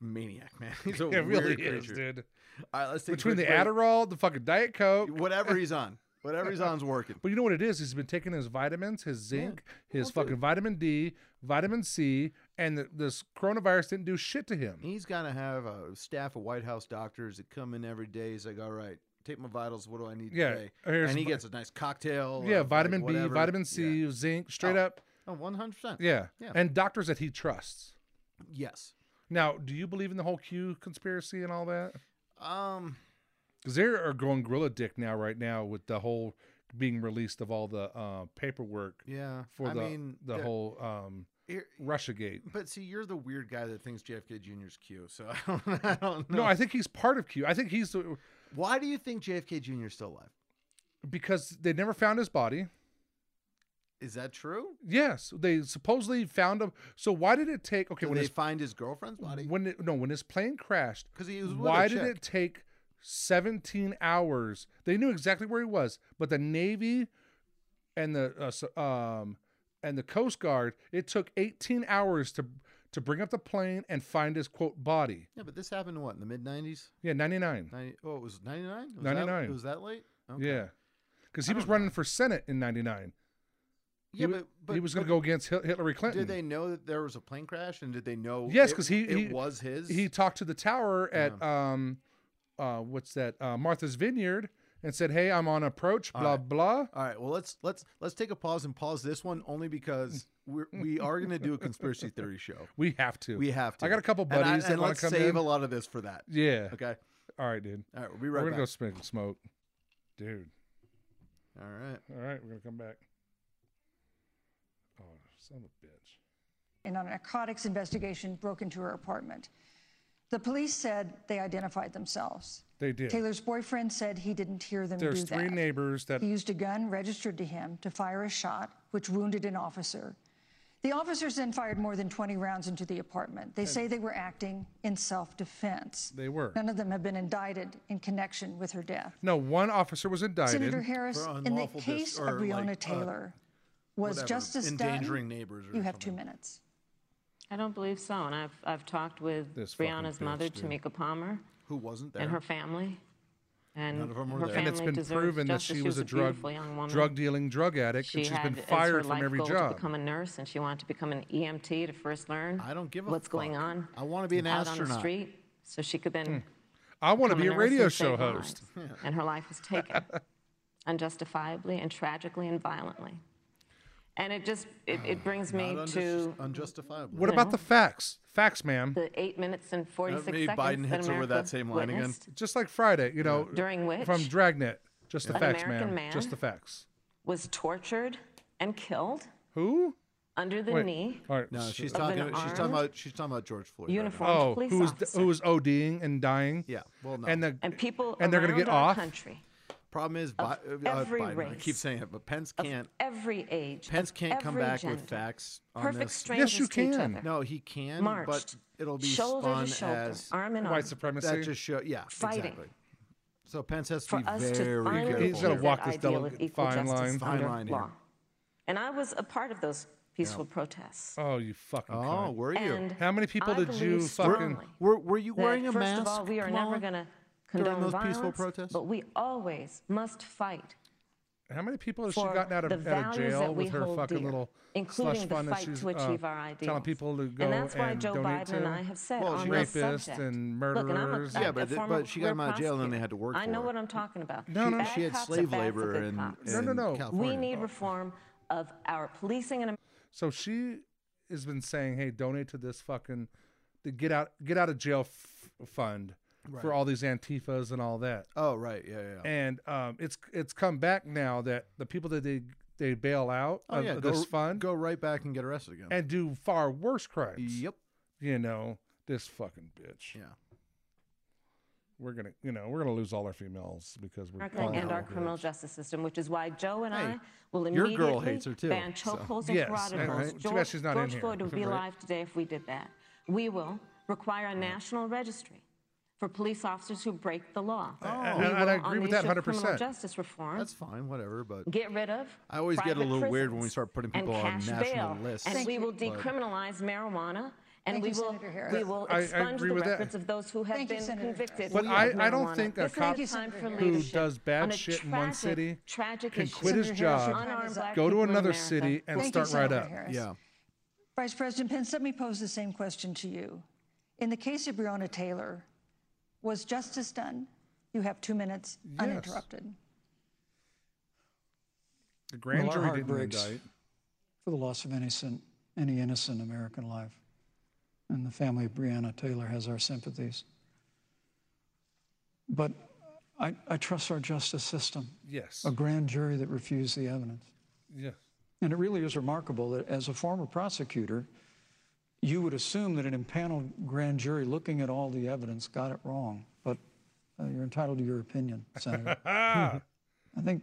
S4: maniac, man. He's a
S2: it really
S4: weird
S2: is
S4: creature.
S2: dude
S4: All right, let's take a
S2: between the
S4: quick break.
S2: adderall the fucking diet coke
S4: whatever he's on, whatever he's on's working.
S2: but you know what it is he's been taking his vitamins his zinc his fucking vitamin d vitamin c and the, this coronavirus didn't do shit to him
S4: He's got to have a staff of White House doctors that come in every day. He's like, all right, take my vitals. What do I need
S2: Yeah,
S4: today?
S2: here's
S4: and he
S2: vi-
S4: gets a nice cocktail.
S2: yeah
S4: of, like,
S2: vitamin b
S4: whatever.
S2: vitamin c
S4: Yeah.
S2: zinc straight
S4: Oh.
S2: up
S4: Oh, 100%.
S2: yeah.
S4: Yeah.
S2: and doctors that he trusts
S4: yes.
S2: now do you believe in the whole q conspiracy and all that
S4: Um,
S2: because they are going gorilla dick now right now with the whole being released of all the uh, paperwork
S4: yeah.
S2: for
S4: I
S2: the
S4: mean,
S2: the
S4: there-
S2: whole um,
S4: here-
S2: Russiagate.
S4: But see, you're the weird guy that thinks JFK Jr.'s Q. So I don't, I don't know.
S2: No, I think he's part of Q. I think he's uh, the,
S4: Why do you think JFK Jr. is still alive?
S2: because they never found his body.
S4: Is that true?
S2: Yes, they supposedly found him. So why did it take? Okay,
S4: Did
S2: when
S4: they
S2: his
S4: find his girlfriend's body?
S2: when it, no when his plane crashed,
S4: 'Cause he was with a
S2: why did
S4: chick.
S2: it take seventeen hours? They knew exactly where he was, but the Navy and the uh, s- um and the Coast Guard it took eighteen hours to to bring up the plane and find his quote body.
S4: Yeah, but this happened what in the mid '90s?
S2: Yeah, ninety nine.
S4: 90, oh, it was '99.
S2: 99.
S4: It was that late? Okay.
S2: Yeah, because he was running for Senate in '99.
S4: Yeah,
S2: he, wa-
S4: but, but
S2: he was going to
S4: but
S2: go against Hil- Hillary Clinton.
S4: Did they know that there was a plane crash, and did they know?
S2: Yes,
S4: it-
S2: because he,
S4: it
S2: he
S4: was his.
S2: He talked to the tower at um, uh, what's that? Uh, Martha's Vineyard, and said, "Hey, I'm on approach. Blah blah."
S4: All right. Well, let's let's let's take a pause and pause this one only because we're, we are going to do a conspiracy theory show.
S2: We have to.
S4: We have to.
S2: I got a couple
S4: And I-
S2: buddies
S4: and,
S2: that want
S4: let's
S2: to come
S4: save
S2: in.
S4: a lot of this for that.
S2: yeah.
S4: Okay.
S2: All right, dude.
S4: All right. We'll be
S2: We're
S4: right
S2: gonna go
S4: back.
S2: smoke, smoke, dude.
S4: All right.
S2: All right, we're gonna come back. Oh, son of a bitch.
S5: in a narcotics investigation broke into her apartment. The police said they identified themselves.
S2: They did.
S5: Taylor's boyfriend said he didn't hear them
S2: There's
S5: do that.
S2: three neighbors that
S5: He used a gun registered to him to fire a shot, which wounded an officer. The officers then fired more than 20 rounds into the apartment. They say they were acting in self defense.
S2: They were.
S5: None of them have been indicted in connection with her death.
S2: No, one officer was
S5: Senator
S2: indicted.
S5: Harris,
S4: For
S5: in the
S4: unlawful dis-
S5: case of
S4: or,
S5: Breonna
S4: like, uh,
S5: Taylor, was
S4: whatever,
S5: justice
S4: endangering
S5: done?
S4: neighbors or
S5: You have two
S4: something.
S5: minutes.
S6: I don't believe so. And I've, I've talked with
S2: This fucking
S6: Brianna's mother,
S2: bitch, dude.
S6: Tamika Palmer,
S4: Who wasn't there?
S6: and her family. And
S4: None of 'em were
S6: her
S4: there.
S2: And
S6: family
S2: it's been
S6: deserves
S2: proven that
S6: justice.
S2: she was a drug
S6: beautiful young woman.
S2: drug dealing drug addict,
S6: She
S2: and she's
S6: had
S2: been
S6: as her
S2: fired from
S6: life
S2: every
S6: goal To
S2: job.
S6: become a nurse, and she wanted to become an EMT to first learn.
S4: I don't give a
S6: what's going
S4: fuck.
S6: on.
S4: I wanna be an
S6: out on the
S4: astronaut.
S6: street, so she could
S2: Hmm.
S6: then
S2: I want to
S6: become
S2: be a
S6: nurse
S2: radio
S6: and
S2: show
S6: save
S2: host.
S6: lives. And her life was taken unjustifiably and tragically and violently. And it just it, it brings me
S4: Not unjust-
S6: to
S4: unjustifiable.
S2: What about the facts? Facts, ma'am.
S6: the eight minutes and forty six
S4: maybe
S6: seconds
S4: Biden
S6: that
S4: hits
S6: America
S4: her with that same line again.
S6: witnessed,
S2: Just like Friday, you know,
S6: During which
S2: from Dragnet. Just the
S6: An
S2: facts,
S6: American
S2: ma'am.
S6: man-
S2: Just the facts.
S6: was tortured and killed
S2: Who?
S6: under the
S2: Wait.
S6: knee.
S2: All right.
S4: No,
S2: so-
S4: she's
S6: Of an
S4: talking. She's talking
S6: armed
S4: about. She's talking about George Floyd. right now.
S6: uniform. Armed
S2: Oh,
S6: police
S2: who was
S6: officer.
S2: who was ODing and dying?
S4: Yeah, well, no.
S2: And the
S6: And people
S2: and they're gonna
S6: around
S2: get
S6: our
S2: off.
S6: country
S4: Problem is, Bi- uh,
S6: every
S4: Biden, I
S6: race,
S4: keep saying it, but Pence
S6: of
S4: can't.
S6: every age.
S4: Pence
S6: of
S4: can't come
S6: every
S4: back
S6: gender.
S4: with facts on
S6: Perfect
S4: this.
S6: strangers
S2: Yes, you
S6: to each
S2: can.
S6: other.
S4: No, he can,
S6: Marched,
S4: but it'll be
S6: shoulder
S4: spun
S6: to shoulder,
S4: as
S6: arm in arm.
S2: white supremacy.
S4: that. Just show, yeah,
S6: Fighting.
S4: exactly. So Pence has to
S6: for
S4: be
S6: us to
S4: very
S6: finally
S4: careful.
S2: He's gotta
S6: achieve
S2: walk
S6: that
S2: this
S6: ideal
S2: delicate
S6: of equal
S2: fine
S6: justice
S2: line.
S4: Fine
S6: under
S4: line here.
S6: law. And I was a part of those peaceful protests.
S2: oh, you fucking.
S4: Oh,
S2: cunt.
S4: were you?
S6: And
S2: How many people
S6: I
S2: did
S6: believe
S2: you fucking-
S6: strongly
S4: Were- were you
S6: that
S4: wearing a
S6: first of all,
S4: mask,
S6: we are never
S4: Kamala,
S6: going to
S4: during
S6: condone
S4: those peaceful
S6: violence,
S4: protests?
S6: but we always must fight
S2: How many people has she
S6: for
S2: gotten out
S6: the
S2: of, out of
S6: values
S2: jail
S6: that we
S2: with her
S6: hold
S2: fucking
S6: dear,
S2: little
S6: including
S2: slush
S6: the
S2: fund that
S6: fight
S2: she's
S6: to achieve
S2: uh,
S6: our ideals.
S2: telling people to go
S6: and that's why Joe
S2: donate
S6: Biden
S2: to?
S6: and I have said
S4: Well,
S6: on
S4: she
S6: this
S2: rapists
S6: subject.
S2: and
S6: Look, and I'm
S2: murderers.
S6: a,
S2: Yeah,
S6: a
S4: but th-
S6: former
S4: but she got 'em
S6: career
S4: out of jail and then they had to
S6: prosecutor.
S4: work
S6: I
S4: for
S6: know
S4: it.
S6: what I'm talking about.
S2: No, no,
S6: Bad
S4: she had
S6: cops are
S4: slave
S6: bad for
S4: labor
S6: good
S4: in,
S6: cops.
S2: No, no,
S4: in
S2: no. We
S6: We
S4: California.
S6: need reform of our policing and
S2: So she has been saying, "Hey, donate to this fucking the get out get out of jail f- fund for all these antifas and all that."
S4: Oh, right. Yeah, yeah. yeah.
S2: And um, it's it's come back now that the people that they they bail out
S4: Oh,
S2: of
S4: yeah. Go,
S2: this fund
S4: go right back and get arrested again.
S2: and do far worse crimes.
S4: yep.
S2: You know this fucking bitch.
S4: Yeah.
S2: We're gonna you know we're gonna lose all our females because we're
S6: America
S2: calling
S6: and
S2: her
S6: our
S2: a
S6: criminal
S2: bitch.
S6: justice system, which is why Joe and
S4: Hey,
S6: I will
S4: your
S6: immediately
S4: girl hates her too,
S6: ban
S4: so.
S6: chokeholds and
S2: Yes,
S6: carotid
S2: and
S6: holds.
S2: I- too bad
S6: George,
S2: she's not in
S6: George
S2: here.
S6: Floyd would be
S2: Right.
S6: alive today if we did that. We will require a national registry for police officers who break the law. Oh.
S2: And- and I agree with that 100%.
S6: Criminal justice reform.
S4: That's fine. Whatever. But
S6: Get rid of.
S4: I always get a
S6: private
S4: little weird when we
S6: prisons
S4: start putting
S6: and
S4: people on
S6: cash
S4: national
S6: bail,
S4: lists.
S6: And
S5: Thank
S6: we
S5: you.
S6: will decriminalize marijuana. And
S5: Thank
S6: we
S5: you,
S6: will,
S5: Senator Harris.
S6: we will
S2: I- I
S6: expunge
S2: agree
S6: the
S2: with that.
S6: records of those who have
S5: Thank you,
S6: been
S5: Senator Harris.
S6: convicted.
S2: But
S6: of
S2: I- I don't
S6: marijuana.
S2: think a
S6: This is
S2: cop
S6: time for
S5: Thank
S2: who
S6: leadership
S2: does
S6: on
S2: bad
S6: a
S2: shit in one
S6: tragic,
S2: city
S6: tragic
S2: can
S6: issue.
S2: quit his
S5: Senator Harris, your
S2: job,
S5: time
S6: Unarmed
S5: is up.
S6: black
S2: go to
S6: people in
S2: another
S6: America.
S2: city, and
S5: Thank
S2: start
S5: you,
S2: right
S5: Senator
S2: up.
S5: Harris.
S4: yeah.
S5: Vice President Pence, let me pose the same question to you. In the case of Breonna Taylor, was justice done? You have two minutes uninterrupted.
S2: The grand
S7: Well, our
S2: jury
S7: heart
S2: didn't
S7: breaks
S2: indict.
S7: for the loss of innocent, any innocent American life. And the family of Breonna Taylor has our sympathies. But I, I trust our justice system,
S2: Yes.
S7: a grand jury that refused the evidence.
S2: Yeah.
S7: And it really is remarkable that as a former prosecutor, you would assume that an impaneled grand jury looking at all the evidence got it wrong. But uh, you're entitled to your opinion, Senator.
S2: Ah!
S7: I think,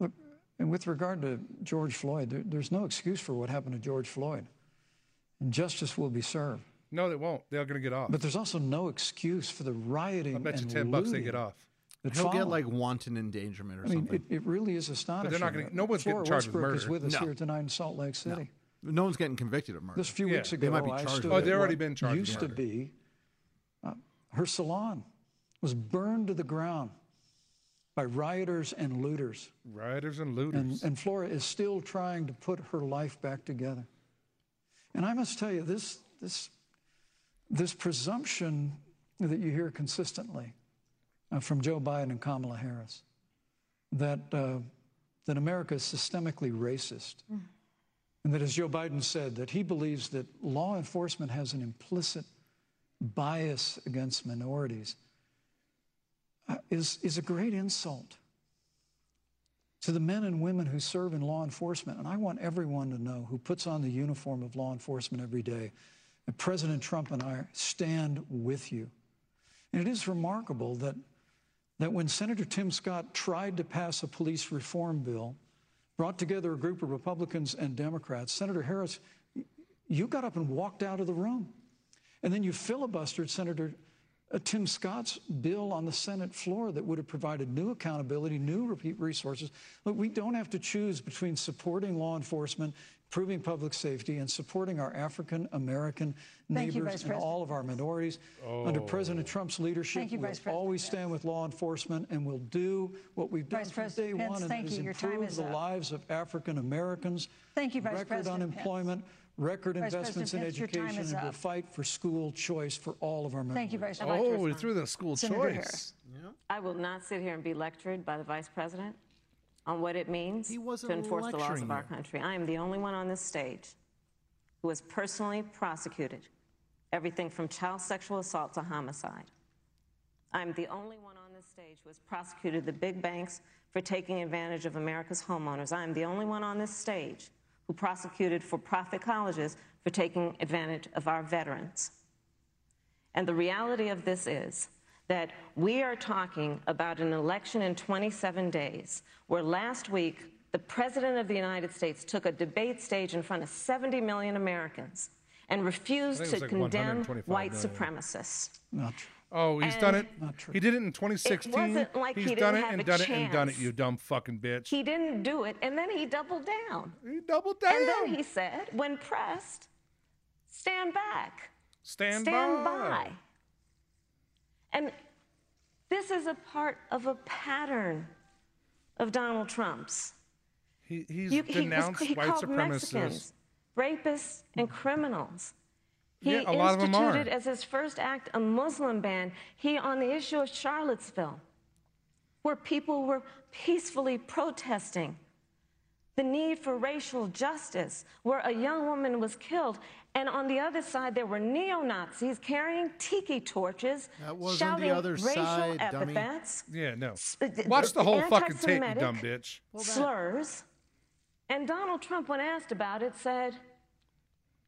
S7: look, and with regard to George Floyd, there, there's no excuse for what happened to George Floyd. And justice will be served.
S2: No, they won't. They're gonna get off.
S7: But there's also no excuse for the rioting
S2: I bet you
S7: and
S2: ten bucks they
S7: looting
S2: get off.
S7: that
S4: He'll get
S7: followed.
S4: like wanton endangeriment or
S7: I mean,
S4: something.
S7: it, it really is astonishing.
S2: gonna- no one's getting
S7: Flora
S2: charged with
S7: Westbrook is
S2: murder.
S7: with us
S4: No.
S7: here tonight in Salt Lake City.
S4: no one's getting convicted of murder.
S7: Just a few
S2: Yeah,
S7: weeks ago,
S2: they
S4: might be
S7: I
S4: charged
S7: stood
S4: with
S7: at
S4: it. Oh, they've
S2: already
S7: what
S2: been charged with
S7: Used to
S2: murder.
S7: be, uh, her salon was burned to the ground by rioters and looters,
S2: Rioters and looters.
S7: and, and Flora is still trying to put her life back together. And I must tell you, this this this presumption that you hear consistently uh, from Joe Biden and Kamala Harris that uh, that America is systemically racist. And that, as Joe Biden said, that he believes that law enforcement has an implicit bias against minorities uh, is, is a great insult to the men and women who serve in law enforcement. And I want everyone to know who puts on the uniform of law enforcement every day that President Trump and I stand with you. And it is remarkable that, that when Senator Tim Scott tried to pass a police reform bill, brought together a group of Republicans and Democrats, Senator Harris You got up and walked out of the room. And then you filibustered Senator uh, Tim Scott's bill on the Senate floor that would have provided new accountability, new repeat resources. Look, we don't have to choose between supporting law enforcement, improving public safety, and supporting our African American
S5: Thank you,
S7: neighbors
S5: Vice
S7: and all of our minorities. Under President Trump's leadership,
S5: Thank you,
S7: we'll
S5: Vice President.
S7: always stand with law enforcement and we'll do what we've done
S5: Vice
S7: from day
S5: President Pence,
S7: one, and
S5: thank
S7: that is
S5: you. Your time
S7: improve
S5: is
S7: the
S5: up.
S7: lives of African Americans.
S5: Thank you, Vice
S7: record
S5: President Pence.
S7: unemployment, record
S5: Vice
S7: investments
S5: President Pence,
S7: in
S5: your time
S7: education,
S5: is
S7: and we'll
S5: up.
S7: fight for school choice for all of our members.
S5: Thank you, Vice President.
S2: Oh, we threw the school
S5: Senator
S2: choice.
S5: Harris.
S6: I will not sit here and be lectured by the vice president on what it means
S4: He wasn't
S6: to enforce the laws
S2: lecturing
S6: of our
S2: you.
S6: country. I am the only one on this stage who has personally prosecuted everything from child sexual assault to homicide. I'm the only one on this stage who has prosecuted the big banks for taking advantage of America's homeowners. I'm the only one on this stage who prosecuted for profit colleges for taking advantage of our veterans. And the reality of this is that we are talking about an election in 27 days, where last week the President of the United States took a debate stage in front of 70 million Americans and refused
S2: I think
S6: to
S2: it was like
S6: condemn
S2: 125
S6: white
S2: million.
S6: supremacists.
S7: Not true.
S2: Oh, he's done it.
S6: And-
S7: Not true.
S2: He did it in 2016.
S6: wasn't like
S2: he's
S6: he
S2: done
S6: didn't
S2: it
S6: have
S2: and
S6: a
S2: done it and done it.
S6: chance.
S2: You dumb fucking bitch.
S6: He didn't do it, and then he doubled down.
S2: He doubled down.
S6: And then he said, when pressed, stand back.
S2: stand,
S6: stand
S2: by.
S6: by. And this is a part of a pattern of Donald Trump's.
S2: He, he's
S6: You- was-
S2: denounced
S6: he
S2: white
S6: called
S2: supremacists.
S6: Mexicans, rapists, and criminals. He
S2: Yeah, a lot of 'em are.
S6: instituted as his first act a Muslim ban. He on the issue of Charlottesville, where people were peacefully protesting the need for racial justice, where a young woman was killed. And on the other side, there were neo Nazis carrying tiki torches,
S4: That wasn't the
S6: shouting
S4: other
S6: racial
S4: side, dummy.
S6: epithets,
S2: Yeah, no.
S6: S- uh, th-
S2: Watch the whole fucking tape, you
S6: anti-Semitic.
S2: dumb bitch.
S6: slurs. And Donald Trump, when asked about it, said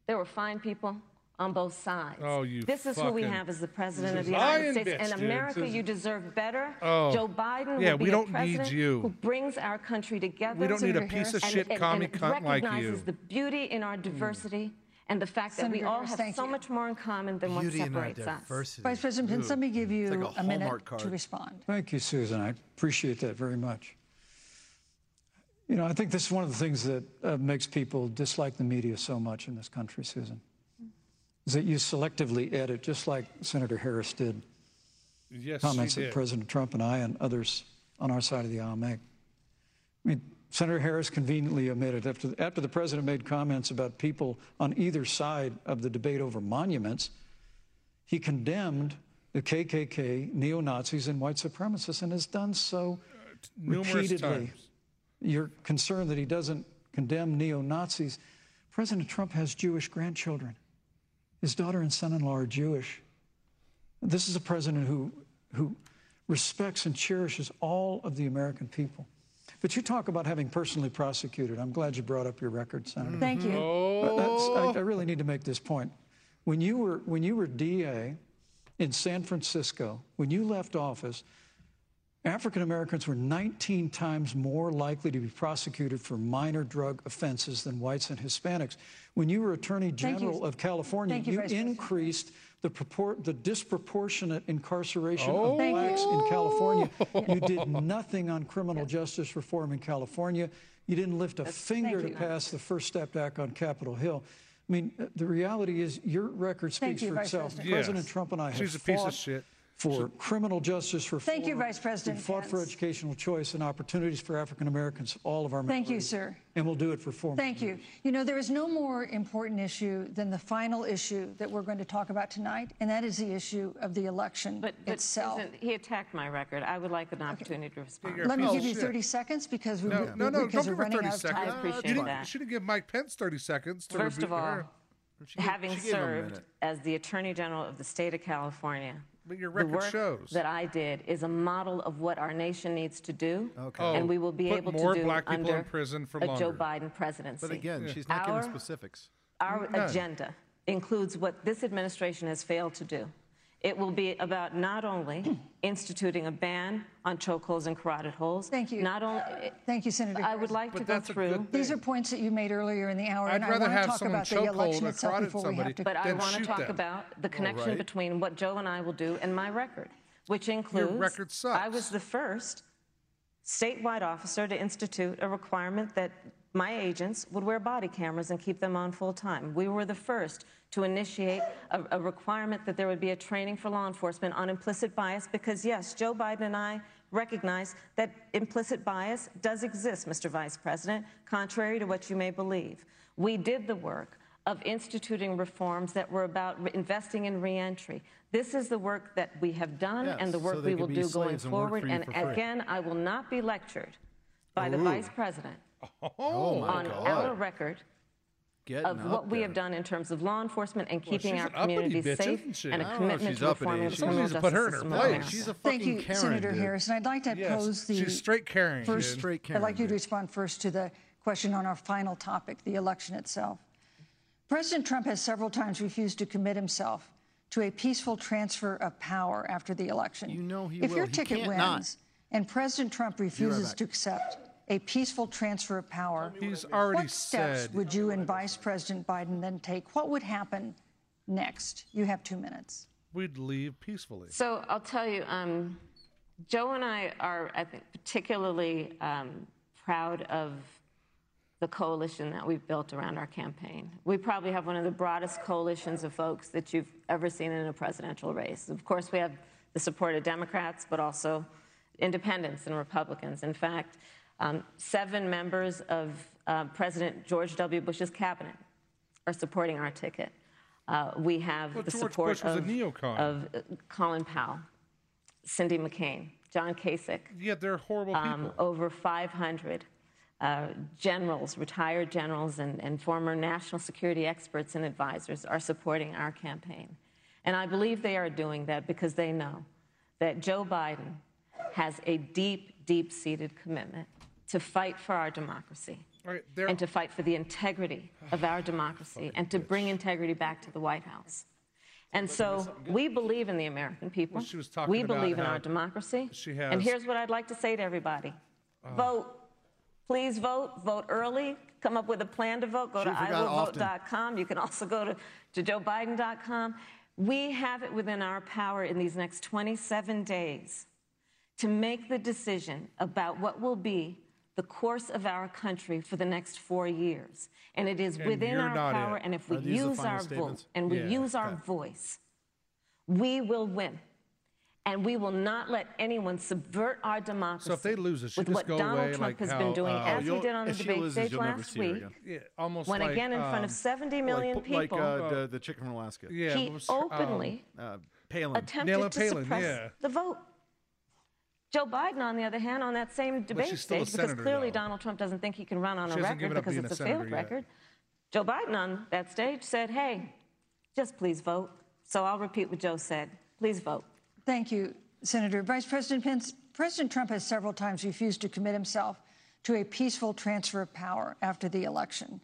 S6: there were fine people on both sides.
S2: Oh, you
S6: This is who we
S2: fucking
S6: have as the president of the
S2: lying
S6: United States.
S2: bitch,
S6: and
S2: dude.
S6: America, you deserve better.
S2: Oh.
S6: Joe Biden
S2: Yeah,
S6: will be
S2: we don't
S6: a
S2: need
S6: president
S2: you.
S6: who brings our country together.
S2: We don't need a
S5: Senator
S2: piece of
S5: Harris.
S2: shit
S6: and,
S2: commie
S6: and
S2: cunt like
S6: recognizes
S2: you. Hmm.
S6: the beauty in our diversity and the fact that
S5: Senator
S6: we all
S5: Harris,
S6: have
S5: thank
S6: so
S5: you.
S6: much more in common than what
S4: Beauty and our
S6: separates us.
S4: diversity.
S5: Vice President Pence, let me give you
S4: like a
S5: a minute
S4: Hallmark card.
S5: to respond.
S7: Thank you, Susan. I appreciate that very much. You know, I think this is one of the things that uh, makes people dislike the media so much in this country, Susan, is that you selectively edit, just like Senator Harris did,
S2: Yes,
S7: comments
S2: she
S7: that
S2: did.
S7: President Trump and I and others on our side of the aisle make. I mean, Senator Harris conveniently omitted after, after the president made comments about people on either side of the debate over monuments, he condemned the KKK, neo Nazis, and white supremacists, and has done so
S2: Numerous
S7: repeatedly.
S2: times.
S7: You're concerned that he doesn't condemn neo Nazis. President Trump has Jewish grandchildren. His daughter and son in law are Jewish. This is a president who, who respects and cherishes all of the American people. But you talk about having personally prosecuted. I'm glad you brought up your record, Senator.
S2: Mm-hmm.
S5: Thank you.
S2: Oh,
S7: But that's- I, I really need to make this point. When you were when you were DA in San Francisco, when you left office, African Americans were 19 times more likely to be prosecuted for minor drug offenses than whites and Hispanics. When you were Attorney
S5: Thank you.
S7: General of California,
S5: Thank you, Vice President.
S7: increased the purport, the disproportionate incarceration of
S5: Thank
S7: blacks
S5: you.
S7: in California. You
S5: Oh.
S7: did nothing on criminal justice reform in California. You didn't lift a finger to
S5: you.
S7: pass the First Step Act on Capitol Hill. I mean, uh, the reality is your record
S5: Thank
S7: speaks
S5: you,
S7: for
S5: Vice
S7: itself.
S5: President.
S2: Yes.
S7: President Trump and I
S2: She's a
S7: have
S2: piece of
S7: fought
S2: shit.
S7: for criminal justice reform.
S5: Thank you, Vice President
S7: We fought for
S5: Pence.
S7: educational choice and opportunities for African Americans, all of our
S5: Thank you,
S7: minorities.
S5: sir.
S7: And we'll do it for four.
S5: Thank you. You know, there is no more important issue than the final issue that we're going to talk about tonight, and that is the issue of the election
S6: But, but
S5: itself.
S6: Susan, he attacked my record. I would like an opportunity to respond.
S2: You're a
S5: Let me
S2: piece
S5: give
S2: of
S5: you
S2: Oh, shit.
S5: 30 seconds because we,
S2: No,
S5: we-
S2: no, no,
S5: because
S2: don't
S5: we're
S2: give her
S5: running
S2: 30
S5: out of
S2: seconds.
S5: time.
S6: I appreciate
S2: you didn't,
S6: that.
S2: You shouldn't give Mike Pence 30 seconds to
S6: First
S2: rebuke
S6: of all,
S2: her.
S4: She gave-
S6: having
S4: she gave him a
S6: served
S4: minute.
S6: as the Attorney General of the state of California,
S2: But your
S6: the
S2: record
S6: work
S2: shows.
S6: that I did is a model of what our nation needs to do,
S4: Okay.
S6: and we will be
S2: Oh, Put
S6: able
S2: more
S6: to do
S2: black people in
S6: under
S2: prison for
S6: a
S2: longer.
S6: Joe Biden presidency.
S4: But again, she's not
S6: Our-
S4: giving specifics.
S6: our agenda includes what this administration has failed to do, It will be about not only instituting a ban on chokeholds and carotid holes.
S5: Thank you.
S6: Not only.
S5: Thank you, Senator.
S6: I would
S5: Harris.
S6: like
S2: But
S6: to go
S2: that's a
S6: through.
S2: good thing.
S5: These are points that you made earlier in the hour,
S2: I'd
S5: and I
S2: rather
S5: want to
S2: have
S5: talk
S2: someone
S5: about the
S2: chokehold
S5: election
S2: or
S5: itself
S2: carotid
S5: before we
S2: somebody.
S5: have to.
S6: But I
S2: Then
S6: want to
S2: shoot
S6: talk
S2: them.
S6: about the connection
S4: right.
S6: between what Joe and I will do and my record, which includes
S2: record
S6: I was
S2: sucks.
S6: the first statewide officer to institute a requirement that my agents would wear body cameras and keep them on full time. We were the first to initiate a, a requirement that there would be a training for law enforcement on implicit bias because, yes, Joe Biden and I recognize that implicit bias does exist, Mr. Vice President, contrary to what you may believe. We did the work of instituting reforms that were about re- investing in reentry. This is the work that we have done
S4: Yes,
S6: and the work
S4: so they
S6: we
S4: can
S6: will
S4: be
S6: do going
S4: slaves and work for
S6: forward.
S4: you
S6: And
S4: for free.
S6: again, I will not be lectured by the
S4: Ooh.
S6: Vice President
S4: Oh my
S6: on
S4: God.
S6: our record
S8: Getting
S6: of what
S8: up
S6: we
S8: there.
S6: have done in terms of law enforcement and keeping
S2: she's
S6: our
S2: an uppity
S6: communities
S2: bitch,
S6: safe
S2: isn't she?
S6: and
S2: I
S6: a
S2: don't
S4: know if
S6: commitment
S4: she's
S6: to
S4: uppity.
S6: reforming the
S4: Someone
S6: criminal
S2: needs to
S6: justice
S2: put her in her
S6: system.
S2: place.
S6: around
S4: She's
S6: that.
S4: a fucking
S5: Thank you,
S4: Karen,
S5: Senator
S4: dude.
S5: Harris, and I'd like to
S2: Yes,
S5: pose the.
S2: she's straight Karen,
S5: First,
S2: dude.
S4: Straight
S5: I'd like you
S4: Karen,
S5: to
S4: dude.
S5: respond first to the question on our final topic, the election itself. President Trump has several times refused to commit himself to a peaceful transfer of power after the election.
S4: You know he
S5: If
S4: will.
S5: your
S4: He
S5: ticket
S4: can't
S5: wins
S4: not.
S5: and President Trump refuses
S4: back.
S5: to accept a peaceful transfer of power,
S2: He's already
S5: what steps
S2: said.
S5: would you and Vice President Biden then take? What would happen next? You have two minutes.
S2: We'd leave peacefully.
S6: So I'll tell you, um, Joe and I are, I think, particularly um, proud of the coalition that we've built around our campaign. We probably have one of the broadest coalitions of folks that you've ever seen in a presidential race. Of course, we have the support of Democrats, but also independents and Republicans. In fact, um, seven members of uh, President George W. Bush's cabinet are supporting our ticket. Uh, we have
S2: Well,
S6: the
S2: George
S6: support
S2: Bush was a
S6: of,
S2: neocon.
S6: of uh, Colin Powell, Cindy McCain, John Kasich,
S2: Yeah, they're horrible people.
S6: um, over 500 uh, generals, retired generals, and, and former national security experts and advisors are supporting our campaign. And I believe they are doing that because they know that Joe Biden has a deep, deep seated commitment to fight for our democracy
S2: All right, there-
S6: and to fight for the integrity of our democracy and to bring integrity back to the White House. And so we believe in the American people.
S2: Well, she was talking
S6: we
S2: about
S6: believe in
S2: how
S6: our democracy.
S2: she
S6: and
S2: has-
S6: here's what I'd like to say to everybody vote. Please vote. Vote early. Come up with a plan to vote. Go
S4: She
S6: to
S4: forgot often.
S6: iwillvote.com. You can also go to, to joebiden.com. We have it within our power in these next 27 days to make the decision about what will be the course of our country for the next four years. And it is within
S2: you're
S6: our
S2: not
S6: power.
S2: it.
S6: And if
S4: Are
S6: we
S4: these the
S6: use
S4: final
S6: our vote
S4: statements?
S6: and we
S2: Yeah,
S6: use our
S2: okay.
S6: voice, we will win. And we will not let anyone subvert our democracy.
S2: they lose, it should
S6: with
S2: just
S6: what
S2: go
S6: Donald
S2: away,
S6: Trump
S2: like
S6: has
S2: how,
S6: been doing,
S2: uh,
S6: as we
S8: you'll-
S6: did on the
S8: if she
S6: debate
S8: loses,
S6: stage
S8: you'll never
S6: last
S8: see her
S6: week,
S8: again.
S2: yeah, almost
S6: when
S2: like,
S6: again in front
S2: um,
S6: of 70 million
S4: Like, like
S6: people,
S4: uh, the, the chicken from Alaska.
S2: yeah,
S6: he
S2: what was her- um,
S6: openly
S4: Uh, Palin.
S6: attempted
S2: Nayla
S6: to
S2: Palin,
S6: suppress
S2: yeah.
S6: the vote. Joe Biden, on the other hand, on that same debate
S2: she's still a
S6: stage,
S2: senator,
S6: because clearly
S2: though.
S6: Donald Trump doesn't think he can run on
S2: She hasn't
S6: a record
S2: given up
S6: because
S2: being
S6: it's
S2: a
S6: a failed
S2: senator yet.
S6: record. Joe Biden on that stage said, hey, just please vote. So I'll repeat what Joe said. Please vote.
S5: Thank you, Senator. Vice President Pence, President Trump has several times refused to commit himself to a peaceful transfer of power after the election.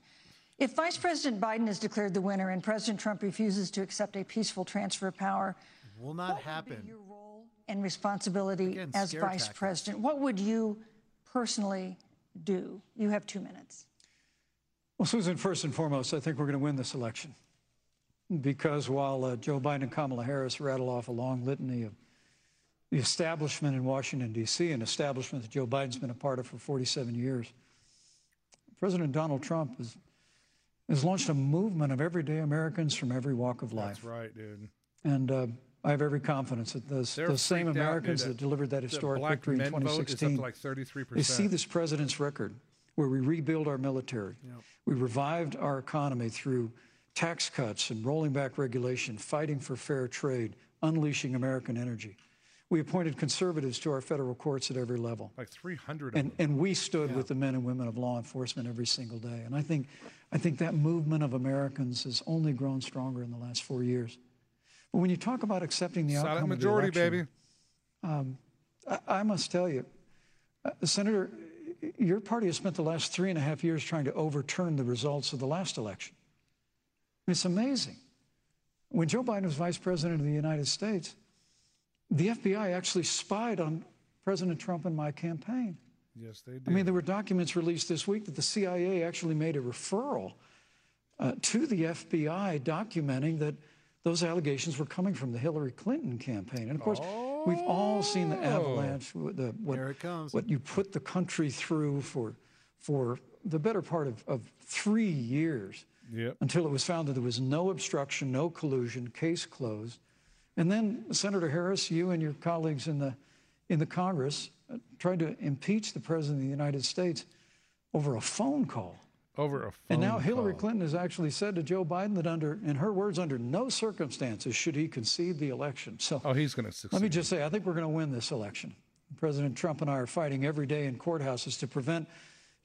S5: If Vice President Biden is declared the winner and President Trump refuses to accept a peaceful transfer of power,
S4: Will not happen.
S5: your role and responsibility
S4: Again,
S5: as
S4: scare
S5: Vice
S4: tactics.
S5: President, what would you personally do? You have two minutes.
S7: Well, Susan, first and foremost, I think we're going to win this election. Because while uh, Joe Biden and Kamala Harris rattle off a long litany of the establishment in Washington, D.C., an establishment that Joe Biden's been a part of for 47 years, President Donald Trump has, has launched a movement of everyday Americans from every walk of life.
S2: That's right, dude.
S7: And uh, I have every confidence that those,
S2: They're
S7: those same
S2: freaked out, dude,
S7: Americans
S2: that-
S7: that delivered that
S2: that
S7: historic
S2: black
S7: victory
S2: men
S7: in
S2: vote is up to
S7: 2016,
S2: like 33%.
S7: they see this president's record where we rebuild our military. We revived our economy through tax cuts and rolling back regulation, fighting for fair trade, unleashing American energy. We appointed conservatives to our federal courts at every level.
S2: Like 300 of
S7: And,
S2: them.
S7: and we stood with the men and women of law enforcement every single day. And I think, I think that movement of Americans has only grown stronger in the last four years. But when you talk about accepting the
S2: Silent
S7: outcome of the
S2: majority,
S7: election,
S2: baby.
S7: I, I must tell you, uh, Senator, your party has spent the last three and a half years trying to overturn the results of the last election. It's amazing. When Joe Biden was vice president of the United States, the FBI actually spied on President Trump and my campaign.
S2: Yes, they
S7: I
S2: do.
S7: mean, there were documents released this week that the CIA actually made a referral uh, to the FBI documenting that those allegations were coming from the Hillary Clinton campaign. And of course, we've all seen the avalanche, wh- the, what,
S4: Here Oh. it comes.
S7: what you put the country through for, for the better part of, of three years
S2: Yep.
S7: until it was found that there was no obstruction, no collusion, case closed. And then Senator Harris, you and your colleagues in the in the Congress uh, tried to impeach the president of the United States over a phone call.
S2: Over a phone
S7: and now Hillary
S2: call.
S7: Clinton has actually said to Joe Biden that under in her words under no circumstances should he concede the election. So
S2: Oh, he's going to succeed.
S7: let me just say, I think we're going to win this election. President Trump and I are fighting every day in courthouses to prevent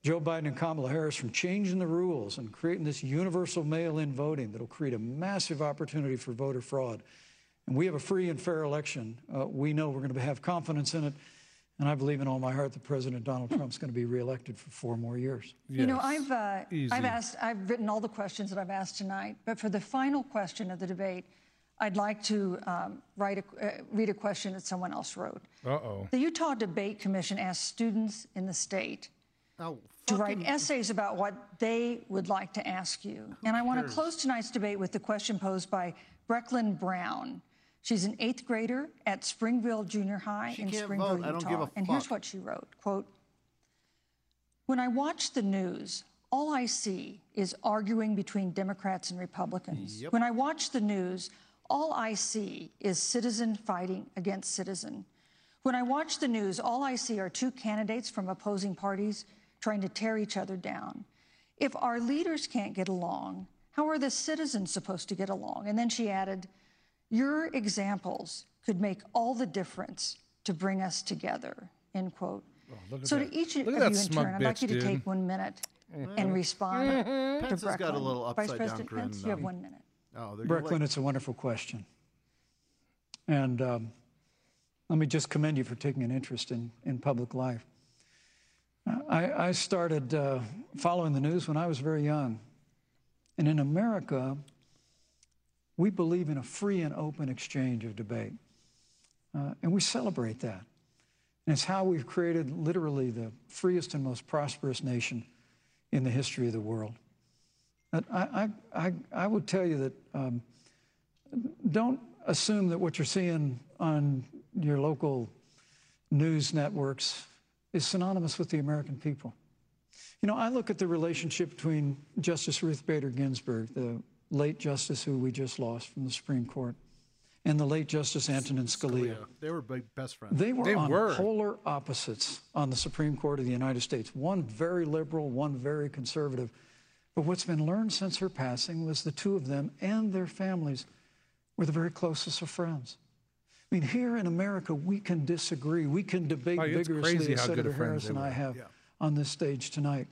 S7: Joe Biden and Kamala Harris from changing the rules and creating this universal mail in voting that'll create a massive opportunity for voter fraud. And we have a free and fair election. Uh, we know we're going to have confidence in it. And I believe in all my heart that President Donald
S2: Hmm.
S7: Trump's going to be reelected for four more years.
S5: You know, I've uh,
S2: Easy.
S5: I've asked I've written all the questions that I've asked tonight, but for the final question of the debate, I'd like to um, write a, uh, read a question that someone else wrote.
S2: Uh oh.
S5: The Utah Debate Commission asked students in the state
S4: Oh,
S5: to write essays about what they would like to ask you. and I want to close tonight's debate with the question posed by Brecklyn Brown. She's an eighth grader at Springville Junior High
S4: She
S5: in
S4: can't
S5: Springville,
S4: vote.
S5: Utah.
S4: I don't give a
S5: And here's
S4: fuck.
S5: what she wrote quote, When I watch the news, all I see is arguing between Democrats and Republicans. When I watch the news, all I see is citizen fighting against citizen. When I watch the news, all I see are two candidates from opposing parties trying to tear each other down. If our leaders can't get along, how are the citizens supposed to get along? And then she added, Your examples could make all the difference to bring us together, end quote. so to each of
S2: Oh, Look
S5: you
S2: at that
S5: in
S2: smug
S5: turn, I'd like
S2: bitch,
S5: you to
S2: dude.
S5: take one minute and respond to
S4: Pence has got a
S5: Breckland.
S4: little upside
S5: Vice
S4: down
S5: President
S4: grin,
S5: Pence, you have
S4: though.
S5: one minute.
S4: oh, they're
S7: Brecklin,
S4: Like,
S7: it's a wonderful question. And um, let me just commend you for taking an interest in, in public life. I, I started uh, following the news when I was very young. And in America, we believe in a free and open exchange of debate. Uh, and we celebrate that. And it's how we've created literally the freest and most prosperous nation in the history of the world. And I, I, I, I would tell you that um, don't assume that what you're seeing on your local news networks is synonymous with the American people. You know, I look at the relationship between Justice Ruth Bader Ginsburg, the late justice who we just lost from the Supreme Court, and the late Justice Antonin Scalia.
S4: they were big best friends.
S7: They were
S2: They
S7: on
S2: were.
S7: polar opposites on the Supreme Court of the United States. One very liberal, one very conservative. But what's been learned since her passing was the two of them and their families were the very closest of friends. I mean, here in America, we can disagree. We can debate
S2: Oh, it's crazy
S7: vigorously, as
S2: how good
S7: Senator
S2: of friends
S7: Harris
S2: they
S7: and I
S2: were.
S7: have on this stage tonight.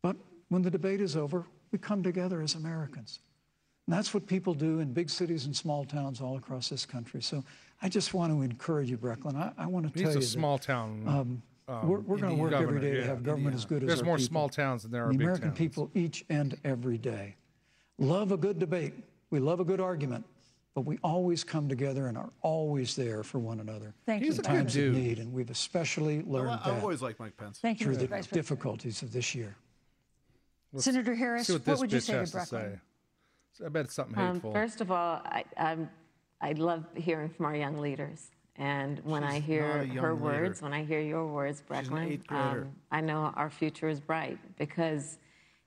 S7: But when the debate is over, we come together as Americans. And that's what people do in big cities and small towns all across this country. So I just want to encourage you, Brecklin. I, I want to tell
S2: He's
S7: you um,
S2: a
S7: that
S2: small town.
S7: we're, we're going to work
S2: governor,
S7: every day
S2: yeah,
S7: to have government as good as
S2: There's
S7: our
S2: more
S7: people.
S2: small towns than there are
S7: The
S2: big
S7: American
S2: towns.
S7: people each and every day love a good debate. We love a good argument, but we always come together and are always there for one another.
S5: Thank
S2: He's a
S5: you.
S7: in
S2: good
S7: times of
S2: dude.
S7: need, and we've especially learned
S4: I,
S7: that
S4: I've always liked Mike Pence.
S5: Thank you,
S7: through
S5: Mr.
S7: the
S5: Vice President.
S7: difficulties of this year.
S5: Senator Harris,
S2: See what
S5: what,
S2: this
S5: would
S2: bitch
S5: you say to
S2: has to
S5: Breckland?
S2: say. I bet it's something
S6: Um,
S2: hateful.
S6: first of all, I, I'm, I love hearing from our young leaders. And when I
S4: She's
S6: hear
S4: not a
S6: her
S4: young leader.
S6: words, when I hear your words, Brecklin,
S4: eighth grader.
S6: I know our future is bright because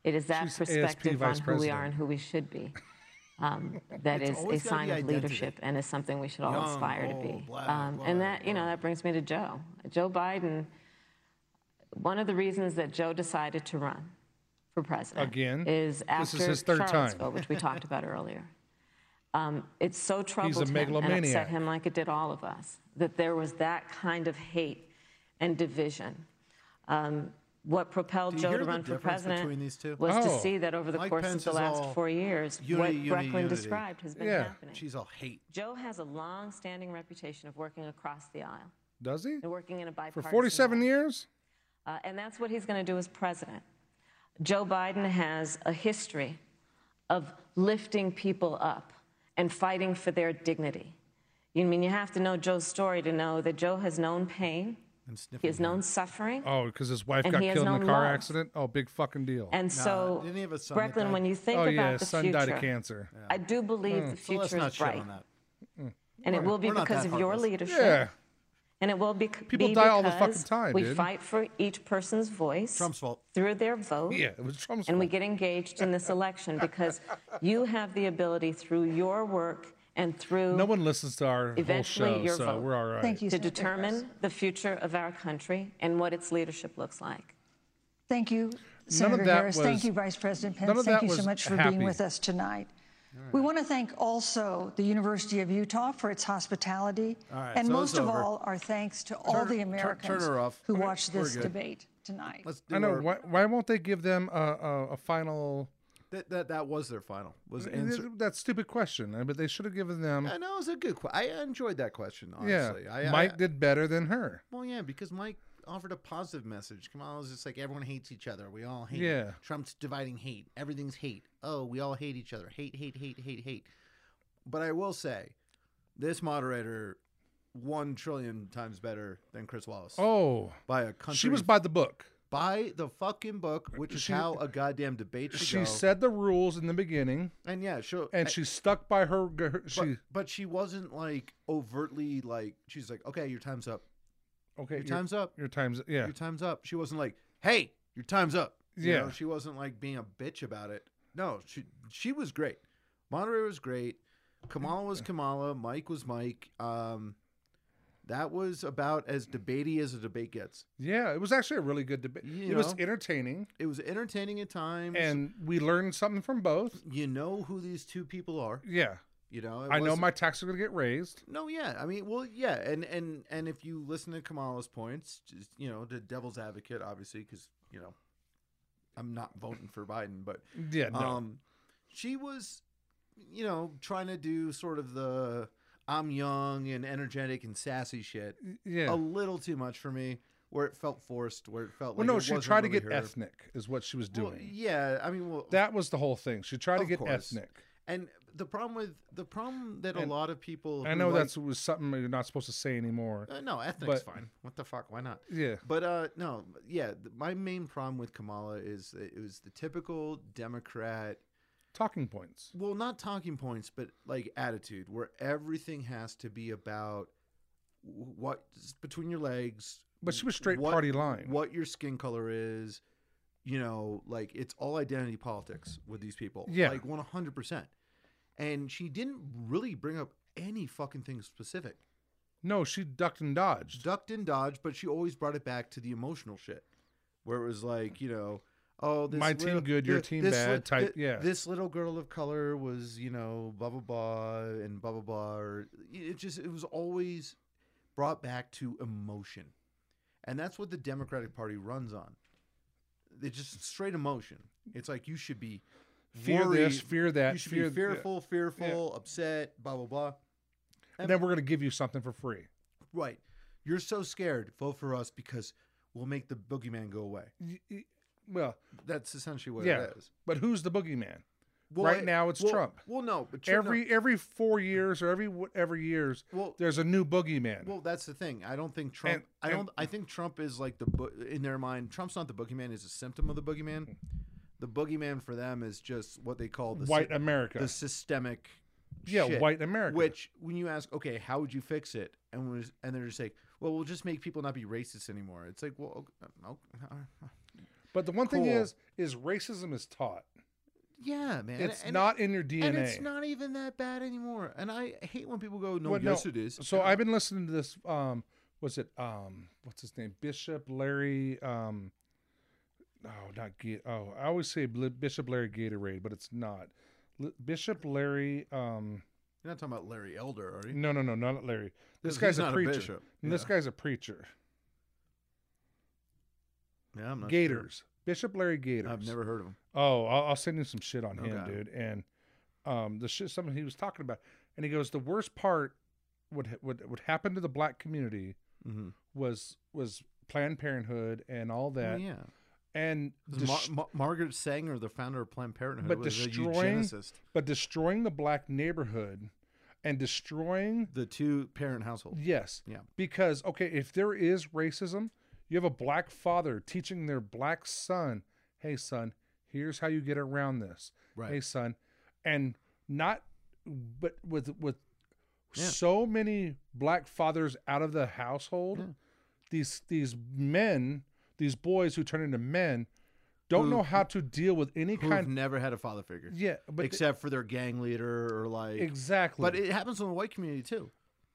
S6: it is that
S2: She's ASP
S6: perspective on
S2: vice
S6: who we are
S2: president.
S6: and who we should be um, that
S4: It's
S6: is a
S4: always gotta
S6: sign
S4: be
S6: of
S4: identity.
S6: leadership and is something we should all
S4: Young,
S6: aspire to be. Um,
S4: old, black,
S6: and
S4: white,
S6: that, you know, that brings me to Joe. Joe Biden, one of the reasons that Joe decided to run for president
S2: Again?
S6: is
S2: This
S6: after
S2: is his third time.
S6: Charlottesville, which we talked about earlier it so troubled him and
S2: megalomaniac.
S6: upset him like it did all of us that there was that kind of hate and division. Um, what propelled
S4: Do you
S6: Joe
S4: hear
S6: to
S4: the
S6: run for
S4: difference
S6: president
S4: between these two?
S6: was
S2: Oh.
S6: to see that over the
S4: Mike
S6: course
S4: Pence
S6: of
S4: is
S6: the last
S4: all
S6: four years,
S4: unity,
S6: what
S4: unity,
S6: Brecklin
S4: unity.
S6: described has been
S2: Yeah.
S6: happening.
S4: She's all hate.
S6: Joe has a long-standing reputation of working across the aisle
S2: Does he?
S6: and working in a
S2: For
S6: bipartisan
S2: 47
S6: way.
S2: years?
S6: Uh, and that's what he's going to do as president. Joe Biden has a history of lifting people up and fighting for their dignity. You mean you have to know Joe's story to know that Joe has known pain, he has known suffering,
S2: Oh, because his wife
S6: And
S2: got
S6: he has
S2: killed in a
S6: no
S2: car
S6: love.
S2: accident. Oh, big fucking deal.
S6: and so
S4: didn't he have a son that
S6: Brecklin,
S4: died?
S6: when you think
S2: oh
S6: about
S2: yeah,
S6: the
S2: his son
S6: future,
S2: died of cancer.
S6: I do believe the
S4: Hmm. So
S6: future
S4: let's not
S6: is
S4: shit
S6: bright,
S4: on that.
S6: and it will be
S4: We're not
S6: because
S4: that
S6: of your
S4: heartless.
S6: leadership.
S2: Yeah.
S6: And it will be c-
S2: People
S6: be
S2: die all the fucking
S6: because
S2: time,
S6: We
S2: dude.
S6: fight for each person's voice.
S4: Trump's fault.
S6: Through their vote.
S2: Yeah, it was Trump's
S6: And we
S2: fault.
S6: get engaged in this election because you have the ability through your work and through
S2: No one listens to our whole
S6: Eventually,
S2: show,
S6: your
S2: so
S6: vote.
S2: we're all right.
S5: Thank you.
S6: to
S5: Senator Harris.
S6: determine the future of our country and what its leadership looks like.
S5: Thank you, Senator
S2: that
S5: Harris.
S2: was-
S5: thank you, Vice President
S2: none
S5: Pence.
S2: of
S5: Thank
S2: that
S5: you so
S2: was
S5: much for
S2: happy.
S5: being with us tonight. We want to thank also the University of Utah for its hospitality,
S4: right,
S5: and
S4: so
S5: most
S4: it's
S5: of
S4: over.
S5: all, our thanks to all
S4: Turn-
S5: the
S4: turn- turn
S5: Americans
S4: her off.
S5: who
S4: We're-
S5: watched
S4: we're
S5: this
S4: good.
S5: debate tonight.
S4: Let's do
S2: I know.
S4: our-
S2: Why, why won't they give them a, a, a final?
S4: that, that that was their final. Was answer.
S2: That stupid question. uh, But they should have given them.
S4: I know it was a good. que- I enjoyed that question.
S2: Yeah.
S4: Honestly, I,
S2: Mike
S4: I,
S2: did better than her.
S4: Well, yeah, because Mike offered a positive message. Kamala's just like everyone hates each other. We all hate.
S2: Yeah.
S4: Trump's dividing hate. Everything's hate. Oh, we all hate each other. Hate, hate, hate, hate, hate. But I will say, this moderator, one trillion times better than Chris Wallace
S2: Oh,
S4: by a country.
S2: she was by the book.
S4: by the fucking book, which is
S2: She-
S4: how a goddamn debate should
S2: She
S4: go.
S2: said the rules in the beginning,
S4: and yeah, sure.
S2: and she stuck by her. her
S4: but,
S2: she
S4: but she wasn't like overtly like she's like, okay, your time's up.
S2: okay.
S4: Your time's up.
S2: Your time's yeah.
S4: your time's up. She wasn't like, hey, your time's up. You know,
S2: Yeah.
S4: she wasn't like being a bitch about it. No, she she was great. Monterey was great. Kamala was Kamala. Mike was Mike. Um, that was about as debatey as a debate gets.
S2: Yeah, it was actually a really good debate.
S4: You
S2: It was
S4: know.
S2: entertaining,
S4: It was entertaining at times,
S2: and we learned something from both.
S4: you know who these two people are.
S2: Yeah,
S4: You know, It
S2: I know
S4: wasn't-
S2: my taxes are gonna get raised.
S4: No, yeah. I mean, well, yeah, and and and if you listen to Kamala's points, just, you know, the devil's advocate, obviously, because you know, I'm not voting for Biden, but
S2: Yeah, no.
S4: um, she was, you know, trying to do sort of the I'm young and energetic and sassy shit.
S2: yeah.
S4: a little too much for me, where it felt forced, where it felt
S2: well,
S4: like
S2: no,
S4: it
S2: she
S4: wasn't
S2: tried to
S4: really
S2: get
S4: her.
S2: ethnic, is what she was doing.
S4: Well, yeah, I mean, well,
S2: That was the whole thing. She tried to
S4: Of
S2: get
S4: course.
S2: ethnic.
S4: and the problem with the problem that
S2: And
S4: a lot of people
S2: I
S4: who
S2: know
S4: like-
S2: that's was something you're not supposed to say anymore.
S4: Uh, no, ethnic's
S2: But-
S4: fine. What the fuck? Why not?
S2: Yeah.
S4: But uh, no, yeah. th- My main problem with Kamala is that it was the typical Democrat,
S2: Talking points.
S4: well, not talking points, but like attitude, where everything has to be about wh- what's between your legs.
S2: But she was straight
S4: what-
S2: party line.
S4: What your skin color is, you know, like it's all identity politics with these people.
S2: Yeah.
S4: like one hundred percent. And she didn't really bring up any fucking thing specific.
S2: No, she ducked and dodged.
S4: ducked and dodged, but she always brought it back to the emotional shit, where it was like, you know, oh, this
S2: My team
S4: little-
S2: good, your
S4: thi-
S2: team
S4: this
S2: bad
S4: lit-
S2: type-
S4: thi-
S2: yeah.
S4: this little girl of color was, you know, blah blah blah and blah blah blah. Or, it just it was always brought back to emotion, and that's what the Democratic Party runs on. They just straight emotion. It's like you should be
S2: Fear
S4: worried-
S2: this, fear that,
S4: You should
S2: fear th-
S4: be fearful, fearful, upset, blah blah blah.
S2: And then we're gonna give you something for free.
S4: Right. You're so scared. Vote for us because we'll make the boogeyman go away.
S2: Y- y- Well,
S4: That's essentially what
S2: yeah.
S4: it is.
S2: But who's the boogeyman?
S4: Well,
S2: Right
S4: I-
S2: now it's
S4: well-
S2: Trump.
S4: Well, no, but Trump,
S2: Every every four years or every whatever years,
S4: Well-
S2: there's a new boogeyman.
S4: Well, that's the thing. I don't think Trump.
S2: And-
S4: I
S2: and-
S4: don't. I think Trump is like the bo- in their mind. Trump's not the boogeyman. Is a symptom of the boogeyman. The boogeyman for them is just what they call the
S2: Mm-hmm. White America.
S4: the systemic.
S2: Yeah,
S4: shit,
S2: white America.
S4: Which, when you ask, okay, how would you fix it? And was, and they're just like, well, we'll just make people not be racist anymore. It's like, well, okay, okay,
S2: but the one thing
S4: cool.
S2: is, is racism is taught.
S4: yeah, man.
S2: It's
S4: and-
S2: not in your DNA.
S4: And it's not even that bad anymore. And I hate when people go, no,
S2: Well,
S4: yes, it is.
S2: So I've been listening to this. Um, was it um, what's his name? Bishop Larry. Um, oh, not Ga- Oh, I always say Bl- Bishop Larry Gatorade, but it's not. L- Bishop Larry. Um,
S4: You're not talking about Larry Elder, are you?
S2: no, no, no, not Larry. This
S4: 'Cause
S2: guy's
S4: he's
S2: a
S4: not a
S2: preacher.
S4: bishop.
S2: And This
S4: Yeah.
S2: guy's a preacher.
S4: Yeah, I'm not sure.
S2: Gators. Bishop Larry Gators.
S4: I've never heard of him.
S2: Oh, I'll, I'll send you some shit on him,
S4: Okay.
S2: dude. And um, the shit, something he was talking about, and he goes, the worst part would ha- would would happen to the
S4: Mm-hmm.
S2: black community was was Planned Parenthood and all that,
S4: Oh, yeah.
S2: and
S4: Mar-
S2: dest-
S4: Mar- Margaret Sanger, the founder of Planned Parenthood,
S2: but
S4: was a
S2: destroying
S4: eugenicist.
S2: but destroying the black neighborhood and destroying
S4: The two parent household.
S2: Yes.
S4: Yeah.
S2: Because okay, if there is racism, you have a black father teaching their black son, "Hey son, here's how you get around this."
S4: Right.
S2: Hey son, and not but with with so many black fathers out of the household, these these men, these boys who turn into men don't know how to deal with any
S4: Who've
S2: kind
S4: never had a father figure.
S2: Yeah, but
S4: except for their gang leader or like
S2: exactly.
S4: But it happens in the white community too.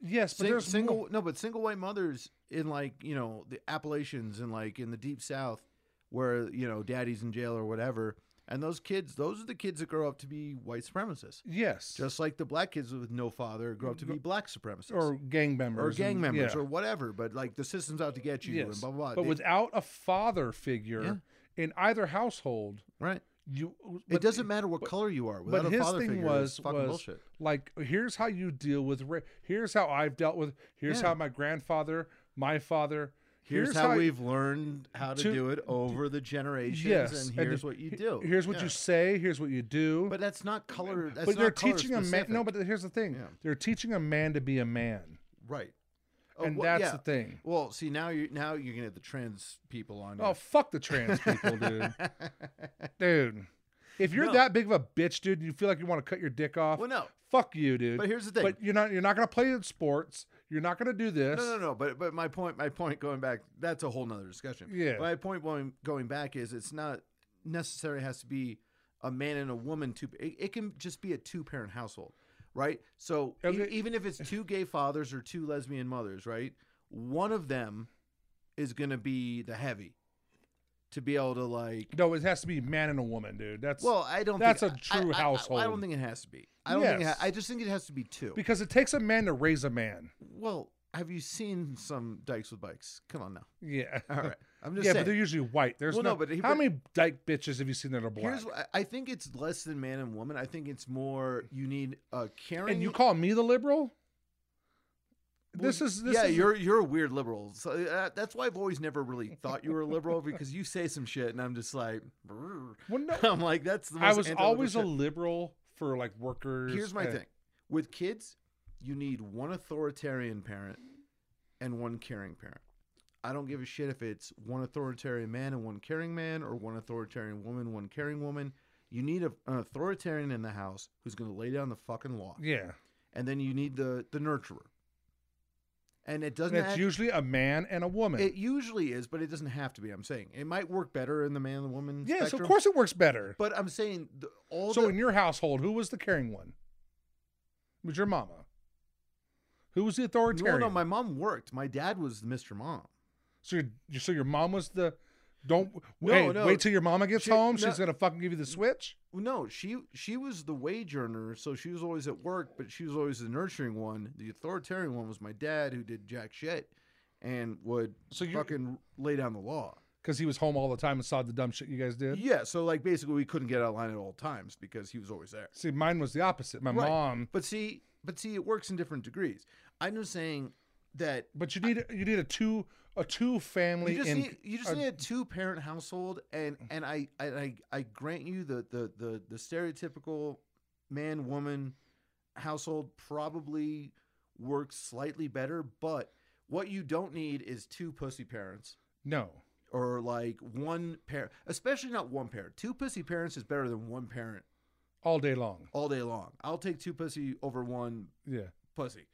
S2: yes, but
S4: Sing-
S2: there's
S4: single
S2: more-
S4: no, but single white mothers in like you know the Appalachians and like in the deep South, where you know daddy's in jail or whatever, and those kids, those are the kids that grow up to be white supremacists,
S2: yes.
S4: just like the black kids with no father grow up to be black supremacists
S2: or gang
S4: or
S2: members
S4: gang
S2: and-
S4: members
S2: yeah.
S4: or whatever. But like the system's out to get you and blah blah blah.
S2: But
S4: They-
S2: without a father figure in either household,
S4: right,
S2: you
S4: it doesn't matter what color you are. Without
S2: But
S4: a
S2: his
S4: father
S2: thing
S4: figure,
S2: was
S4: it's fucking
S2: was
S4: bullshit.
S2: like, here's how you deal with. Ra- here's how I've dealt with. Here's
S4: Yeah.
S2: how my grandfather, my father.
S4: Here's, how,
S2: I-
S4: we've learned how to,
S2: to-
S4: do it over the generations,
S2: Yes,
S4: and
S2: and
S4: here's
S2: the-
S4: what you
S2: he-
S4: do.
S2: Here's what
S4: Yeah.
S2: you say. Here's what you do.
S4: But that's not color. That's
S2: But
S4: not
S2: they're
S4: color
S2: teaching a man. No,
S4: specific.
S2: but here's the thing.
S4: Yeah.
S2: They're teaching a man to be a man.
S4: right, Oh,
S2: And that's the thing.
S4: Well, see now you now you're gonna get the trans people on.
S2: Oh
S4: you.
S2: fuck the trans people, dude. dude, if you're that big of a bitch, dude, you feel like you want to cut your dick off.
S4: Well, no.
S2: Fuck you, dude.
S4: But here's the thing.
S2: But you're not you're not gonna play in sports. You're not gonna do this.
S4: no, no, no. But but my point, my point going back, that's a whole nother discussion.
S2: Yeah.
S4: My point going going back is it's not necessarily has to be a man and a woman. Two, it, it can just be a two parent household, right? So e-
S2: Okay.
S4: even if it's two gay fathers or two lesbian mothers, right? One of them is gonna be the heavy to be able to like
S2: No, it has to be a man and a woman, dude. That's
S4: Well, I don't.
S2: That's
S4: think,
S2: a
S4: I-
S2: true
S4: I- I-
S2: household.
S4: I, don't think it has to be. I don't. Think it ha-
S2: Yes.
S4: I just think it has to be two.
S2: because it takes a man to raise a man.
S4: well, have you seen some dykes with bikes? Come on now.
S2: Yeah.
S4: All right. I'm just
S2: yeah,
S4: saying.
S2: but they're usually white. There's
S4: Well,
S2: no.
S4: no, but he-
S2: how
S4: but-
S2: many dyke bitches have you seen that are black?
S4: Here's what I I think it's less than man and woman. I think it's more you need a caring.
S2: and you call me the liberal?
S4: well,
S2: This is this
S4: yeah.
S2: is-
S4: you're you're a weird liberal. So uh, that's why I've always never really thought you were a liberal because you say some shit and I'm just like, "Brr."
S2: Well, no.
S4: I'm like that's the.
S2: I
S4: Most
S2: was
S4: anti-liberal
S2: always a
S4: shit.
S2: liberal for like workers.
S4: Here's my
S2: and-
S4: thing with kids, you need one authoritarian parent and one caring parent. I don't give a shit if it's one authoritarian man and one caring man or one authoritarian woman, one caring woman. You need a, an authoritarian in the house who's going to lay down the fucking law.
S2: Yeah.
S4: And then you need the, the nurturer. And it doesn't
S2: And it's
S4: act-
S2: usually a man and a woman.
S4: it usually is, but it doesn't have to be. I'm saying it might work better in the man and the woman.
S2: yes,
S4: spectrum,
S2: of course it works better.
S4: But I'm saying the, all
S2: so
S4: the,
S2: in your household, who was the caring one? It was your mama. Who was the
S4: no,
S2: authoritarian?
S4: no, my mom worked. My dad was Mr. Mom.
S2: so your so your mom was the don't
S4: No,
S2: hey,
S4: no.
S2: wait till your mama gets
S4: She-
S2: home.
S4: no.
S2: She's gonna fucking give you the switch.
S4: Well, no, she she was the wage earner, so she was always at work, but she was always the nurturing one. The authoritarian one was my dad, who did jack shit and would
S2: So you-
S4: fucking lay down the law.
S2: Because he was home all the time and saw the dumb shit you guys did.
S4: Yeah, so like basically we couldn't get out of line at all times because he was always there.
S2: See, mine was the opposite. My
S4: Right.
S2: mom.
S4: but see, but see, it works in different degrees. I'm just saying that
S2: But you need you need a two a two family.
S4: you just
S2: in,
S4: need you just
S2: a- Mm.
S4: need a two parent household, and and I I I, I grant you the, the the the stereotypical man woman household probably works slightly better, but what you don't need is two pussy parents
S2: no.
S4: or like one parent, especially not one parent. Two pussy parents is better than one parent
S2: All day long.
S4: all day long. I'll take two pussy over one
S2: Yeah.
S4: pussy.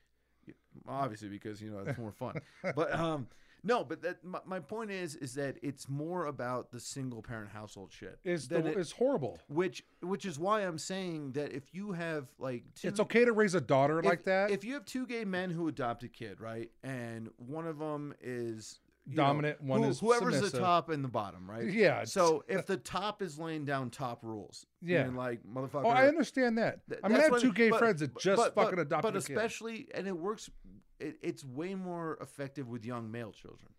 S4: Y- Obviously, because you know it's more fun. but um, no, but that my, my point is is that it's more about the single parent household shit.
S2: It's
S4: than
S2: the,
S4: it-
S2: it's horrible.
S4: which which is why I'm saying that if you have like two,
S2: It's okay to raise a daughter
S4: if-
S2: like that.
S4: If you have two gay men who adopt a kid, right, and one of them is you know,
S2: Dominant, one is
S4: whoever's
S2: submissive.
S4: the top and the bottom, right?
S2: Yeah, it's-
S4: So if the top is laying down top rules,
S2: Yeah.
S4: and like motherfucker,
S2: Oh, I understand that.
S4: Th-
S2: I mean, I
S4: that's
S2: have
S4: what
S2: two gay
S4: but-
S2: friends that
S4: but-
S2: just
S4: but-
S2: fucking
S4: but-
S2: adopted
S4: But
S2: a kid.
S4: especially, and it works. It, it's way more effective with young male children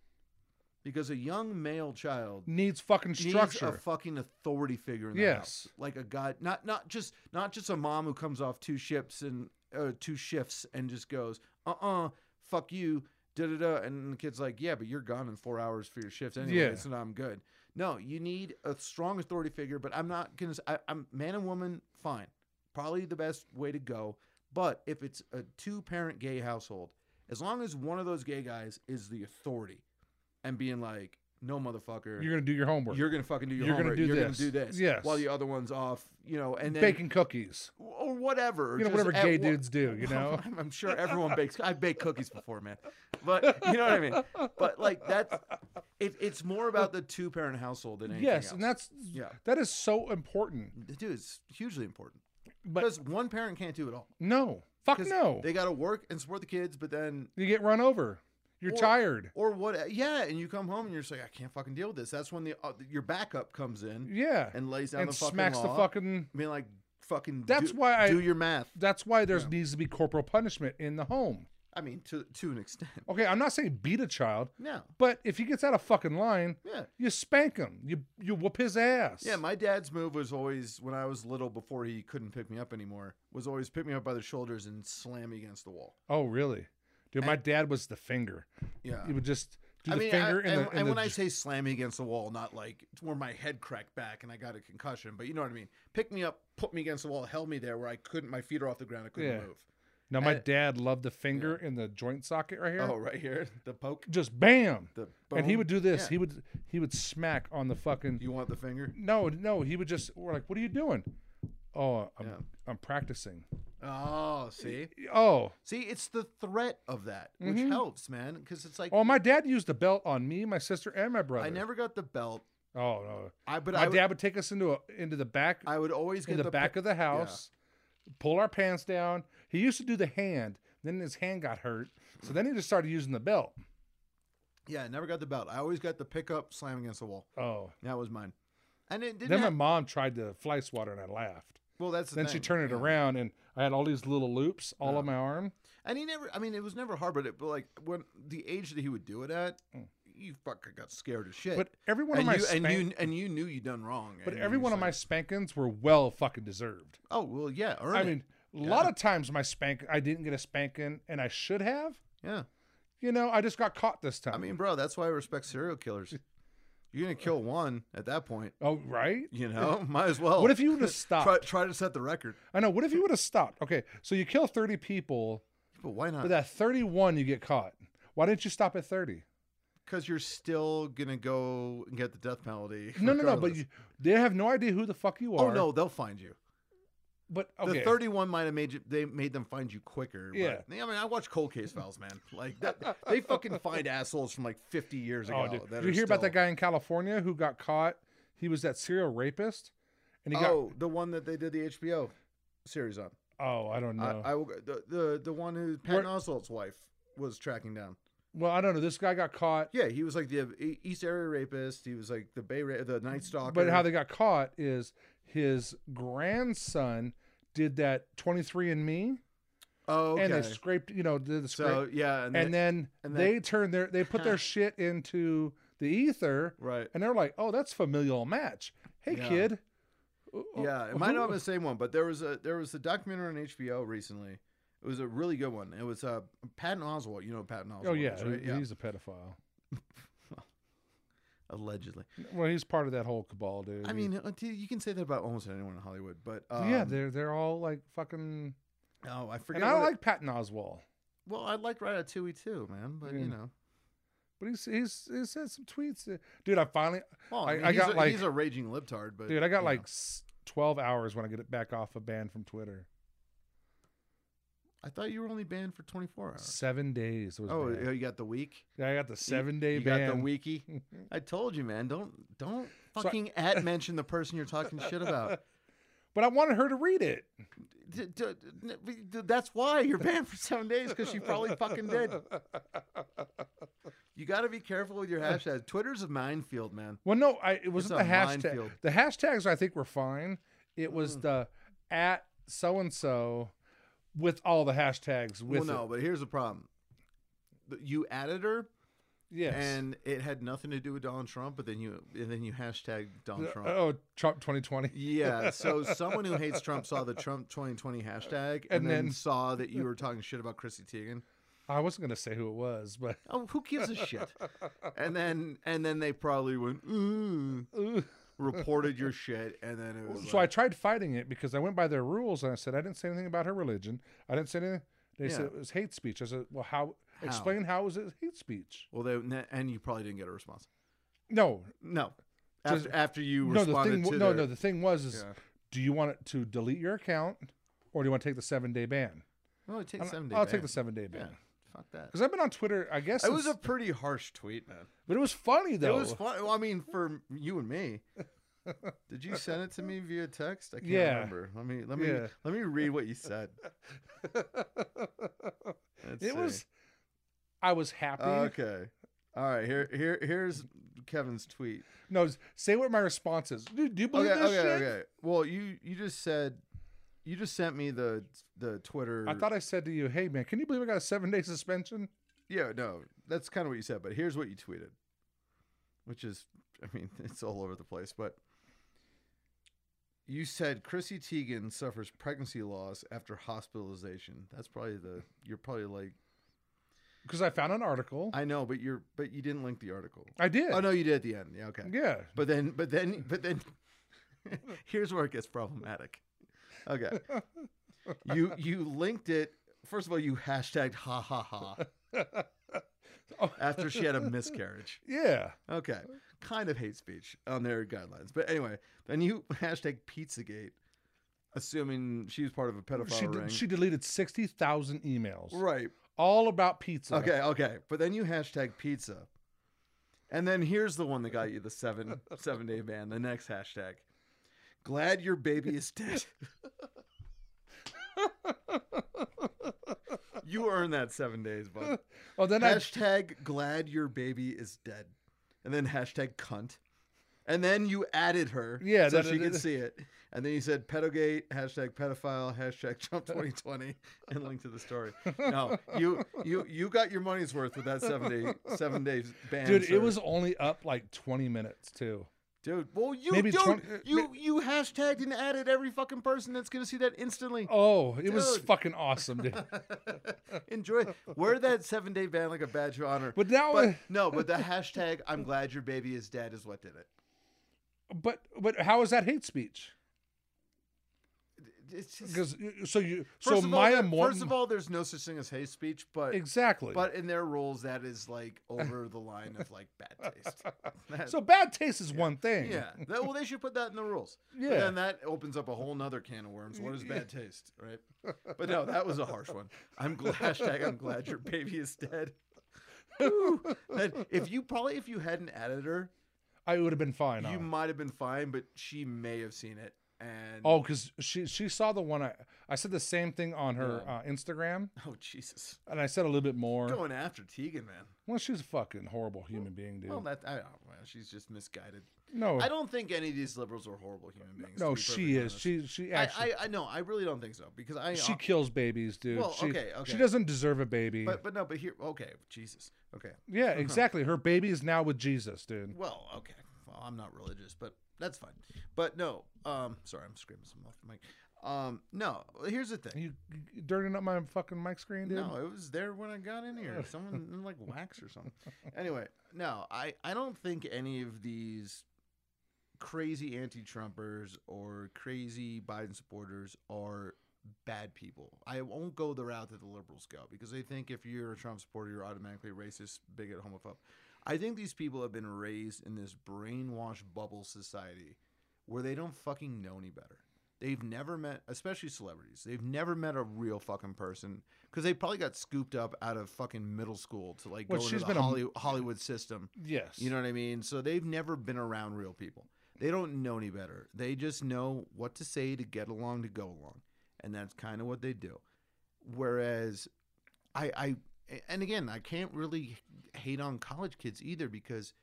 S4: because a young male child
S2: needs fucking structure.
S4: needs a fucking authority figure. In the
S2: Yes.
S4: house. like a god, not not just not just a mom who comes off two ships and uh, two shifts and just goes, uh uh "Uh-uh, fuck you. da da da. And the kid's like, yeah, but you're gone in four hours for your shift anyway,
S2: Yeah.
S4: so now I'm good. No, you need a strong authority figure, but I'm not going to, I'm man and woman, fine. Probably the best way to go. But if it's a two parent gay household, as long as one of those gay guys is the authority and being like, no, motherfucker,
S2: You're gonna do your homework.
S4: you're gonna fucking do your
S2: You're gonna
S4: homework.
S2: do
S4: you're
S2: this.
S4: gonna do this.
S2: Yes.
S4: While the other one's off, you know, and then
S2: baking cookies.
S4: or whatever.
S2: You know,
S4: just
S2: whatever
S4: at
S2: gay
S4: wo-
S2: dudes do, you know?
S4: I'm, I'm sure everyone bakes. I baked cookies before, man. But you know what I mean. But like that's it, it's more about the two parent household than anything
S2: Yes,
S4: else.
S2: and that's
S4: Yeah.
S2: that is so important.
S4: dude, it's hugely important
S2: But
S4: because one parent can't do it all.
S2: no, fuck
S4: 'Cause
S2: no.
S4: they got to work and support the kids, but then
S2: you get run over. You're
S4: or-
S2: tired.
S4: or what? Yeah, and you come home and you're just like, I can't fucking deal with this. That's when the uh, your backup comes in.
S2: Yeah,
S4: and lays down
S2: and
S4: the fucking
S2: smacks the
S4: law.
S2: fucking.
S4: I mean, like fucking.
S2: That's
S4: do-
S2: why I-
S4: do your math.
S2: That's why there's needs to be corporal punishment in the home.
S4: I mean, to to an extent.
S2: Okay, I'm not saying beat a child,
S4: No.
S2: but if he gets out of fucking line,
S4: Yeah.
S2: you spank him. You you whoop his ass.
S4: Yeah, my dad's move was always when I was little before he couldn't pick me up anymore was always pick me up by the shoulders and slam me against the wall.
S2: oh really, dude? My dad was the finger.
S4: Yeah.
S2: He would just do
S4: I
S2: the
S4: mean,
S2: finger and,
S4: I, and,
S2: the,
S4: and
S2: and
S4: when
S2: the
S4: I
S2: j-
S4: say slam me against the wall, not like to where my head cracked back and I got a concussion, but you know what I mean. Pick me up, put me against the wall, held me there where I couldn't. My feet are off the ground. I couldn't
S2: Yeah.
S4: move.
S2: now my dad loved the finger in the joint socket right here.
S4: Oh, right here, the poke.
S2: just bam.
S4: The
S2: and he
S4: bone?
S2: would do this.
S4: Yeah.
S2: He would he would smack on the fucking.
S4: You want the finger?
S2: no, no. He would just. We're like, what are you doing? Oh, I'm I'm practicing.
S4: Oh, see,
S2: Oh,
S4: see, it's the threat of that which
S2: Mm-hmm.
S4: helps, man, because it's like
S2: oh. My dad used the belt on me, my sister, and my brother.
S4: I never got the belt.
S2: Oh no.
S4: I but
S2: my
S4: I would,
S2: dad would take us into a into the back
S4: I would always get
S2: in the,
S4: the
S2: back
S4: pa-
S2: of the
S4: yeah.
S2: house, pull our pants down. He used to do the hand. Then his hand got hurt, so then he just started using the belt.
S4: Yeah, I never got the belt. I always got the pickup slam against the wall.
S2: Oh.
S4: That was mine. And it didn't.
S2: Then my
S4: have-
S2: mom tried to fly swatter, and I laughed.
S4: well, that's the
S2: Then she
S4: thing,
S2: turned it
S4: yeah.
S2: around, and I had all these little loops all on my arm.
S4: And he never. I mean, it was never hard, but it, but like when the age that he would do it at, you fucking got scared as shit.
S2: Mm. But every one of
S4: and
S2: my
S4: you, and you
S2: spank-
S4: and you knew you done wrong.
S2: But
S4: and
S2: every
S4: you're
S2: one of
S4: just
S2: my
S4: like,
S2: spankings were well fucking deserved.
S4: Oh well, yeah. Earn
S2: I
S4: it.
S2: mean, a lot of times my spank, I didn't get a spanking, and I should have.
S4: yeah.
S2: You know, I just got caught this time.
S4: I mean, bro, that's why I respect serial killers. You're gonna kill one at that point.
S2: oh right.
S4: You know, might as well.
S2: What if you would've
S4: Try,
S2: stopped?
S4: try to set the record.
S2: I know. What if you would have stopped? Okay, so you kill thirty people,
S4: But why not?
S2: but at thirty-one you get caught. Why didn't you stop at thirty?
S4: Because you're still gonna go and get the death penalty.
S2: No, no, no. But
S4: regardless.
S2: you, they have no idea who the fuck you
S4: oh
S2: are.
S4: no, they'll find you.
S2: But okay.
S4: The 31 might have made you, they made them find you quicker. but-
S2: Yeah.
S4: I mean, I watch cold case files, man. Like that, they fucking find assholes from like 50 years ago.
S2: Oh, dude.
S4: that
S2: Did you
S4: are
S2: hear about that
S4: still-
S2: guy in California who got caught? He was that serial rapist, and he
S4: Oh, the one that they did the HBO series on.
S2: got. Oh, I don't know.
S4: I, I will, go- the, the the one who Patton
S2: Where-
S4: Oswalt's wife was tracking down.
S2: well, I don't know. This guy got caught.
S4: Yeah, he was like the E- East Area rapist. He was like the Bay Ra- the Night Stalker.
S2: But how they got caught is his grandson did that 23andMe
S4: oh okay.
S2: and they scraped, you know, did the scrape.
S4: so yeah, and,
S2: and,
S4: then
S2: then
S4: and
S2: they
S4: then-
S2: turned their, they put their shit into the ether.
S4: Right.
S2: And they're like, oh, that's familial match. Hey,
S4: Yeah.
S2: kid.
S4: Yeah, it might not
S2: who-
S4: be the same one, but there was a there was a documentary on HBO recently. It was a really good one. It was uh, Patton Oswalt. You know who Patton Oswalt.
S2: Oh, yeah.
S4: is, right?
S2: he- He's a pedophile.
S4: allegedly.
S2: Well, he's part of that whole cabal, dude.
S4: I mean, uh, dude, you can say that about almost anyone in Hollywood, but um,
S2: yeah, they're they're all like fucking.
S4: Oh, I forget.
S2: And I
S4: what it-
S2: like Patton Oswald,
S4: well, I liked Ratatouille too, man. But you know,
S2: but he's he's he said some tweets, uh, dude. I finally,
S4: well,
S2: I,
S4: I, mean,
S2: I
S4: he's
S2: got
S4: a,
S2: like
S4: he's a raging libtard, but
S2: Dude, I got
S4: you
S2: like
S4: know.
S2: s 12 hours when I get it back off a ban from Twitter.
S4: I thought you were only banned for twenty four hours.
S2: Seven days was
S4: Uh, Oh,
S2: oh,
S4: you got the week.
S2: I got the
S4: You-
S2: seven day
S4: you
S2: ban.
S4: got the wiki. I told you, man. Don't don't
S2: I-
S4: fucking at mention the person you're talking shit about.
S2: But I wanted her to read it.
S4: D- d- d- n- we- d- That's why you're banned for seven days because she probably fucking did. You got to be careful with your hashtags. Twitter's a minefield, man.
S2: Well, no, I, it wasn't
S4: a
S2: the hashtag.
S4: minefield. Mm.
S2: The hashtags I think were fine. It was the at so and so with all the hashtags with
S4: well, no,
S2: it.
S4: but here's the problem: Th- you added her,
S2: Yes.
S4: and it had nothing to do with Donald Trump. But then you and then you hashtag Donald Trump.
S2: oh, Trump 2020.
S4: Yeah, so someone who hates Trump saw the Trump 2020 hashtag and,
S2: And
S4: then,
S2: then-
S4: saw that you were talking shit about Chrissy Teigen
S2: I wasn't gonna say who it was, but
S4: Oh, who gives a shit? and then and then they probably went ooh, reported your shit, and then it was
S2: so I
S4: like,
S2: tried fighting it because I went by their rules and I said I didn't say anything about her religion. I didn't say anything. They said
S4: Yeah.
S2: it was hate speech. I said, well, how? Explain how is it hate speech?
S4: well, they, and you probably didn't get a response.
S2: No,
S4: No, after,
S2: Just-
S4: after you
S2: no. The
S4: responded
S2: thing,
S4: to
S2: no,
S4: their-
S2: no. The thing was, is
S4: Yeah.
S2: do you want it to delete your account or do you want to take the seven day ban?
S4: Well, it takes
S2: I'll-
S4: seven
S2: I'll
S4: day
S2: take
S4: ban.
S2: the seven day ban
S4: Yeah, fuck that.
S2: because I've been on Twitter. I guess
S4: It was a
S2: since-
S4: pretty harsh tweet, man.
S2: but it was funny
S4: It
S2: though.
S4: was fun. Well, I mean, for you and me. Did you send it to me via text? I can't
S2: Yeah.
S4: remember. Let me let me
S2: Yeah.
S4: let me read what you said.
S2: It
S4: Let's see. Uh,
S2: was. I was happy.
S4: okay. All right. Here here here's Kevin's tweet.
S2: No, say what my response is. Dude, do you believe
S4: Okay.
S2: this
S4: Okay.
S2: shit?
S4: Okay. Well, you you just said you just sent me the the Twitter.
S2: I thought I said to you, "Hey man, can you believe I got a seven day suspension?"
S4: Yeah, no, that's kind of what you said, but here's what you tweeted, which is, I mean, it's all over the place, but you said Chrissy Teigen suffers pregnancy loss after hospitalization. That's probably the, you're probably like,
S2: Because I found an article. I,
S4: I know, but you're, but you didn't link the article.
S2: did.
S4: Oh, no, you did at the end. Yeah, okay.
S2: Yeah.
S4: But then, but then, but then, here's where it gets problematic. Okay. You, you linked it. First of all, you hashtagged ha ha ha after she had a miscarriage.
S2: Yeah.
S4: Okay. Kind of hate speech on their guidelines. But anyway, then you hashtag Pizzagate, assuming she was part of a pedophile
S2: She,
S4: ring.
S2: d- she deleted 60,000 emails.
S4: right.
S2: All about pizza.
S4: Okay, okay. But then you hashtag pizza. And then here's the one that got you the seven seven day ban, the next hashtag. Glad your baby is dead. you earned that seven days, bud.
S2: Well, Oh, then I.
S4: hashtag glad your baby is dead and then hashtag cunt and then you added her
S2: Yeah,
S4: so
S2: that-
S4: she
S2: that-
S4: could
S2: that-
S4: see it and then you said pedogate hashtag pedophile hashtag trump 2020 and link to the story no you you you got your money's worth with that seven day seven days ban
S2: Dude,
S4: sir.
S2: it was only up like 20 minutes, too.
S4: dude well you
S2: maybe
S4: dude,
S2: 20 uh,
S4: you you hashtagged and added every fucking person that's gonna see that instantly
S2: Oh, it was
S4: Dude.
S2: fucking awesome, dude.
S4: Enjoy. Wear that seven day ban like a badge of honor.
S2: But now-
S4: no, but the hashtag "I'm glad your baby is dead" is what did it.
S2: but but how is that hate speech?
S4: It's just,
S2: Because so you so
S4: first of all,
S2: Maya
S4: there-
S2: Moore.
S4: First of all, there's no such thing as hate speech, but
S2: exactly.
S4: but in their rules, that is like over the line of like bad taste. That-
S2: so bad taste is one thing.
S4: yeah, that, well, they should put that in the rules. But
S2: Yeah.
S4: then that opens up a whole nother can of worms. What is bad taste, right? But no, that was a harsh one. I'm glad. Hashtag I'm glad your baby is dead. Woo. That- if you probably if you hadn't added her,
S2: I would have been fine. uh,
S4: you
S2: huh?
S4: might have been fine, but she may have seen it. And
S2: Oh, because she she saw the one I I said the same thing on her uh, Instagram,
S4: Oh, Jesus,
S2: and I said a little bit more.
S4: going after Tegan, man.
S2: Well, she's a fucking horrible human being, dude.
S4: Well, that I don't know. She's just misguided.
S2: no,
S4: I don't think any of these liberals are horrible human beings.
S2: no,
S4: to be
S2: she
S4: perfectly
S2: is.
S4: honest.
S2: She she
S4: I,
S2: actually
S4: I, I know. I really don't think so because I.
S2: she kills babies, dude.
S4: Well,
S2: she,
S4: okay,
S2: She
S4: okay.
S2: doesn't deserve a baby.
S4: But uh-huh. but no. But here. Okay. Jesus. Okay.
S2: yeah, exactly. Her baby is now with Jesus, dude.
S4: Well. Okay. Well, I'm not religious, but that's fine. But no. Um. Sorry, I'm screaming some off the mic. Um. No. Here's the thing.
S2: You you dirtying up my fucking mic screen, dude.
S4: No, it was there when I got in here. Someone like wax or something. Anyway, no, I, I don't think any of these crazy anti-Trumpers or crazy Biden supporters are bad people. I won't go the route that the liberals go because they think if you're a Trump supporter, you're automatically racist, bigot, homophobe. I think these people have been raised in this brainwashed bubble society where they don't fucking know any better. They've never met, especially celebrities. They've never met a real fucking person because they probably got scooped up out of fucking middle school to like
S2: Well,
S4: go
S2: she's
S4: into the
S2: been a-
S4: Holly, Hollywood system.
S2: Yes.
S4: You know what I mean? So they've never been around real people. They don't know any better. They just know what to say to get along to go along. And that's kind of what they do. Whereas I I and again, I can't really hate on college kids either because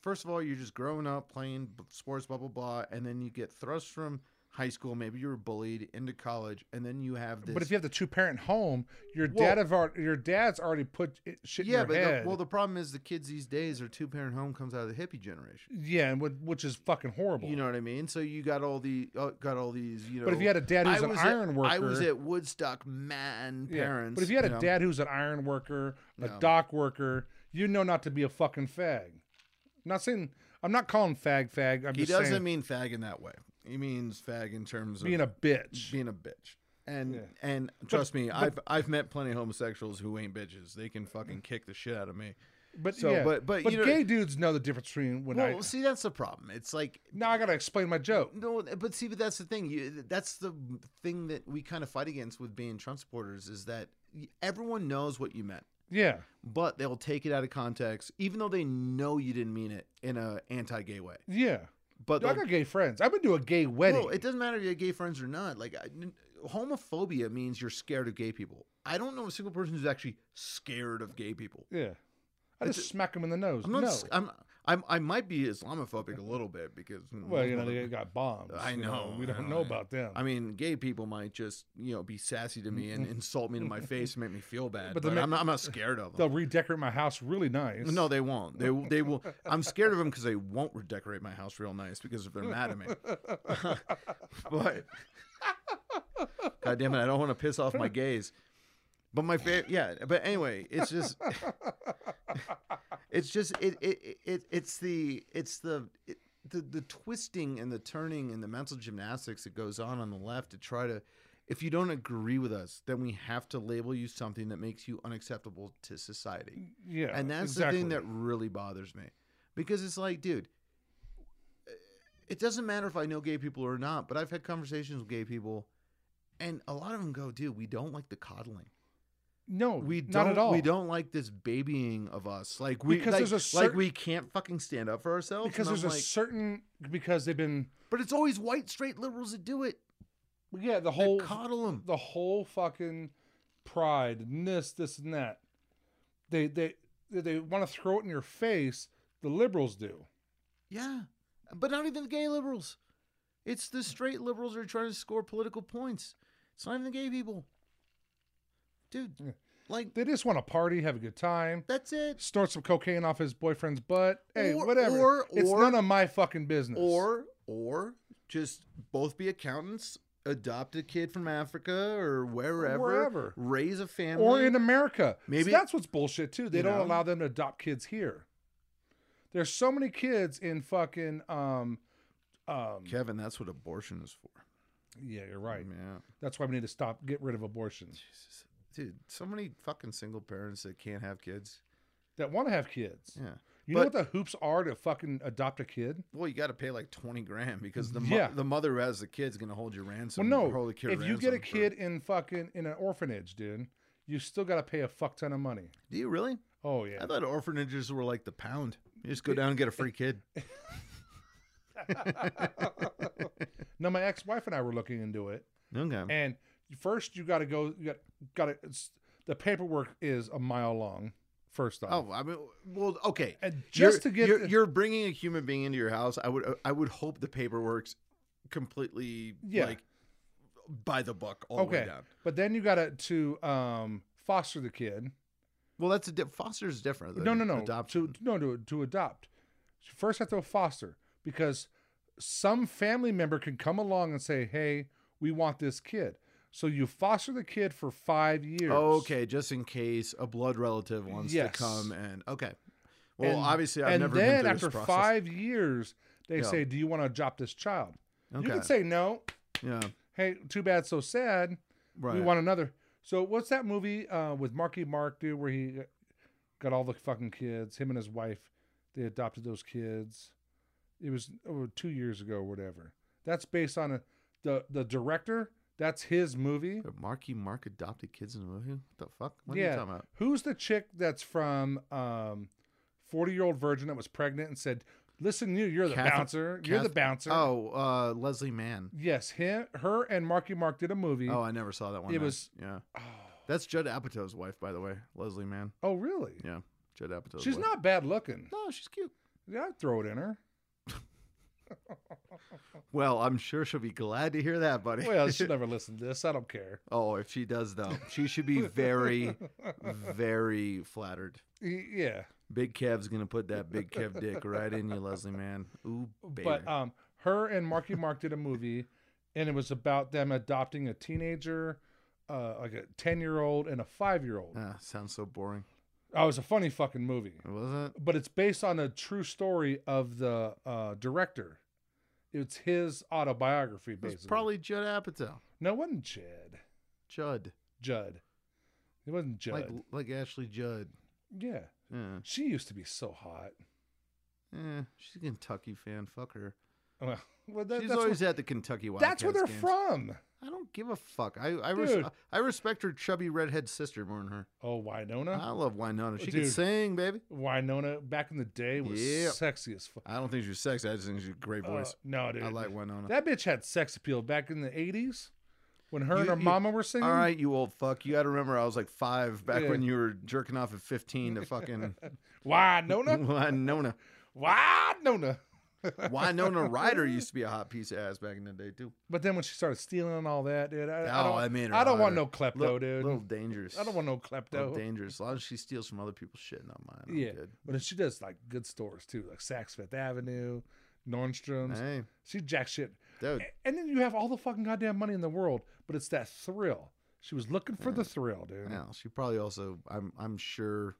S4: first of all, you're just growing up playing b- sports blah blah blah and then you get thrust from high school, maybe you were bullied into college, and then you have this.
S2: But if you have the two parent home, your
S4: Well-
S2: dad have already, your dad's already put it- shit
S4: yeah,
S2: in your
S4: but
S2: head.
S4: the, well, the problem is the kids these days are two parent home comes out of the hippie generation.
S2: yeah, and what, which is fucking horrible.
S4: You know what I mean? So you got all the uh, got all these. You know,
S2: But if you had a dad who's
S4: I
S2: an
S4: was at-
S2: iron
S4: I was
S2: worker-
S4: at Woodstock, man.
S2: Yeah.
S4: Parents,
S2: But if you had a
S4: know?
S2: dad who's an iron worker, a dock worker, you know not to be a fucking fag. I'm not saying I'm not calling fag fag. I'm
S4: he
S2: just
S4: doesn't
S2: saying
S4: mean fag in that way. He means fag in terms of
S2: being a bitch.
S4: being a bitch. And and trust me, I've I've met plenty of homosexuals who ain't bitches. They can fucking kick the shit out of me.
S2: But
S4: So,
S2: yeah,
S4: but- but, you know-
S2: gay dudes know the difference between when I
S4: Well, see, that's the problem. It's like
S2: now I gotta explain my joke.
S4: no, but see, but that's the thing. You, that's the thing that we kind of fight against with being Trump supporters is that everyone knows what you meant,
S2: Yeah,
S4: but they'll take it out of context, even though they know you didn't mean it in a anti-gay way.
S2: yeah.
S4: But
S2: Dude, I
S4: they'll-
S2: got gay friends. I've been to a gay wedding.
S4: Bro, it doesn't matter if you have gay friends or not. Like, I, n- homophobia means you're scared of gay people. I don't know a single person who's actually scared of gay people.
S2: yeah, I just smack them in the nose.
S4: I'm not.
S2: no,
S4: s- I'm, I'm. I might be Islamophobic a little bit because. mm,
S2: well, you know they got bombs.
S4: I
S2: you
S4: know.
S2: we
S4: I
S2: don't know about them.
S4: I mean, gay people might just you know be sassy to me and insult me to my face and make me feel bad. But,
S2: the ma-
S4: I'm, not, I'm not scared of
S2: They'll
S4: them.
S2: redecorate my house really nice.
S4: No, they won't. They w- they will. I'm scared of them because they won't redecorate my house real nice because if they're mad at me. but God damn it, I don't want to piss off my gays. But my favorite, yeah. But anyway, it's just, it's just it it, it it's the it's the. It, the, the twisting and the turning and the mental gymnastics that goes on on the left to try to if you don't agree with us then we have to label you something that makes you unacceptable to society
S2: yeah,
S4: and that's the thing that really bothers me because it's like, dude, it doesn't matter if I know gay people or not, but I've had conversations with gay people, and a lot of them go, dude, we don't like the coddling.
S2: no,
S4: We
S2: Oh, not
S4: don't,
S2: at all.
S4: We don't like this babying of us. Like we,
S2: Because
S4: like,
S2: there's a
S4: like
S2: cer-
S4: we can't fucking stand up for ourselves.
S2: because
S4: and
S2: there's
S4: I'm
S2: a
S4: like,
S2: certain because they've been
S4: but it's always white straight liberals that do it.
S2: yeah the
S4: They
S2: whole
S4: coddle them.
S2: the whole fucking pride and this this and that they they they, they want to throw it in your face the liberals do
S4: Yeah, but not even the gay liberals. It's the straight liberals who are trying to score political points. It's not even the gay people, dude. Like
S2: they just want to party have a good time
S4: that's it.
S2: snort some cocaine off his boyfriend's butt hey
S4: Or-
S2: whatever
S4: or-
S2: it's
S4: or-
S2: none of my fucking business
S4: Or or just both be accountants, adopt a kid from Africa or wherever,
S2: Wherever.
S4: raise a family,
S2: or in America. Maybe
S4: Maybe-
S2: that's what's bullshit too. They
S4: you
S2: don't
S4: know?
S2: allow them to adopt kids here. There's so many kids in fucking um um
S4: Kevin, that's what abortion is for.
S2: yeah, you're right.
S4: Yeah,
S2: That's why we need to stop get rid of abortion.
S4: dude. So many fucking single parents that can't have kids.
S2: That want to have kids.
S4: Yeah.
S2: You know
S4: But-
S2: what the hoops are to fucking adopt a kid?
S4: Well, you got to pay like twenty grand because the mo-
S2: Yeah.
S4: the mother who has the kid's gonna hold your ransom.
S2: Well, no.
S4: hold the kid
S2: if you get a
S4: ransom for-
S2: kid in fucking in an orphanage, dude, you still got to pay a fuck ton of money.
S4: do you really?
S2: Oh yeah.
S4: I thought orphanages were like the pound. You just go down and get a free kid.
S2: No, my ex-wife and I were looking into it.
S4: Okay.
S2: And first, you got to go. You got got to. The paperwork is a mile long. First off,
S4: Oh, I mean, well, okay.
S2: And
S4: You're-
S2: just to get
S4: you're,
S2: the-
S4: you're bringing a human being into your house. I would I would hope the paperwork's completely
S2: Yeah.
S4: like by the book all the way
S2: okay.
S4: down.
S2: But then you got to to um, foster the kid.
S4: Well, that's a di- foster's different.
S2: no,
S4: than
S2: no, no.
S4: Adoption.
S2: To no to to adopt. You First, have to foster because some family member can come along and say, "Hey, we want this kid." So you foster the kid for five years.
S4: okay, just in case a blood relative wants
S2: Yes.
S4: to come and okay. Well,
S2: And-
S4: obviously, I've
S2: and
S4: never
S2: then
S4: been through
S2: after
S4: this process.
S2: five years, they
S4: Yeah.
S2: say, "Do you want to adopt this child?" You can
S4: Okay.
S2: say no.
S4: Yeah,
S2: Hey, too bad, so sad.
S4: right.
S2: We want another. So what's that movie uh, with Marky Mark dude where he uh, got all the fucking kids? Him and his wife, they adopted those kids. It was over two years ago, or whatever. That's based on a, the the director. That's his movie.
S4: But Marky Mark adopted kids in a movie. What the fuck? What are
S2: yeah.
S4: you talking about?
S2: Who's the chick that's from um, Forty Year Old Virgin that was pregnant and said, "Listen, you, you're the
S4: Kath-
S2: bouncer. you're the
S4: Kath-
S2: bouncer." Mm-hmm.
S4: Oh, uh, Leslie Mann.
S2: yes, him, her, and Marky Mark did a movie.
S4: Oh, I never saw that one.
S2: It
S4: then.
S2: was-
S4: yeah. That's Judd Apatow's wife, by the way, Leslie Mann.
S2: oh really?
S4: Yeah, Judd Apatow's.
S2: She's
S4: wife.
S2: not bad looking.
S4: No, she's cute.
S2: Yeah, I'd throw it in her.
S4: Well, I'm sure she'll be glad to hear that, buddy.
S2: Well, she'll never listen to this. I don't care.
S4: oh, if she does, though, she should be very, very flattered.
S2: Y- Yeah.
S4: Big Kev's gonna put that big Kev dick right in you, Leslie, man. Ooh, baby.
S2: But um, her and Marky Mark did a movie, and it was about them adopting a teenager, uh, like a ten year old and a five year old.
S4: Ah, sounds so boring.
S2: Oh, it was a funny fucking movie,
S4: Was it?
S2: but it's based on a true story of the uh, director. It's his autobiography,
S4: It was
S2: basically.
S4: probably Judd Apatow.
S2: no, it wasn't Chad
S4: Judd,
S2: Judd. It wasn't Judd.
S4: like like Ashley Judd.
S2: yeah,
S4: Yeah,
S2: she used to be so hot.
S4: eh, she's a Kentucky fan. Fuck her.
S2: Well, well, that,
S4: she's
S2: that's,
S4: always
S2: where,
S4: at the Kentucky Wildcats.
S2: that's where they're
S4: games.
S2: from.
S4: I don't give a fuck. I I, res-
S2: Dude.
S4: I respect her chubby redhead sister more than her.
S2: Oh, Winona.
S4: I love Winona. She can
S2: Dude.
S4: sing, baby.
S2: Winona back in the day was
S4: Yeah.
S2: sexy as fuck.
S4: I don't think she's sexy. I just think she's a great
S2: Uh,
S4: voice.
S2: no, dude.
S4: I like Winona.
S2: That bitch had sex appeal back in the 80s when her and
S4: You-
S2: her
S4: you-
S2: mama were singing.
S4: All right, you old fuck. You got to remember, I was like five back
S2: Yeah.
S4: when you were jerking off at 15 to fucking
S2: Winona?
S4: Winona.
S2: Winona.
S4: Winona Ryder used to be a hot piece of ass back in the day, too.
S2: But then when she started stealing and all that, dude, I, I
S4: Oh,
S2: don't,
S4: I made her
S2: I don't want no
S4: hotter.
S2: klepto,
S4: Little-
S2: dude.
S4: Little dangerous.
S2: I don't want no
S4: little
S2: klepto.
S4: dangerous. As long as she steals from other people's shit, not mine. I'm
S2: yeah.
S4: good.
S2: But then she does like good stores too, like Saks Fifth Avenue, Nordstrom's.
S4: Hey.
S2: She jack shit.
S4: Dude.
S2: A- And then you have all the fucking goddamn money in the world, but it's that thrill. She was looking for the thrill, dude.
S4: Now, she probably also, I'm I'm sure.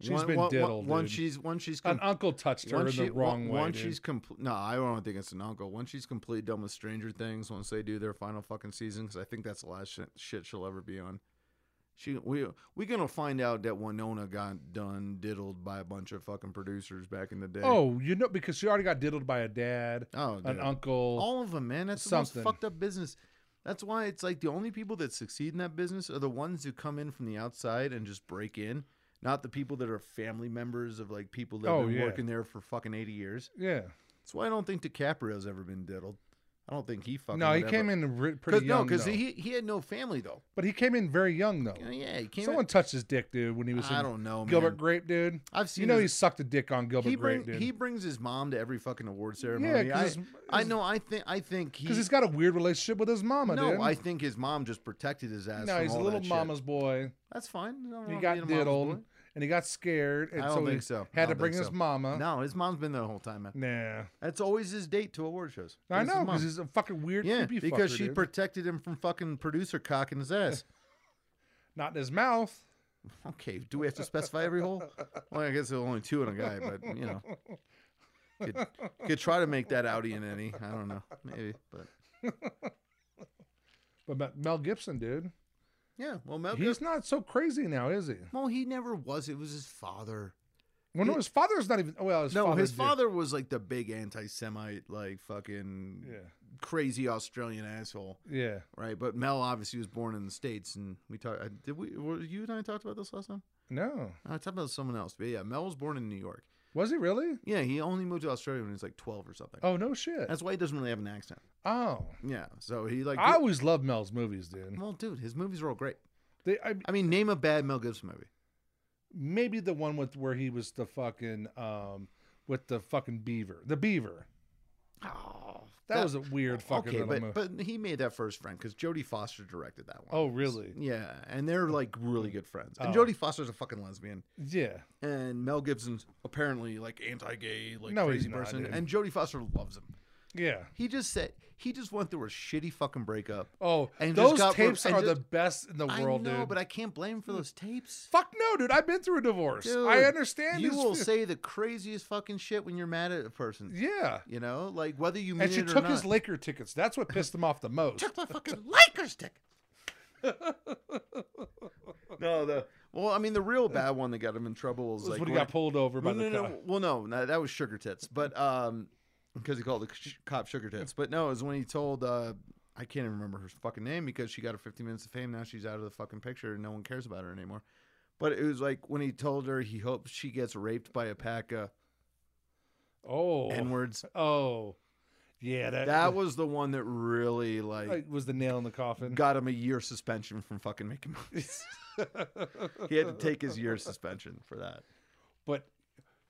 S2: She's
S4: one-
S2: been
S4: one-
S2: diddled,
S4: One, once
S2: dude.
S4: she's, once she's,
S2: An
S4: com-
S2: uncle touched her in
S4: once
S2: the
S4: she-
S2: wrong
S4: on-
S2: way.
S4: Once
S2: dude.
S4: she's complete, no, I don't think it's an uncle. Once she's complete done with Stranger Things, once they do their final fucking season, because I think that's the last shit, shit she'll ever be on. She we we gonna find out that Winona got done diddled by a bunch of fucking producers back in the day.
S2: Oh, you know, because she already got diddled by a dad,
S4: Oh,
S2: an
S4: dude.
S2: uncle.
S4: all of them, man. That's the
S2: something.
S4: most fucked up business. That's why it's like the only people that succeed in that business are the ones who come in from the outside and just break in, not the people that are family members of like people that
S2: Oh,
S4: have been
S2: yeah.
S4: working there for fucking eighty years.
S2: yeah.
S4: That's why I don't think DiCaprio's ever been diddled. I don't think he fucking.
S2: No, he
S4: would
S2: came
S4: ever-
S2: in re- pretty
S4: 'Cause-
S2: young.
S4: No, because
S2: though.
S4: he he had no family though.
S2: but he came in very young though.
S4: Yeah, Yeah, he came.
S2: Someone
S4: in,
S2: touched his dick, dude, when he was.
S4: I
S2: in
S4: don't know,
S2: Gilbert
S4: man.
S2: Grape, dude.
S4: I've
S2: you
S4: seen
S2: know he
S4: his-
S2: sucked a dick on Gilbert
S4: he
S2: Grape,
S4: bring,
S2: dude.
S4: he brings his mom to every fucking award ceremony.
S2: 'cause
S4: I,
S2: his-
S4: I
S2: his-
S4: know. I think I think he.
S2: because he's got a weird relationship with his mama,
S4: no,
S2: dude.
S4: I think his mom just protected his ass.
S2: no,
S4: from
S2: he's a
S4: all
S2: little
S4: that shit.
S2: mama's boy.
S4: That's fine. There's nothing
S2: He
S4: wrong
S2: got
S4: with being a mama's
S2: diddled,
S4: boy.
S2: and he got scared, and
S4: I
S2: so
S4: don't
S2: he
S4: think so. I
S2: had to
S4: don't
S2: bring
S4: think
S2: his
S4: so.
S2: mama.
S4: No, his mom's been there the whole time, man.
S2: Nah,
S4: That's always his date to award shows.
S2: I
S4: It's his
S2: know
S4: mom.
S2: because he's a fucking weird,
S4: yeah,
S2: creepy
S4: because
S2: fucker,
S4: she
S2: dude.
S4: protected him from fucking producer cock in his ass.
S2: not in his mouth.
S4: Okay, do we have to specify every hole? Well, I guess there's only two in a guy, but you know, could, could try to make that Audi in any. I don't know, maybe, but
S2: But Ma- Mel Gibson, dude,
S4: yeah. Well, Mel
S2: he's
S4: Gibson.
S2: not so crazy now, is he?
S4: Well, he never was. It was his father.
S2: Well, no, his father's not even. oh, Well, his
S4: no,
S2: father
S4: his
S2: did.
S4: father was like the big anti-Semite, like fucking
S2: Yeah.
S4: crazy Australian asshole,
S2: Yeah,
S4: right? But Mel obviously was born in the states, and we talked. uh, Did we? Were you and I talked about this last time? Uh,
S2: no,
S4: I talked about someone else, but yeah, Mel was born in New York.
S2: was he really?
S4: Yeah, he only moved to Australia when he was like twelve or something.
S2: Oh no, shit.
S4: That's why he doesn't really have an accent.
S2: oh,
S4: Yeah, so he like.
S2: I always loved Mel's movies, dude.
S4: well, dude, his movies are all great.
S2: They, I,
S4: I mean, name a bad Mel Gibson movie.
S2: maybe the one with where he was the fucking um with the fucking beaver, the beaver.
S4: Oh,
S2: That, was a weird fucking
S4: okay,
S2: little
S4: but
S2: movie.
S4: but he made that first friend because Jodie Foster directed that one.
S2: oh really?
S4: Yeah, and they're like really good friends. And
S2: Oh.
S4: Jodie Foster's a fucking lesbian,
S2: Yeah.
S4: and Mel Gibson's apparently like anti-gay, like
S2: No,
S4: crazy
S2: he's not,
S4: person.
S2: dude.
S4: and Jodie Foster loves him.
S2: Yeah.
S4: He just said he just went through a shitty fucking breakup.
S2: Oh,
S4: And just
S2: those
S4: got re-
S2: tapes
S4: and
S2: are
S4: ju-
S2: the best in the world,
S4: I know,
S2: dude. Hmm.
S4: but I can't blame him for those tapes.
S2: Fuck no, dude. I've been through a divorce. I
S4: Dude,
S2: understand.
S4: You
S2: his
S4: will
S2: feel-
S4: say the craziest fucking shit when you're mad at a person.
S2: yeah.
S4: You know, like whether you mean
S2: And she
S4: it or
S2: took
S4: not.
S2: his Laker tickets. That's what pissed him off the most.
S4: my fucking Lakers ticket. no, the well, I mean, the real bad one that got him in trouble was,
S2: Was
S4: like
S2: when he
S4: when-
S2: got pulled over by
S4: no,
S2: the
S4: no,
S2: cop.
S4: no. Well, no, no, that was sugar tits, but um, because he called the sh- cop sugar tits. But no, it was when he told uh, I can't even remember her fucking name because she got her 15 minutes of fame. Now she's out of the fucking picture and no one cares about her anymore. But it was like when he told her he hopes she gets raped by a pack of
S2: Oh.
S4: n words.
S2: Oh. Yeah. That,
S4: That was the one that really
S2: like,
S4: like
S2: was the nail in the coffin.
S4: got him a year suspension from fucking making movies. he had to take his year suspension for that.
S2: But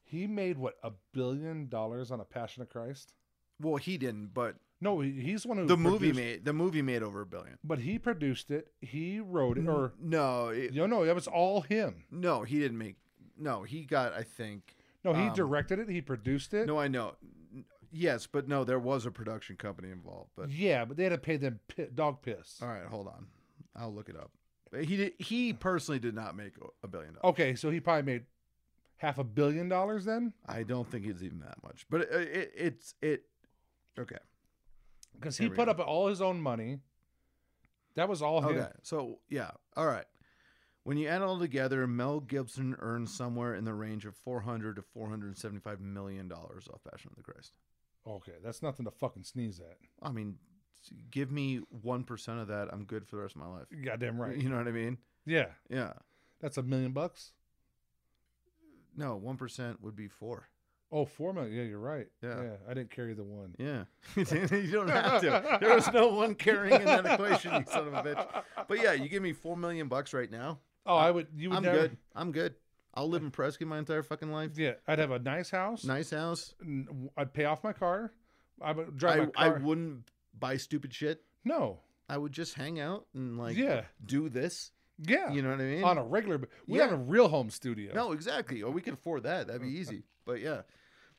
S2: he made what a billion dollars on a Passion of Christ.
S4: Well, he didn't, but
S2: No, he, he's the one who
S4: the movie
S2: produced-
S4: made the movie made over a billion.
S2: But he produced it. He wrote it,
S4: Mm.
S2: or
S4: No, it,
S2: no, no, that was all him.
S4: no, he didn't make. No, he got. I think.
S2: No, he directed it. He produced it.
S4: Um, No, I know. N- Yes, but no, there was a production company involved. But Uh,
S2: yeah, but they had to pay them pi dog piss.
S4: all right, hold on, I'll look it up. But He did. He personally did not make o- a billion dollars.
S2: Okay, so he probably made half a billion dollars then,
S4: I don't think it's even that much. But it, it it's it. Okay.
S2: because he put up all his own money. That was all him.
S4: Okay. So yeah. All right. When you add it all together, Mel Gibson earned somewhere in the range of four hundred to four hundred seventy-five million dollars off Passion of the Christ.
S2: Okay, that's nothing to fucking sneeze at.
S4: I mean, s- give me one percent of that, I'm good for the rest of my life.
S2: Goddamn right.
S4: You know what I mean?
S2: Yeah,
S4: Yeah.
S2: that's a million bucks.
S4: No, one percent would be four.
S2: Oh, four million. Yeah, you're right.
S4: Yeah.
S2: I didn't carry the one.
S4: Yeah. you don't have to. There was no one carrying in that equation, you son of a bitch. But yeah, you give me four million bucks right now.
S2: Oh, I would. You would
S4: I'm
S2: never.
S4: good. I'm good. I'll live in Prescott my entire fucking life.
S2: Yeah, I'd have a nice house.
S4: Nice house.
S2: n- I'd pay off my car. I would drive my
S4: I, I
S2: car.
S4: wouldn't buy stupid shit.
S2: no.
S4: I would just hang out and like
S2: Yeah.
S4: do this.
S2: Yeah.
S4: You know what I mean?
S2: On a regular, b- we have
S4: Yeah.
S2: a real home studio.
S4: No, exactly. Or we could afford that. That'd be easy. But yeah,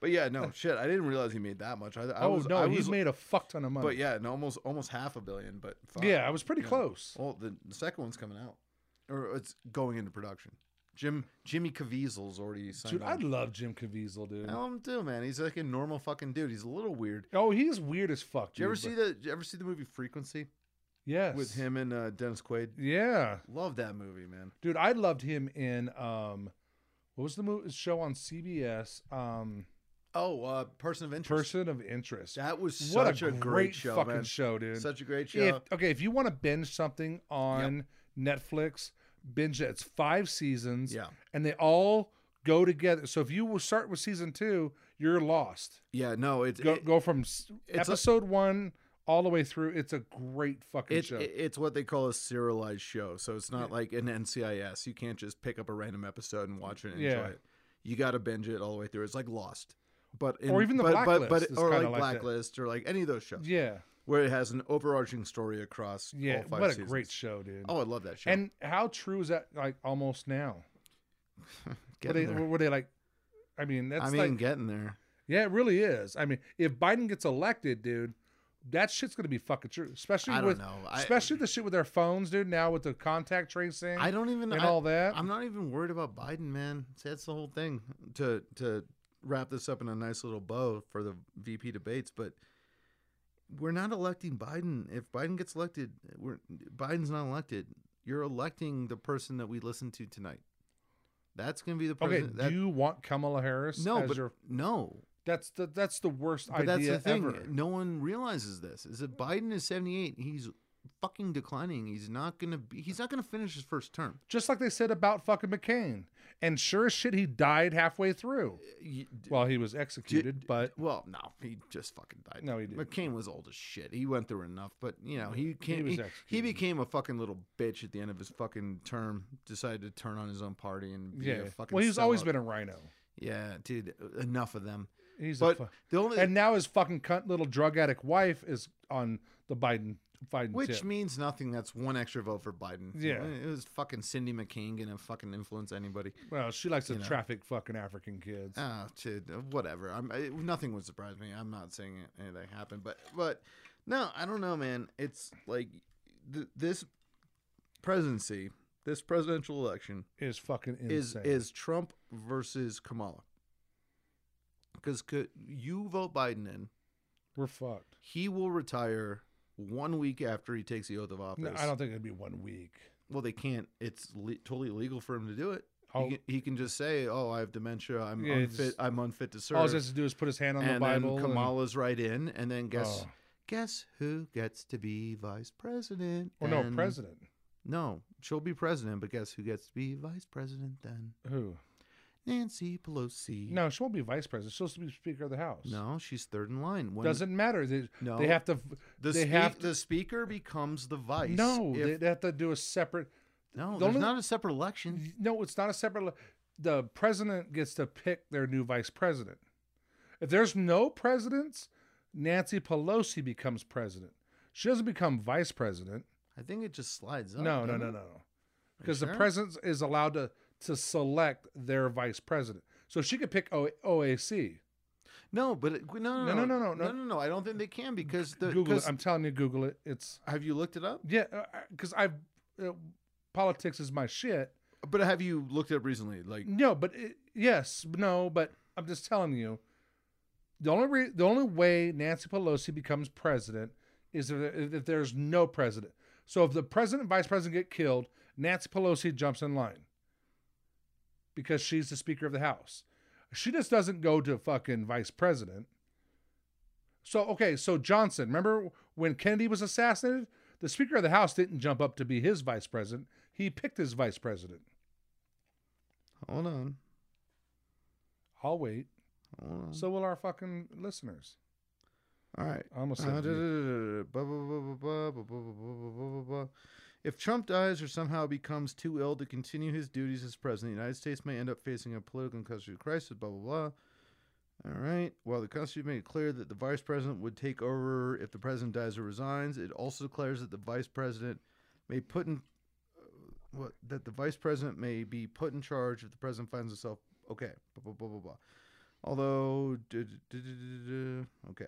S4: but yeah, no shit. I didn't realize he made that much. I, I
S2: oh
S4: was,
S2: no,
S4: I
S2: he's
S4: was,
S2: made a fuck ton of money.
S4: But yeah, no, almost almost half a billion. But fuck.
S2: yeah, I was pretty close.
S4: Well, the, the second one's coming out, or it's going into production. Jim Jimmy Caviezel's already signed
S2: Dude, I
S4: on.
S2: love Jim Caviezel, dude.
S4: I love him too, man. He's like a normal fucking dude. He's a little weird.
S2: Oh, he's weird as fuck.
S4: Did you ever
S2: dude,
S4: see
S2: but-
S4: the? Did you ever see the movie Frequency
S2: Yes.
S4: with him and uh, Dennis Quaid?
S2: Yeah,
S4: Love that movie, man.
S2: dude, I loved him in um, what was the movie show on CBS? Um,
S4: Oh, uh, Person of Interest.
S2: Person of Interest.
S4: That was
S2: what
S4: such
S2: a,
S4: great, show,
S2: fucking
S4: man.
S2: show, dude.
S4: Such a great
S2: If,
S4: show.
S2: okay, if you want to binge something on Netflix, binge it. It's five seasons.
S4: Yeah.
S2: And they all go together. So if you will start with season two, you're lost.
S4: Yeah, no, it's
S2: Go,
S4: it-
S2: go from s
S4: it's a-
S2: episode one all the way through. It's a great fucking
S4: it's
S2: show.
S4: it- it's what they call a serialized show. So it's not like an NCIS. You can't just pick up a random episode and watch it and
S2: Yeah.
S4: enjoy it. You got to binge it all the way through. It's like Lost, but in,
S2: Or even The
S4: but, but,
S2: Blacklist
S4: but,
S2: is
S4: or
S2: kinda
S4: like,
S2: like that.
S4: Blacklist or like any of those shows
S2: yeah.
S4: where it has an overarching story across.
S2: Yeah.
S4: all five
S2: What a
S4: seasons.
S2: great show, dude.
S4: Oh, I love that show.
S2: and how true is that like almost now? Were they,
S4: getting there.
S2: were they like, I mean, that's
S4: I mean,
S2: like,
S4: getting there.
S2: yeah, it really is. I mean, if Biden gets elected, dude, that shit's gonna be fucking true. Especially
S4: I don't
S2: with,
S4: know. I-
S2: especially the shit with their phones, dude. Now with the contact tracing,
S4: I don't even
S2: and
S4: I-
S2: all that.
S4: I'm not even worried about Biden, man. See, that's the whole thing. To to wrap this up in a nice little bow for the VP debates, but we're not electing Biden. If Biden gets elected, we're Biden's not elected. You're electing the person that we listen to tonight. That's gonna be the
S2: okay,
S4: person.
S2: do you want Kamala Harris?
S4: no,
S2: as
S4: but
S2: your,
S4: no.
S2: that's the that's the worst
S4: But that's
S2: idea
S4: the thing.
S2: ever.
S4: No one realizes this. Is that Biden is 78. He's fucking declining. He's not gonna be. He's not gonna finish his first term.
S2: Just like they said about fucking McCain, and sure as shit, he died halfway through.
S4: You-
S2: Well, he was executed, but
S4: Well, no, he just fucking died.
S2: No, he didn't.
S4: McCain was old as shit. He went through enough, but you know, he came.
S2: was
S4: He, he
S2: executed.
S4: became a fucking little bitch at the end of his fucking term. Decided to turn on his own party and be
S2: yeah.
S4: a fucking.
S2: Well, he's always
S4: sellout.
S2: been a rhino.
S4: Yeah, dude, enough of them.
S2: He's
S4: But
S2: a fu-
S4: the only
S2: and now his fucking cunt little drug addict wife is on the Biden Biden
S4: which
S2: tip.
S4: means nothing. That's one extra vote for Biden.
S2: Yeah.
S4: it was fucking Cindy McCain gonna fucking influence anybody.
S2: well, she likes to traffic fucking African kids.
S4: Ah, dude, whatever. I'm I, nothing would surprise me. I'm not saying it- anything happened, but but no, I don't know, man. It's like th- this presidency, this presidential election
S2: is fucking insane.
S4: is is Trump versus Kamala. Because could you vote Biden in,
S2: We're fucked.
S4: he will retire one week after he takes the oath of office.
S2: No, I don't think it'd be one week.
S4: Well, they can't. It's le- totally legal for him to do it.
S2: Oh.
S4: He, can, he can just say, "Oh, I have dementia. I'm
S2: Yeah, it's
S4: unfit.
S2: just-
S4: I'm unfit to serve."
S2: All he has to do is put his hand on the
S4: and
S2: Bible.
S4: then
S2: and-
S4: Kamala's right in, and then guess
S2: Oh.
S4: guess who gets to be vice president?
S2: or Oh, no,
S4: then?
S2: president.
S4: No, she'll be president, but guess who gets to be vice president then?
S2: Who?
S4: Nancy Pelosi.
S2: No, she won't be vice president. She'll still be Speaker of the House.
S4: no, she's third in line. When
S2: Doesn't matter. They,
S4: No.
S2: they have to.
S4: the
S2: they
S4: spe-
S2: have to.
S4: the speaker becomes the vice?
S2: no,
S4: if-
S2: they have to do a separate.
S4: no,
S2: the
S4: there's
S2: only-
S4: not a separate election.
S2: No, it's not a separate. le- The president gets to pick their new vice president. If there's no presidents, Nancy Pelosi becomes president. She doesn't become vice president.
S4: I think it just slides up.
S2: No, no,
S4: doesn't
S2: no, no,
S4: it?
S2: no. Because the
S4: sure?
S2: president is allowed to to select their vice president, so she could pick o- OAC.
S4: No, but it, no, no, no, no, no, no, no, no. I don't think they can because the
S2: Google it.
S4: 'cause-
S2: I'm telling you, Google it. It's
S4: have you looked it up?
S2: yeah, because I've uh, politics is my shit.
S4: But have you looked it up recently? Like
S2: No, but it, yes, no, but I'm just telling you. The only re- the only way Nancy Pelosi becomes president is if, if, if there's no president. So if the president and vice president get killed, Nancy Pelosi jumps in line because she's the Speaker of the House. She just doesn't go to fucking vice president. So okay, so Johnson, remember when Kennedy was assassinated? The Speaker of the House didn't jump up to be his vice president. He picked his vice president.
S4: hold on,
S2: I'll wait.
S4: hold on.
S2: So will our fucking listeners.
S4: All right.
S2: I almost
S4: Uh,
S2: said
S4: duh,
S2: G.
S4: duh, duh, duh, duh, buh, buh, buh, buh, buh, buh, buh, buh, buh, buh, buh, buh, buh. If Trump dies or somehow becomes too ill to continue his duties as president, the United States may end up facing a political and constitutional crisis, blah, blah, blah. All right. While the Constitution made it clear that the vice president would take over if the president dies or resigns, it also declares that the vice president may put in uh, what that the vice president may be put in charge if the president finds himself okay. Blah blah blah blah blah. Although, duh, duh, duh, duh, duh, duh, duh. okay.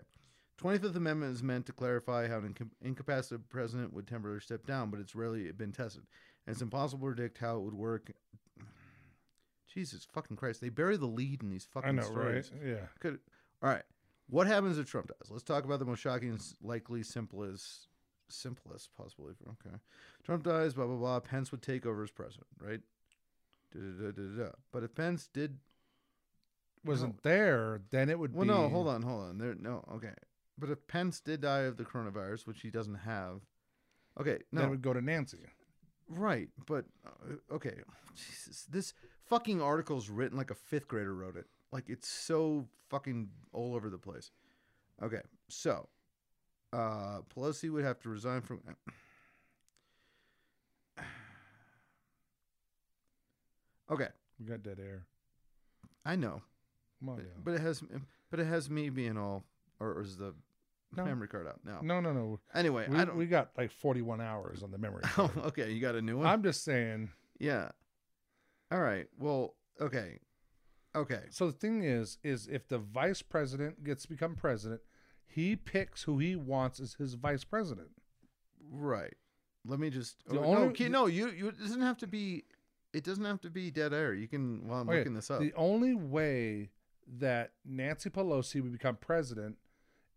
S4: 25th Amendment is meant to clarify how an incap- incapacitated president would temporarily step down, but it's rarely been tested. And it's impossible to predict how it would work. Jesus fucking Christ. They bury the lead in these fucking
S2: I know,
S4: stories.
S2: right? Yeah.
S4: Could all right. What happens if Trump dies? Let's talk about the most shocking, and s- likely, simplest, simplest possibly. Okay, Trump dies. Blah blah blah. Pence would take over as president, right? Da, da, da, da, da. But if Pence did,
S2: Wasn't there, then it would
S4: well,
S2: be.
S4: no, hold on, hold on. There, no, okay. But if Pence did die of the coronavirus, which he doesn't have, okay,
S2: Then it
S4: no,
S2: would go to Nancy.
S4: right. But uh, okay, Jesus, this fucking article's written like a fifth grader wrote it. Like it's so fucking all over the place. Okay, so uh, Pelosi would have to resign from. uh, okay,
S2: We got dead air.
S4: I know,
S2: Come on,
S4: but it has, but it has me being all, or, or is the
S2: No.
S4: memory card out? No.
S2: No, no, no.
S4: Anyway,
S2: We,
S4: I don't.
S2: we got like 41 hours on the memory.
S4: Oh,
S2: card.
S4: okay, you got a new one.
S2: I'm just saying.
S4: yeah. All right. Well, okay, okay.
S2: So the thing is, is if the vice president gets to become president, he picks who he wants as his vice president.
S4: Right. Let me just.
S2: The
S4: oh,
S2: only-
S4: no, ki- no, you, you. It doesn't have to be. It doesn't have to be dead air. You can. While I'm
S2: Okay,
S4: looking this up.
S2: Oh, The only way that Nancy Pelosi would become president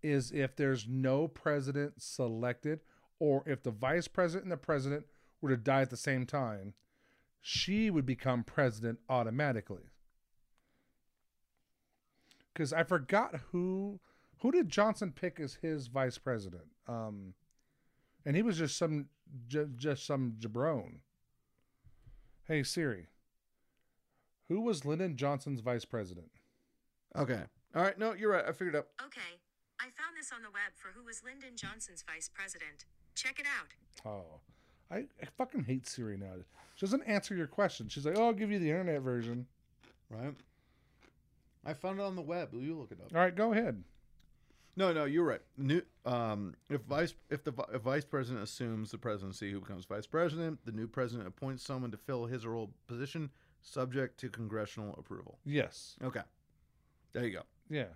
S2: is if there's no president selected, or if the vice president and the president were to die at the same time, she would become president automatically. Because I forgot who who did Johnson pick as his vice president, um, and he was just some ju- just some jabron. Hey Siri. Who was Lyndon Johnson's vice president?
S4: Okay. All right. No, you're right. I figured it out.
S8: Okay, I found this on the web for who was Lyndon Johnson's vice president. Check it out.
S2: Oh, I, I fucking hate Siri now. She doesn't answer your question. She's like, oh, I'll give you the internet version.
S4: Right. I found it on the web. You look it up.
S2: All right, go ahead.
S4: No, no, you're right. New, um, if vice if the vi- if vice president assumes the presidency, who becomes vice president, the new president appoints someone to fill his or her position, subject to congressional approval.
S2: Yes.
S4: Okay, there you go.
S2: Yeah.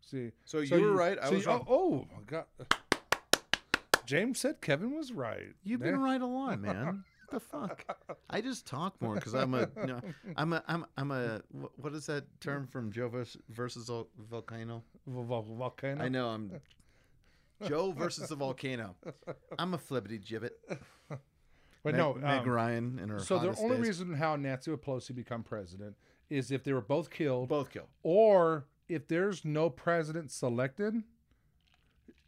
S2: See.
S4: So you were right, I was
S2: you-
S4: wrong.
S2: Oh, oh my god. James said Kevin was right.
S4: You've
S2: There-
S4: been right a lot, man. What the fuck? I just talk more because I'm a no, I'm a I'm I'm a wh- what is that term from Joe vers- versus Vol- volcano?
S2: Vo- vo- Volcano.
S4: I know I'm Joe versus the volcano. I'm a flippity gibbet.
S2: But
S4: Meg-
S2: Uh, no.
S4: Meg
S2: um,
S4: Ryan and her.
S2: so the
S4: hottest
S2: only
S4: days.
S2: reason how Nancy Pelosi become president is if they were both killed.
S4: both killed.
S2: or if there's no president selected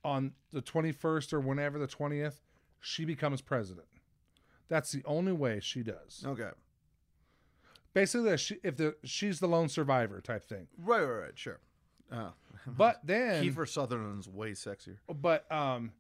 S2: on the 21st or whenever the 20th she becomes president that's the only way she does
S4: Okay.
S2: basically she, if the, she's the lone survivor type thing
S4: Right, right, right. Sure. Uh,
S2: but then
S4: Kiefer Sutherland's way sexier.
S2: but um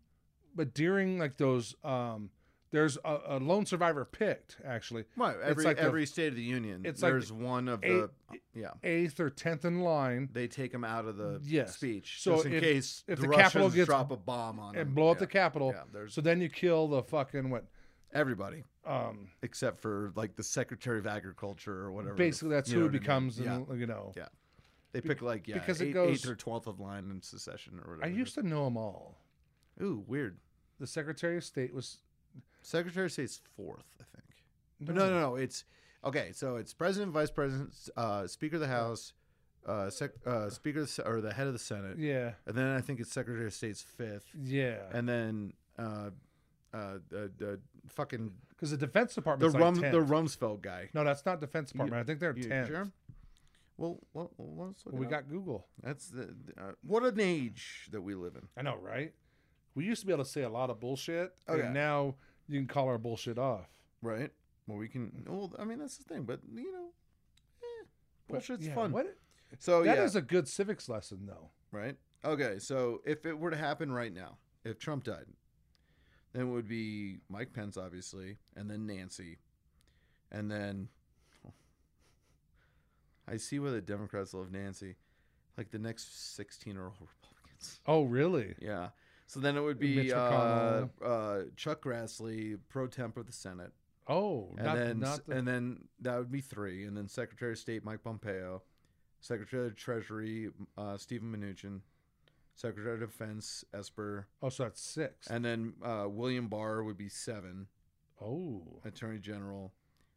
S2: but during like those um There's a, a lone survivor picked actually.
S4: Right.
S2: It's
S4: Every
S2: like the
S4: every State of the Union.
S2: it's like
S4: there's
S2: the
S4: one of
S2: eight-
S4: the yeah.
S2: eighth or tenth in line
S4: They take him out of the
S2: Yes.
S4: speech
S2: So
S4: just in
S2: if-
S4: case
S2: if
S4: the,
S2: the Capitol
S4: Russians
S2: gets-
S4: drop a bomb on
S2: and
S4: him.
S2: blow up the
S4: Yeah.
S2: Capitol.
S4: Yeah, there's
S2: so then you kill the fucking what?
S4: everybody
S2: Um,
S4: except for like the Secretary of Agriculture or whatever.
S2: basically, that's
S4: You
S2: who
S4: know
S2: it
S4: what I mean?
S2: becomes.
S4: Yeah.
S2: and, you know.
S4: Yeah. They pick like yeah,
S2: because
S4: because
S2: it
S4: eight,
S2: goes-
S4: eighth or twelfth of line in secession or whatever.
S2: I used to know them all.
S4: Ooh, weird.
S2: The Secretary of State was
S4: Secretary of State's fourth, I think. No, no, no. It's okay. So it's president, vice president, uh, speaker of the House, uh, sec, uh, speaker of the, Se- or the head of the Senate.
S2: yeah,
S4: And then I think it's Secretary of State's fifth,
S2: yeah.
S4: and then uh, uh, uh, uh fucking
S2: Because the Defense
S4: the
S2: Department's
S4: rum
S2: like
S4: the
S2: 10th.
S4: Rumsfeld guy.
S2: No, that's not Defense Department. I think they're
S4: You
S2: ten.
S4: sure? Well, well, well, let's look
S2: We
S4: it up.
S2: got Google.
S4: that's the, the- uh, what an age that we live in.
S2: I know, right? We used to be able to say a lot of bullshit,
S4: Okay.
S2: and now you can call our bullshit off.
S4: Right. Well, we can. Well, I mean, that's the thing. But you know, eh,
S2: But,
S4: bullshit's
S2: yeah,
S4: fun.
S2: What?
S4: So
S2: That
S4: yeah,
S2: is a good civics lesson, though.
S4: right. Okay. So if it were to happen right now, if Trump died, then it would be Mike Pence, obviously, and then Nancy, and then. I see why the Democrats love Nancy, like the next sixteen are all Republicans.
S2: Oh, really?
S4: Yeah. So then it would
S2: Mitch
S4: be uh,
S2: McConnell.
S4: uh, Chuck Grassley, pro temp of the Senate.
S2: Oh,
S4: and
S2: not,
S4: then
S2: not the,
S4: and then that would be three, and then Secretary of State Mike Pompeo, Secretary of Treasury uh, Stephen Mnuchin, Secretary of Defense Esper,
S2: oh, so that's six.
S4: and then uh, William Barr would be seven,
S2: oh,
S4: Attorney General,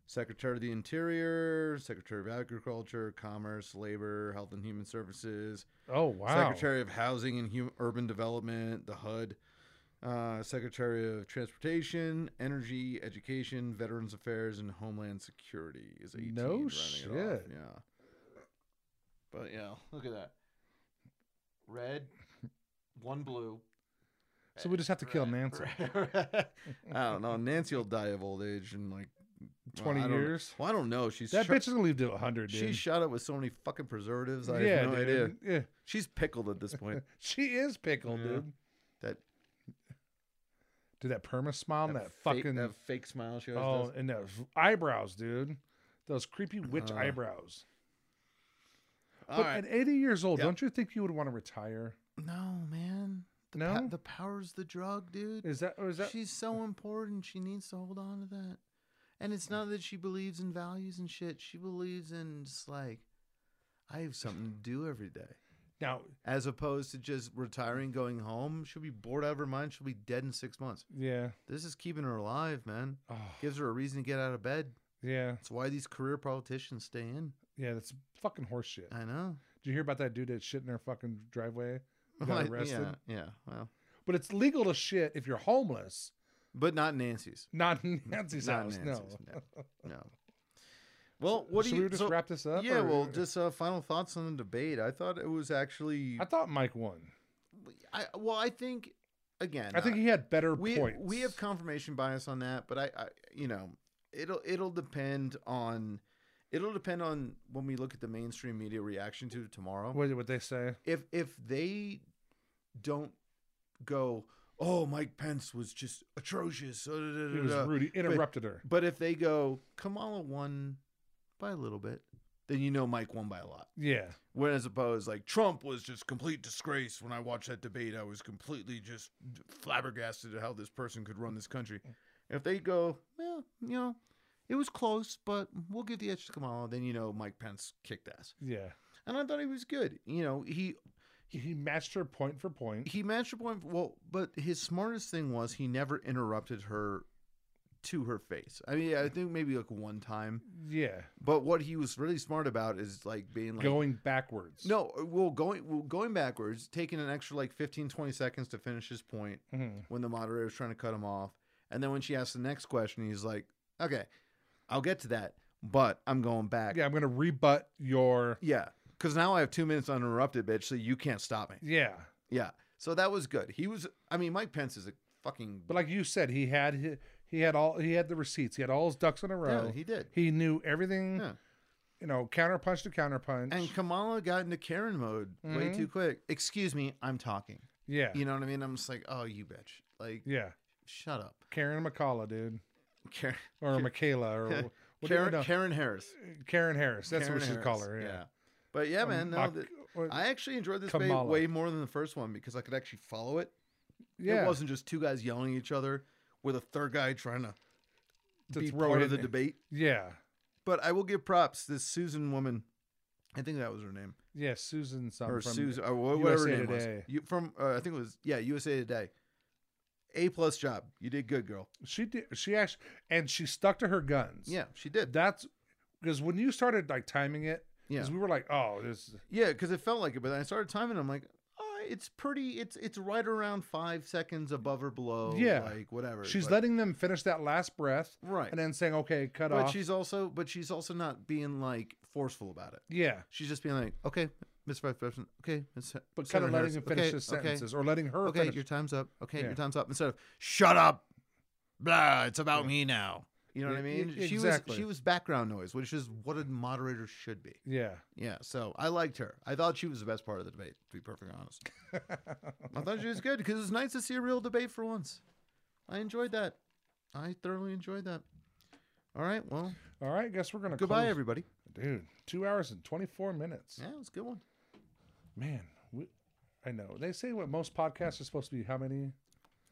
S4: Secretary of the Interior, Secretary of Agriculture, Commerce, Labor, Health and Human Services,
S2: oh, wow.
S4: Secretary of Housing and Hum- Urban Development, the HUD, uh, Secretary of Transportation, Energy, Education, Veterans Affairs, and Homeland Security is 18.
S2: No
S4: rounding it off.
S2: shit.
S4: Yeah. But yeah, look at that. Red, one blue.
S2: So we just have to kill Nancy.
S4: I don't know. Nancy will die of old age in like well,
S2: 20
S4: I don't-
S2: years?
S4: Well, I don't know. She's
S2: That
S4: shot-
S2: bitch is gonna leave to hundred, dude.
S4: She's shot up with so many fucking preservatives. I
S2: yeah,
S4: have no
S2: dude.
S4: idea.
S2: Yeah,
S4: She's pickled at this point.
S2: she is pickled,
S4: Yeah.
S2: dude.
S4: That
S2: Dude, that perma smile, and that, fucking
S4: that fake smile she always
S2: oh, and those eyebrows, dude. Those creepy witch
S4: Uh-huh.
S2: eyebrows.
S4: does.
S2: but at 80 years old,
S4: Yeah.
S2: don't you think you would want to retire?
S4: No, man. The
S2: No?
S4: the power's the drug, dude.
S2: Is that or is that
S4: She's so important. She needs to hold on to that. And it's not that she believes in values and shit. She believes in just like, I have something to do every day.
S2: now?
S4: As opposed to just retiring, going home. She'll be bored out of her mind. She'll be dead in six months.
S2: Yeah,
S4: This is keeping her alive, man.
S2: Oh.
S4: Gives her a reason to get out of bed.
S2: yeah,
S4: That's why these career politicians stay in.
S2: yeah. That's fucking horseshit.
S4: I know.
S2: Did you hear about that dude that shit in our fucking driveway? who
S4: Like,
S2: Got arrested.
S4: Yeah, yeah. Well,
S2: But it's legal to shit if you're homeless.
S4: but not Nancy's.
S2: Not in Nancy's
S4: Not
S2: house.
S4: Nancy's,
S2: No.
S4: no. No. Well, what
S2: should
S4: do you
S2: we just wrap this up,
S4: Yeah, well,
S2: or-
S4: just uh, final thoughts on the debate. I thought it was actually
S2: I thought Mike won.
S4: I well, I think again,
S2: I think he had better
S4: uh, we
S2: points.
S4: we have confirmation bias on that, but I, I you know, it'll it'll depend on it'll depend on when we look at the mainstream media reaction to it tomorrow.
S2: what would they say?
S4: if if they don't go, oh, Mike Pence was just atrocious. uh, da, da, da,
S2: It was
S4: da,"
S2: rude. He
S4: but-
S2: interrupted her.
S4: But if they go, Kamala won by a little bit, then you know Mike won by a lot.
S2: Yeah.
S4: Whereas opposed, like Trump was just complete disgrace. When I watched that debate, I was completely just flabbergasted at how this person could run this country. If they go, well, you know, it was close, but we'll give the edge to Kamala, then you know Mike Pence kicked ass.
S2: Yeah.
S4: And I thought he was good. You know, he
S2: He matched her point for point.
S4: he matched a point. Well, but his smartest thing was he never interrupted her to her face. I mean, I think maybe like one time.
S2: Yeah.
S4: But what he was really smart about is like being like
S2: Going backwards.
S4: No, well going well, going backwards, taking an extra like 15 20 seconds to finish his point
S2: Mm-hmm.
S4: when the moderator was trying to cut him off. And then when she asked the next question, he's like, "Okay, I'll get to that, but I'm going back."
S2: Yeah, I'm gonna rebut your.
S4: Yeah. Cuz now I have 2 minutes uninterrupted, bitch, so you can't stop me.
S2: Yeah.
S4: Yeah. So that was good. He was I mean, Mike Pence is a fucking
S2: But like you said, he had he, he had all he had the receipts. He had all his ducks in a row.
S4: he did.
S2: He knew everything.
S4: Yeah.
S2: You know, counterpunch to counterpunch.
S4: and Kamala got into Karen mode way too quick. Excuse me, I'm talking.
S2: Mm-hmm. yeah.
S4: You know what I mean? I'm just like, "Oh, you bitch." Like
S2: yeah.
S4: Shut up.
S2: Karen McCullough, dude,
S4: Karen,
S2: or Michaela, or wh- what do you-
S4: Karen,
S2: no,
S4: Karen Harris.
S2: Karen Harris. That's
S4: Karen
S2: what we should call
S4: Harris,
S2: her. Yeah.
S4: But yeah, man, no,
S2: Mak-
S4: th-
S2: or
S4: I actually enjoyed this debate
S2: Kamala.
S4: way more than the first one because I could actually follow it.
S2: Yeah.
S4: It wasn't just two guys yelling at each other with a third guy trying to,
S2: To
S4: be
S2: throw
S4: part
S2: it
S4: of the
S2: in.
S4: debate.
S2: Yeah.
S4: But I will give props. This Susan woman, I think that was her name,
S2: Yeah. Susan something.
S4: or uh,
S2: from
S4: Susan, or wha- whatever
S2: USA
S4: her name was.
S2: Today.
S4: You, from uh, I think it was yeah, USA Today. A plus job. You did good, girl.
S2: She did. She actually, and she stuck to her guns.
S4: Yeah, she did.
S2: That's because when you started like timing it, because
S4: Yeah.
S2: we were like, oh, this. is-
S4: Yeah, because it felt like it, but then I started timing. I'm like, oh, it's pretty. It's it's right around five seconds above or below.
S2: Yeah.
S4: like whatever.
S2: She's
S4: but,
S2: letting them finish that last breath,
S4: Right.
S2: And then saying, okay, cut
S4: But
S2: off.
S4: she's also, but she's also not being like forceful about it.
S2: yeah.
S4: She's just being like, okay, Miss Vice President, okay, Miss.
S2: But kind of letting him finish his sentences or letting her
S4: Okay,
S2: finish.
S4: your time's up. Okay,
S2: Yeah.
S4: your time's up. Instead of shut up, blah, it's about me now. You know what I
S2: Yeah, e-
S4: mean?
S2: exactly.
S4: She was she was background noise, which is what a moderator should be.
S2: yeah.
S4: Yeah, so I liked her. I thought she was the best part of the debate, to be perfectly honest. I thought she was good because it's nice to see a real debate for once. I enjoyed that. I thoroughly enjoyed that. All right, well,
S2: All right. Guess we're gonna
S4: goodbye,
S2: close-
S4: everybody.
S2: Dude, two hours and twenty four minutes.
S4: Yeah, it was a good one.
S2: Man, we, I know they say what most podcasts are supposed to be. How many?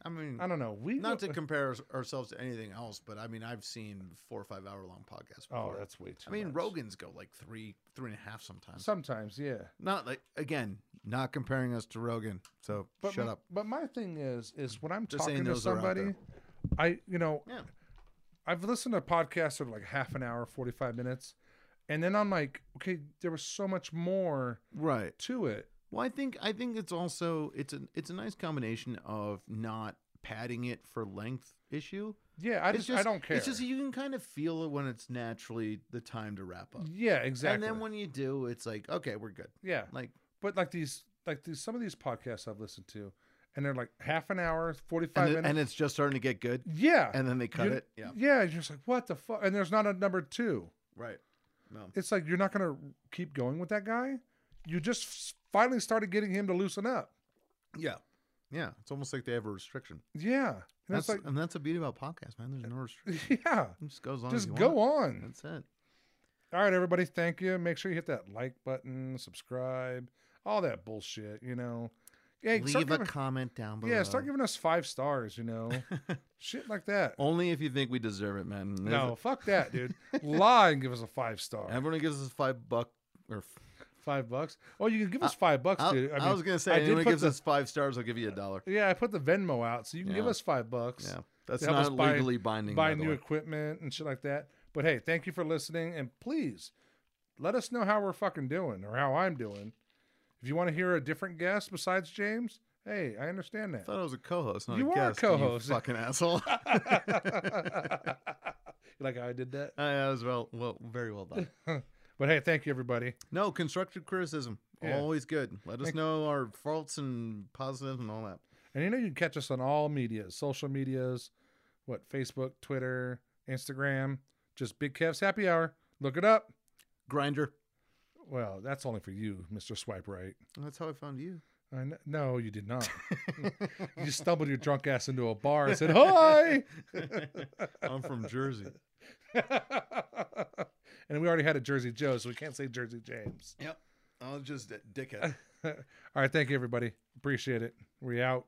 S4: I mean,
S2: I don't know. We
S4: not
S2: go-
S4: to compare ours- ourselves to anything else, but I mean, I've seen four or five hour long podcasts.
S2: Oh,
S4: Before.
S2: that's way too.
S4: I mean,
S2: much.
S4: Rogan's go like three, three and a half sometimes.
S2: Sometimes, yeah.
S4: not like again, not comparing us to Rogan. So
S2: But
S4: shut
S2: m-
S4: up.
S2: But my thing is, is when I'm
S4: Just saying
S2: talking to
S4: those are out
S2: somebody,
S4: there.
S2: I you know
S4: Yeah,
S2: I've listened to podcasts for like half an hour, forty five minutes, and then I'm like, okay, there was so much more
S4: right.
S2: to it.
S4: Well, I think I think it's also it's a it's a nice combination of not padding it for length issue.
S2: Yeah, I
S4: It's
S2: just, I don't care.
S4: It's just you can kind of feel it when it's naturally the time to wrap up.
S2: yeah, exactly.
S4: And then when you do, it's like okay, we're good.
S2: yeah,
S4: Like
S2: but like these like these some of these podcasts I've listened to, and they're like half an hour, forty five
S4: and,
S2: minutes, Mm.
S4: it- and it's just starting to get good.
S2: yeah,
S4: And then they cut
S2: You-
S4: it. Yeah.
S2: yeah. You're just like, what the fuck? And there's not a number two.
S4: Right. No.
S2: It's like you're not gonna keep going with that guy. You just s- finally started getting him to loosen up.
S4: Yeah. Yeah. It's almost like they have a restriction.
S2: Yeah, and it's
S4: That's
S2: like,
S4: and that's the beauty about podcasts, man. There's no restriction.
S2: yeah,
S4: You Just go as long as
S2: just
S4: Oh, you
S2: go
S4: want.
S2: on.
S4: That's it.
S2: All right, everybody, thank you. Make sure you hit that like button, subscribe, all that bullshit. You know, yeah, start
S4: Leave a
S2: giving,
S4: comment down below.
S2: yeah, start giving us five stars. You know, shit like that.
S4: Only if you think we deserve it, man. There's-
S2: No, fuck that, dude. Lie and give us a five star.
S4: Everyone gives us five buck or. f-
S2: Five bucks. Oh, you can give us five bucks,
S4: I,
S2: dude.
S4: I was gonna say
S2: I did
S4: anyone
S2: put
S4: gives
S2: the-
S4: us five stars, I'll give you a dollar.
S2: Yeah, I put the Venmo out, so you can give
S4: Yeah.
S2: us five bucks.
S4: Yeah, that's
S2: to help us
S4: not legally binding,
S2: Buy
S4: by the
S2: new
S4: way.
S2: equipment and shit like that. But hey, thank you for listening, and please let us know how we're fucking doing or how I'm doing. If you want to hear a different guest besides James, hey, I understand
S4: I
S2: that.
S4: thought I was a co-host, not
S2: You
S4: a
S2: are a
S4: guest. you
S2: co-host.
S4: fucking asshole. I,
S2: You like how I did that?
S4: I was well, well, very well done.
S2: But hey, thank you everybody.
S4: No constructive criticism,
S2: Yeah.
S4: always good. Let us know our faults and positives and all that.
S2: And you know you can catch us on all medias, social medias, what Facebook, Twitter, Instagram, just Big Kev's Happy Hour. Look it up.
S4: Grinder.
S2: Well, that's only for you, Mister Swipe Right.
S4: That's how I found you.
S2: I kn- no, you did not. you stumbled your drunk ass into a bar and said, "Hi,"
S4: I'm from Jersey.
S2: and we already had a Jersey Joe, so we can't say Jersey James.
S4: Yep. I was just a dickhead.
S2: All right, thank you, everybody. Appreciate it. We out.